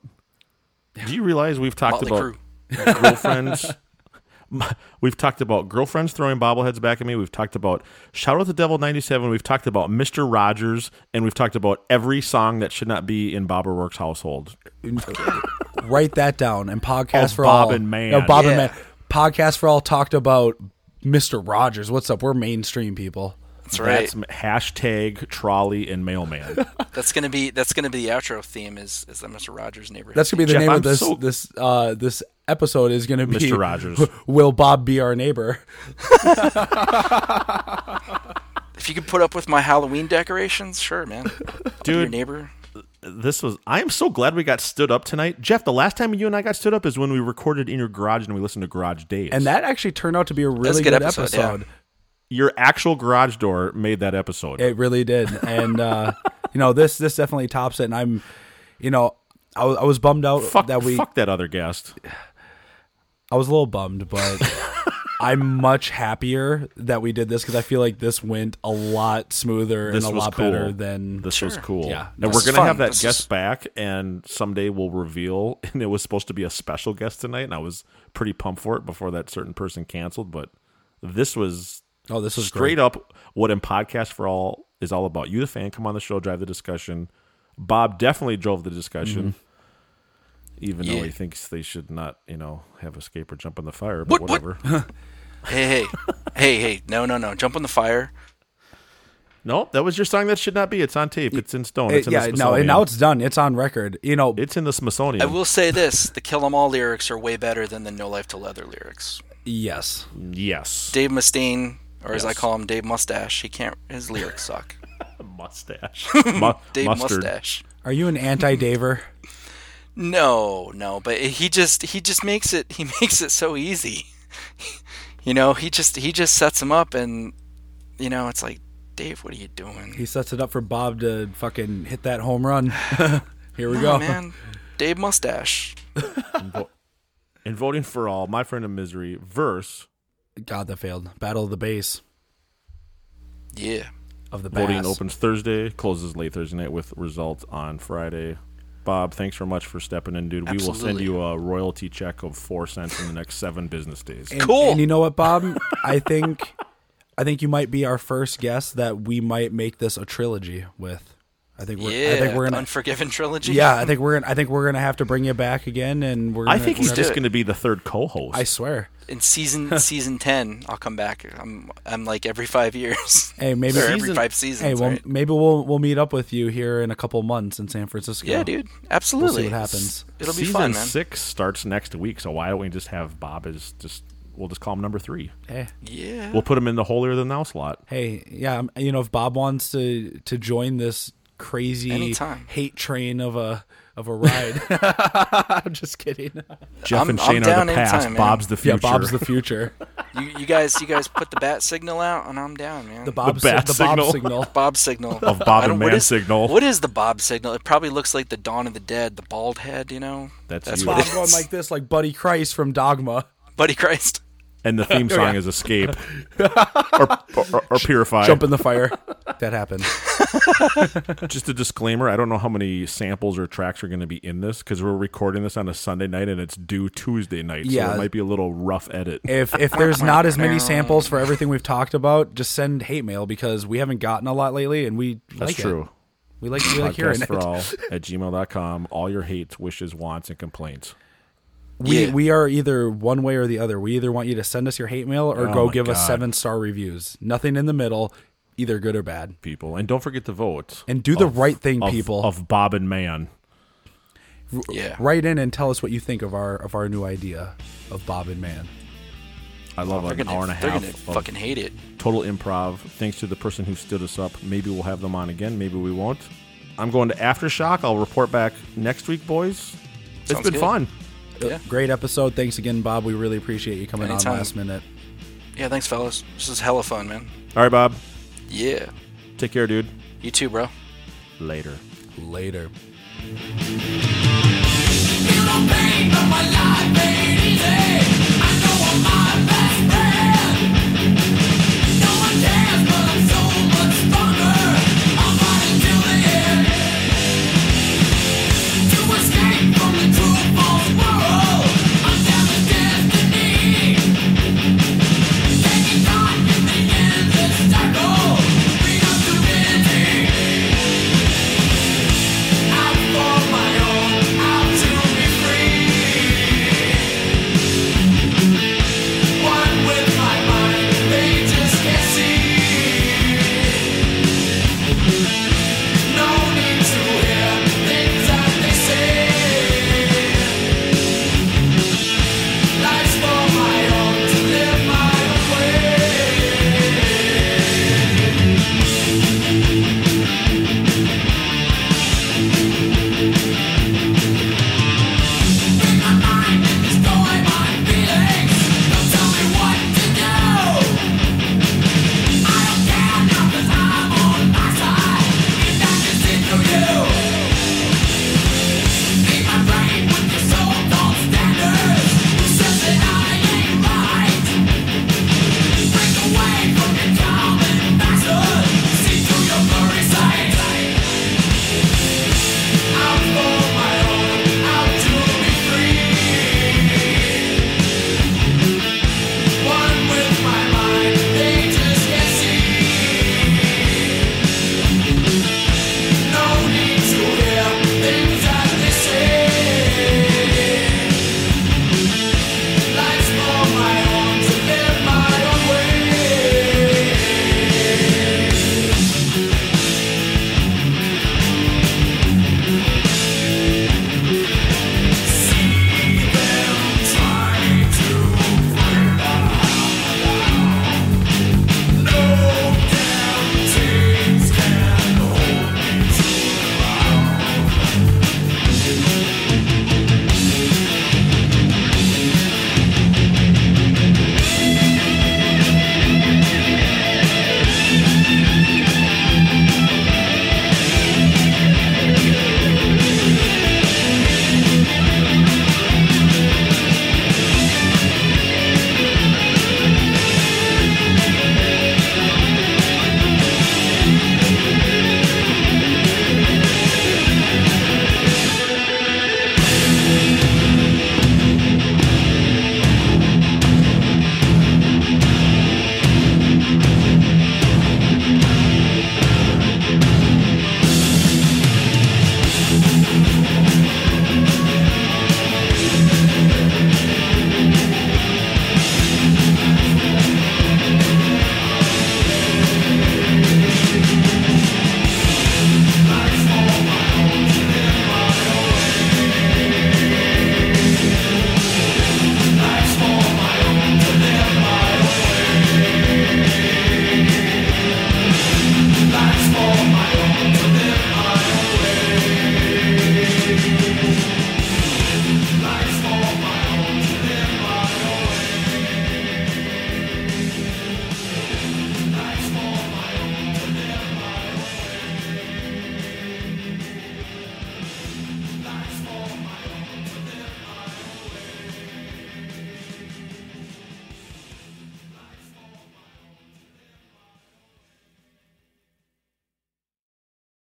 Speaker 10: Do you realize we've talked
Speaker 12: Motley
Speaker 10: about girlfriends? We've talked about girlfriends throwing bobbleheads back at me. We've talked about Shout Out the Devil 97. We've talked about Mr. Rogers. And we've talked about every song that should not be in Bob O'Rourke's household.
Speaker 11: write that down and podcast
Speaker 10: Oh,
Speaker 11: for
Speaker 10: Bob
Speaker 11: all
Speaker 10: and Man.
Speaker 11: No, Bob and
Speaker 10: Yeah.
Speaker 11: Man podcast for all talked about Mr. Rogers. What's up? We're mainstream people.
Speaker 12: That's right.
Speaker 10: hashtag trolley and mailman.
Speaker 12: That's gonna be that's gonna be the outro theme is is the Mister Rogers neighborhood.
Speaker 11: That's gonna be the
Speaker 10: Jeff,
Speaker 11: name
Speaker 10: I'm
Speaker 11: of this
Speaker 10: so-
Speaker 11: this uh, this episode is gonna be
Speaker 10: Mr. Rogers.
Speaker 11: Will Bob be our neighbor?
Speaker 12: If you could put up with my Halloween decorations, sure, man. Be your
Speaker 10: Dude.
Speaker 12: neighbor.
Speaker 10: this was I am so glad we got stood up tonight. Jeff, the last time you and I got stood up is when we recorded in your garage and we listened to Garage Days.
Speaker 11: And that actually turned out to be a really
Speaker 12: a
Speaker 11: good,
Speaker 12: good
Speaker 11: episode.
Speaker 12: episode, yeah.
Speaker 10: your actual garage door made that episode.
Speaker 11: It really did, and uh, you know this this definitely tops it. And I'm, you know, I was, I was bummed out
Speaker 10: fuck
Speaker 11: that we
Speaker 10: fuck that other guest.
Speaker 11: I was a little bummed, but I'm much happier that we did this because I feel like this went a lot smoother
Speaker 10: This
Speaker 11: and a
Speaker 10: was
Speaker 11: lot
Speaker 10: cool.
Speaker 11: better than
Speaker 10: this was cool.
Speaker 11: Yeah,
Speaker 10: and
Speaker 11: this
Speaker 10: we're
Speaker 11: is
Speaker 10: gonna
Speaker 11: fun.
Speaker 10: have that
Speaker 11: This
Speaker 10: guest
Speaker 11: is-
Speaker 10: back, and someday we'll reveal. And it was supposed to be a special guest tonight, and I was pretty pumped for it before that certain person canceled. But this was
Speaker 11: Oh, this was
Speaker 10: straight up what in podcast for all is all about. You, the fan, come on the show, drive the discussion. Bob definitely drove the discussion.
Speaker 11: Mm-hmm.
Speaker 10: Even though
Speaker 12: Yeah.
Speaker 10: he thinks they should not, you know, have escape or jump in the fire, but
Speaker 12: What? What?
Speaker 10: whatever.
Speaker 12: hey, hey, hey, hey! No, no, no! Jump on the fire.
Speaker 10: No, that was your song. That should not be. It's on tape. It's in stone.
Speaker 11: It-
Speaker 10: It's in
Speaker 11: eh, yeah,
Speaker 10: the
Speaker 11: no,
Speaker 10: Smithsonian.
Speaker 11: and now it's done. It's on record. You know,
Speaker 10: it's in the Smithsonian.
Speaker 12: I will say this: the Kill 'Em All lyrics are way better than the No Life to Leather lyrics.
Speaker 11: Yes.
Speaker 10: Yes.
Speaker 12: Dave Mustaine, or as I
Speaker 10: Yes.
Speaker 12: call him, Dave Mustache. He can't. His lyrics suck.
Speaker 10: Mustache.
Speaker 12: Dave Mustache.
Speaker 11: Are you an anti-Daver?
Speaker 12: No, no, but he just he just makes it he makes it so easy. you know, he just he just sets him up, and you know, it's like, Dave, what are you doing?
Speaker 11: he sets it up for Bob to fucking hit that home run. Here we
Speaker 12: No,
Speaker 11: go.
Speaker 12: Oh, man. Dave Mustache.
Speaker 10: In voting for all, my friend of misery verse
Speaker 11: God, that failed. Battle of the base.
Speaker 12: Yeah.
Speaker 11: Of the
Speaker 10: voting
Speaker 11: bass.
Speaker 10: opens Thursday, closes late Thursday night with results on Friday. Bob, thanks very much for stepping in, dude. We will send
Speaker 12: Absolutely.
Speaker 10: you a royalty check of four cents in the next seven business days.
Speaker 11: And- And you know what, Bob? I think I think you might be our first guest that we might make this a trilogy with. I think we're
Speaker 12: Yeah,
Speaker 11: I think we're
Speaker 12: the
Speaker 11: gonna
Speaker 12: Unforgiven trilogy.
Speaker 11: Yeah, I think we're gonna I think we're gonna have to bring you back again and we're
Speaker 10: I
Speaker 11: gonna-
Speaker 10: think
Speaker 11: we're
Speaker 10: he's
Speaker 11: gonna-
Speaker 10: just going to be the third co-host.
Speaker 11: I swear.
Speaker 12: in season season ten, I'll come back. I'm I'm like every five years.
Speaker 11: Hey, maybe
Speaker 12: Or every five seasons.
Speaker 11: Hey, well,
Speaker 12: right?
Speaker 11: maybe we'll we'll meet up with you here in a couple months in San Francisco.
Speaker 12: Yeah, dude.
Speaker 11: We'll see
Speaker 12: Absolutely.
Speaker 11: what happens.
Speaker 12: It'll be
Speaker 10: Season
Speaker 12: fun, man.
Speaker 10: six starts next week, so why don't we just have Bob as just we'll just call him number three.
Speaker 11: Hey.
Speaker 12: Yeah.
Speaker 10: We'll put him in the holier than thou slot.
Speaker 11: Hey, yeah, um, you know, if Bob wants to to join this crazy
Speaker 12: Anytime.
Speaker 11: hate train of a of a ride, I'm just kidding.
Speaker 10: Jeff
Speaker 12: I'm-
Speaker 10: and Shane
Speaker 12: I'm
Speaker 10: are
Speaker 12: down
Speaker 10: the past.
Speaker 12: anytime, man.
Speaker 10: Bob's the
Speaker 11: Yeah,
Speaker 10: future.
Speaker 11: Bob's the future.
Speaker 12: You, you guys, you guys put the bat signal out, and I'm down, man.
Speaker 11: The Bob, si-
Speaker 10: bat
Speaker 11: the Bob
Speaker 10: signal.
Speaker 11: signal.
Speaker 12: Bob signal
Speaker 10: Of Bob
Speaker 12: I
Speaker 10: and
Speaker 12: don't- what
Speaker 10: man
Speaker 12: is-
Speaker 10: signal.
Speaker 12: What is the Bob signal? It probably looks like the Dawn of the Dead, the bald head. You know,
Speaker 10: That's you.
Speaker 12: what
Speaker 11: Bob
Speaker 12: it
Speaker 11: going
Speaker 12: is.
Speaker 11: like this, like Buddy Christ from Dogma.
Speaker 12: Buddy Christ.
Speaker 10: and the
Speaker 12: Oh,
Speaker 10: theme song is Escape or, or, or Purify.
Speaker 11: Jump in the fire. that happened.
Speaker 10: Just a disclaimer: I don't know how many samples or tracks are going to be in this because we're recording this on a Sunday night and it's due Tuesday night, so
Speaker 11: Yeah.
Speaker 10: it might be a little rough edit.
Speaker 11: If if there's not as many samples for everything we've talked about, just send hate mail because we haven't gotten a lot lately, and we
Speaker 10: That's
Speaker 11: like it.
Speaker 10: true.
Speaker 11: We like we like hearing
Speaker 10: Podcast
Speaker 11: it.
Speaker 10: for all at gmail.com. All your hates, wishes, wants, and complaints.
Speaker 11: We
Speaker 12: Yeah.
Speaker 11: we are either one way or the other. We either want you to send us your hate mail or
Speaker 10: Oh
Speaker 11: go
Speaker 10: my
Speaker 11: give
Speaker 10: God.
Speaker 11: us seven star reviews. Nothing in the middle, either good or bad.
Speaker 10: People, and don't forget to vote
Speaker 11: And do the
Speaker 10: of-
Speaker 11: right thing,
Speaker 10: of-
Speaker 11: people.
Speaker 10: Of Bob and Man.
Speaker 12: Yeah.
Speaker 11: Write in and tell us what you think of our of our new idea of Bob and Man.
Speaker 10: I love
Speaker 12: They're
Speaker 10: an
Speaker 12: gonna,
Speaker 10: hour and a
Speaker 12: they're
Speaker 10: half.
Speaker 12: gonna
Speaker 10: of
Speaker 12: fucking hate it.
Speaker 10: total improv. Thanks to the person who stood us up. Maybe we'll have them on again. Maybe we won't. I'm going to aftershock. I'll report back next week, boys. It's
Speaker 12: Sounds
Speaker 10: been
Speaker 12: good.
Speaker 10: fun.
Speaker 12: Yeah.
Speaker 11: Great episode. Thanks again, Bob. We really appreciate you coming
Speaker 12: Anytime.
Speaker 11: on last minute.
Speaker 12: Yeah, thanks, fellas. This is hella fun, man.
Speaker 10: All right, Bob.
Speaker 12: Yeah.
Speaker 10: Take care, dude.
Speaker 12: You too, bro.
Speaker 10: Later.
Speaker 11: Later.
Speaker 2: You don't pay, but my life ain't easy.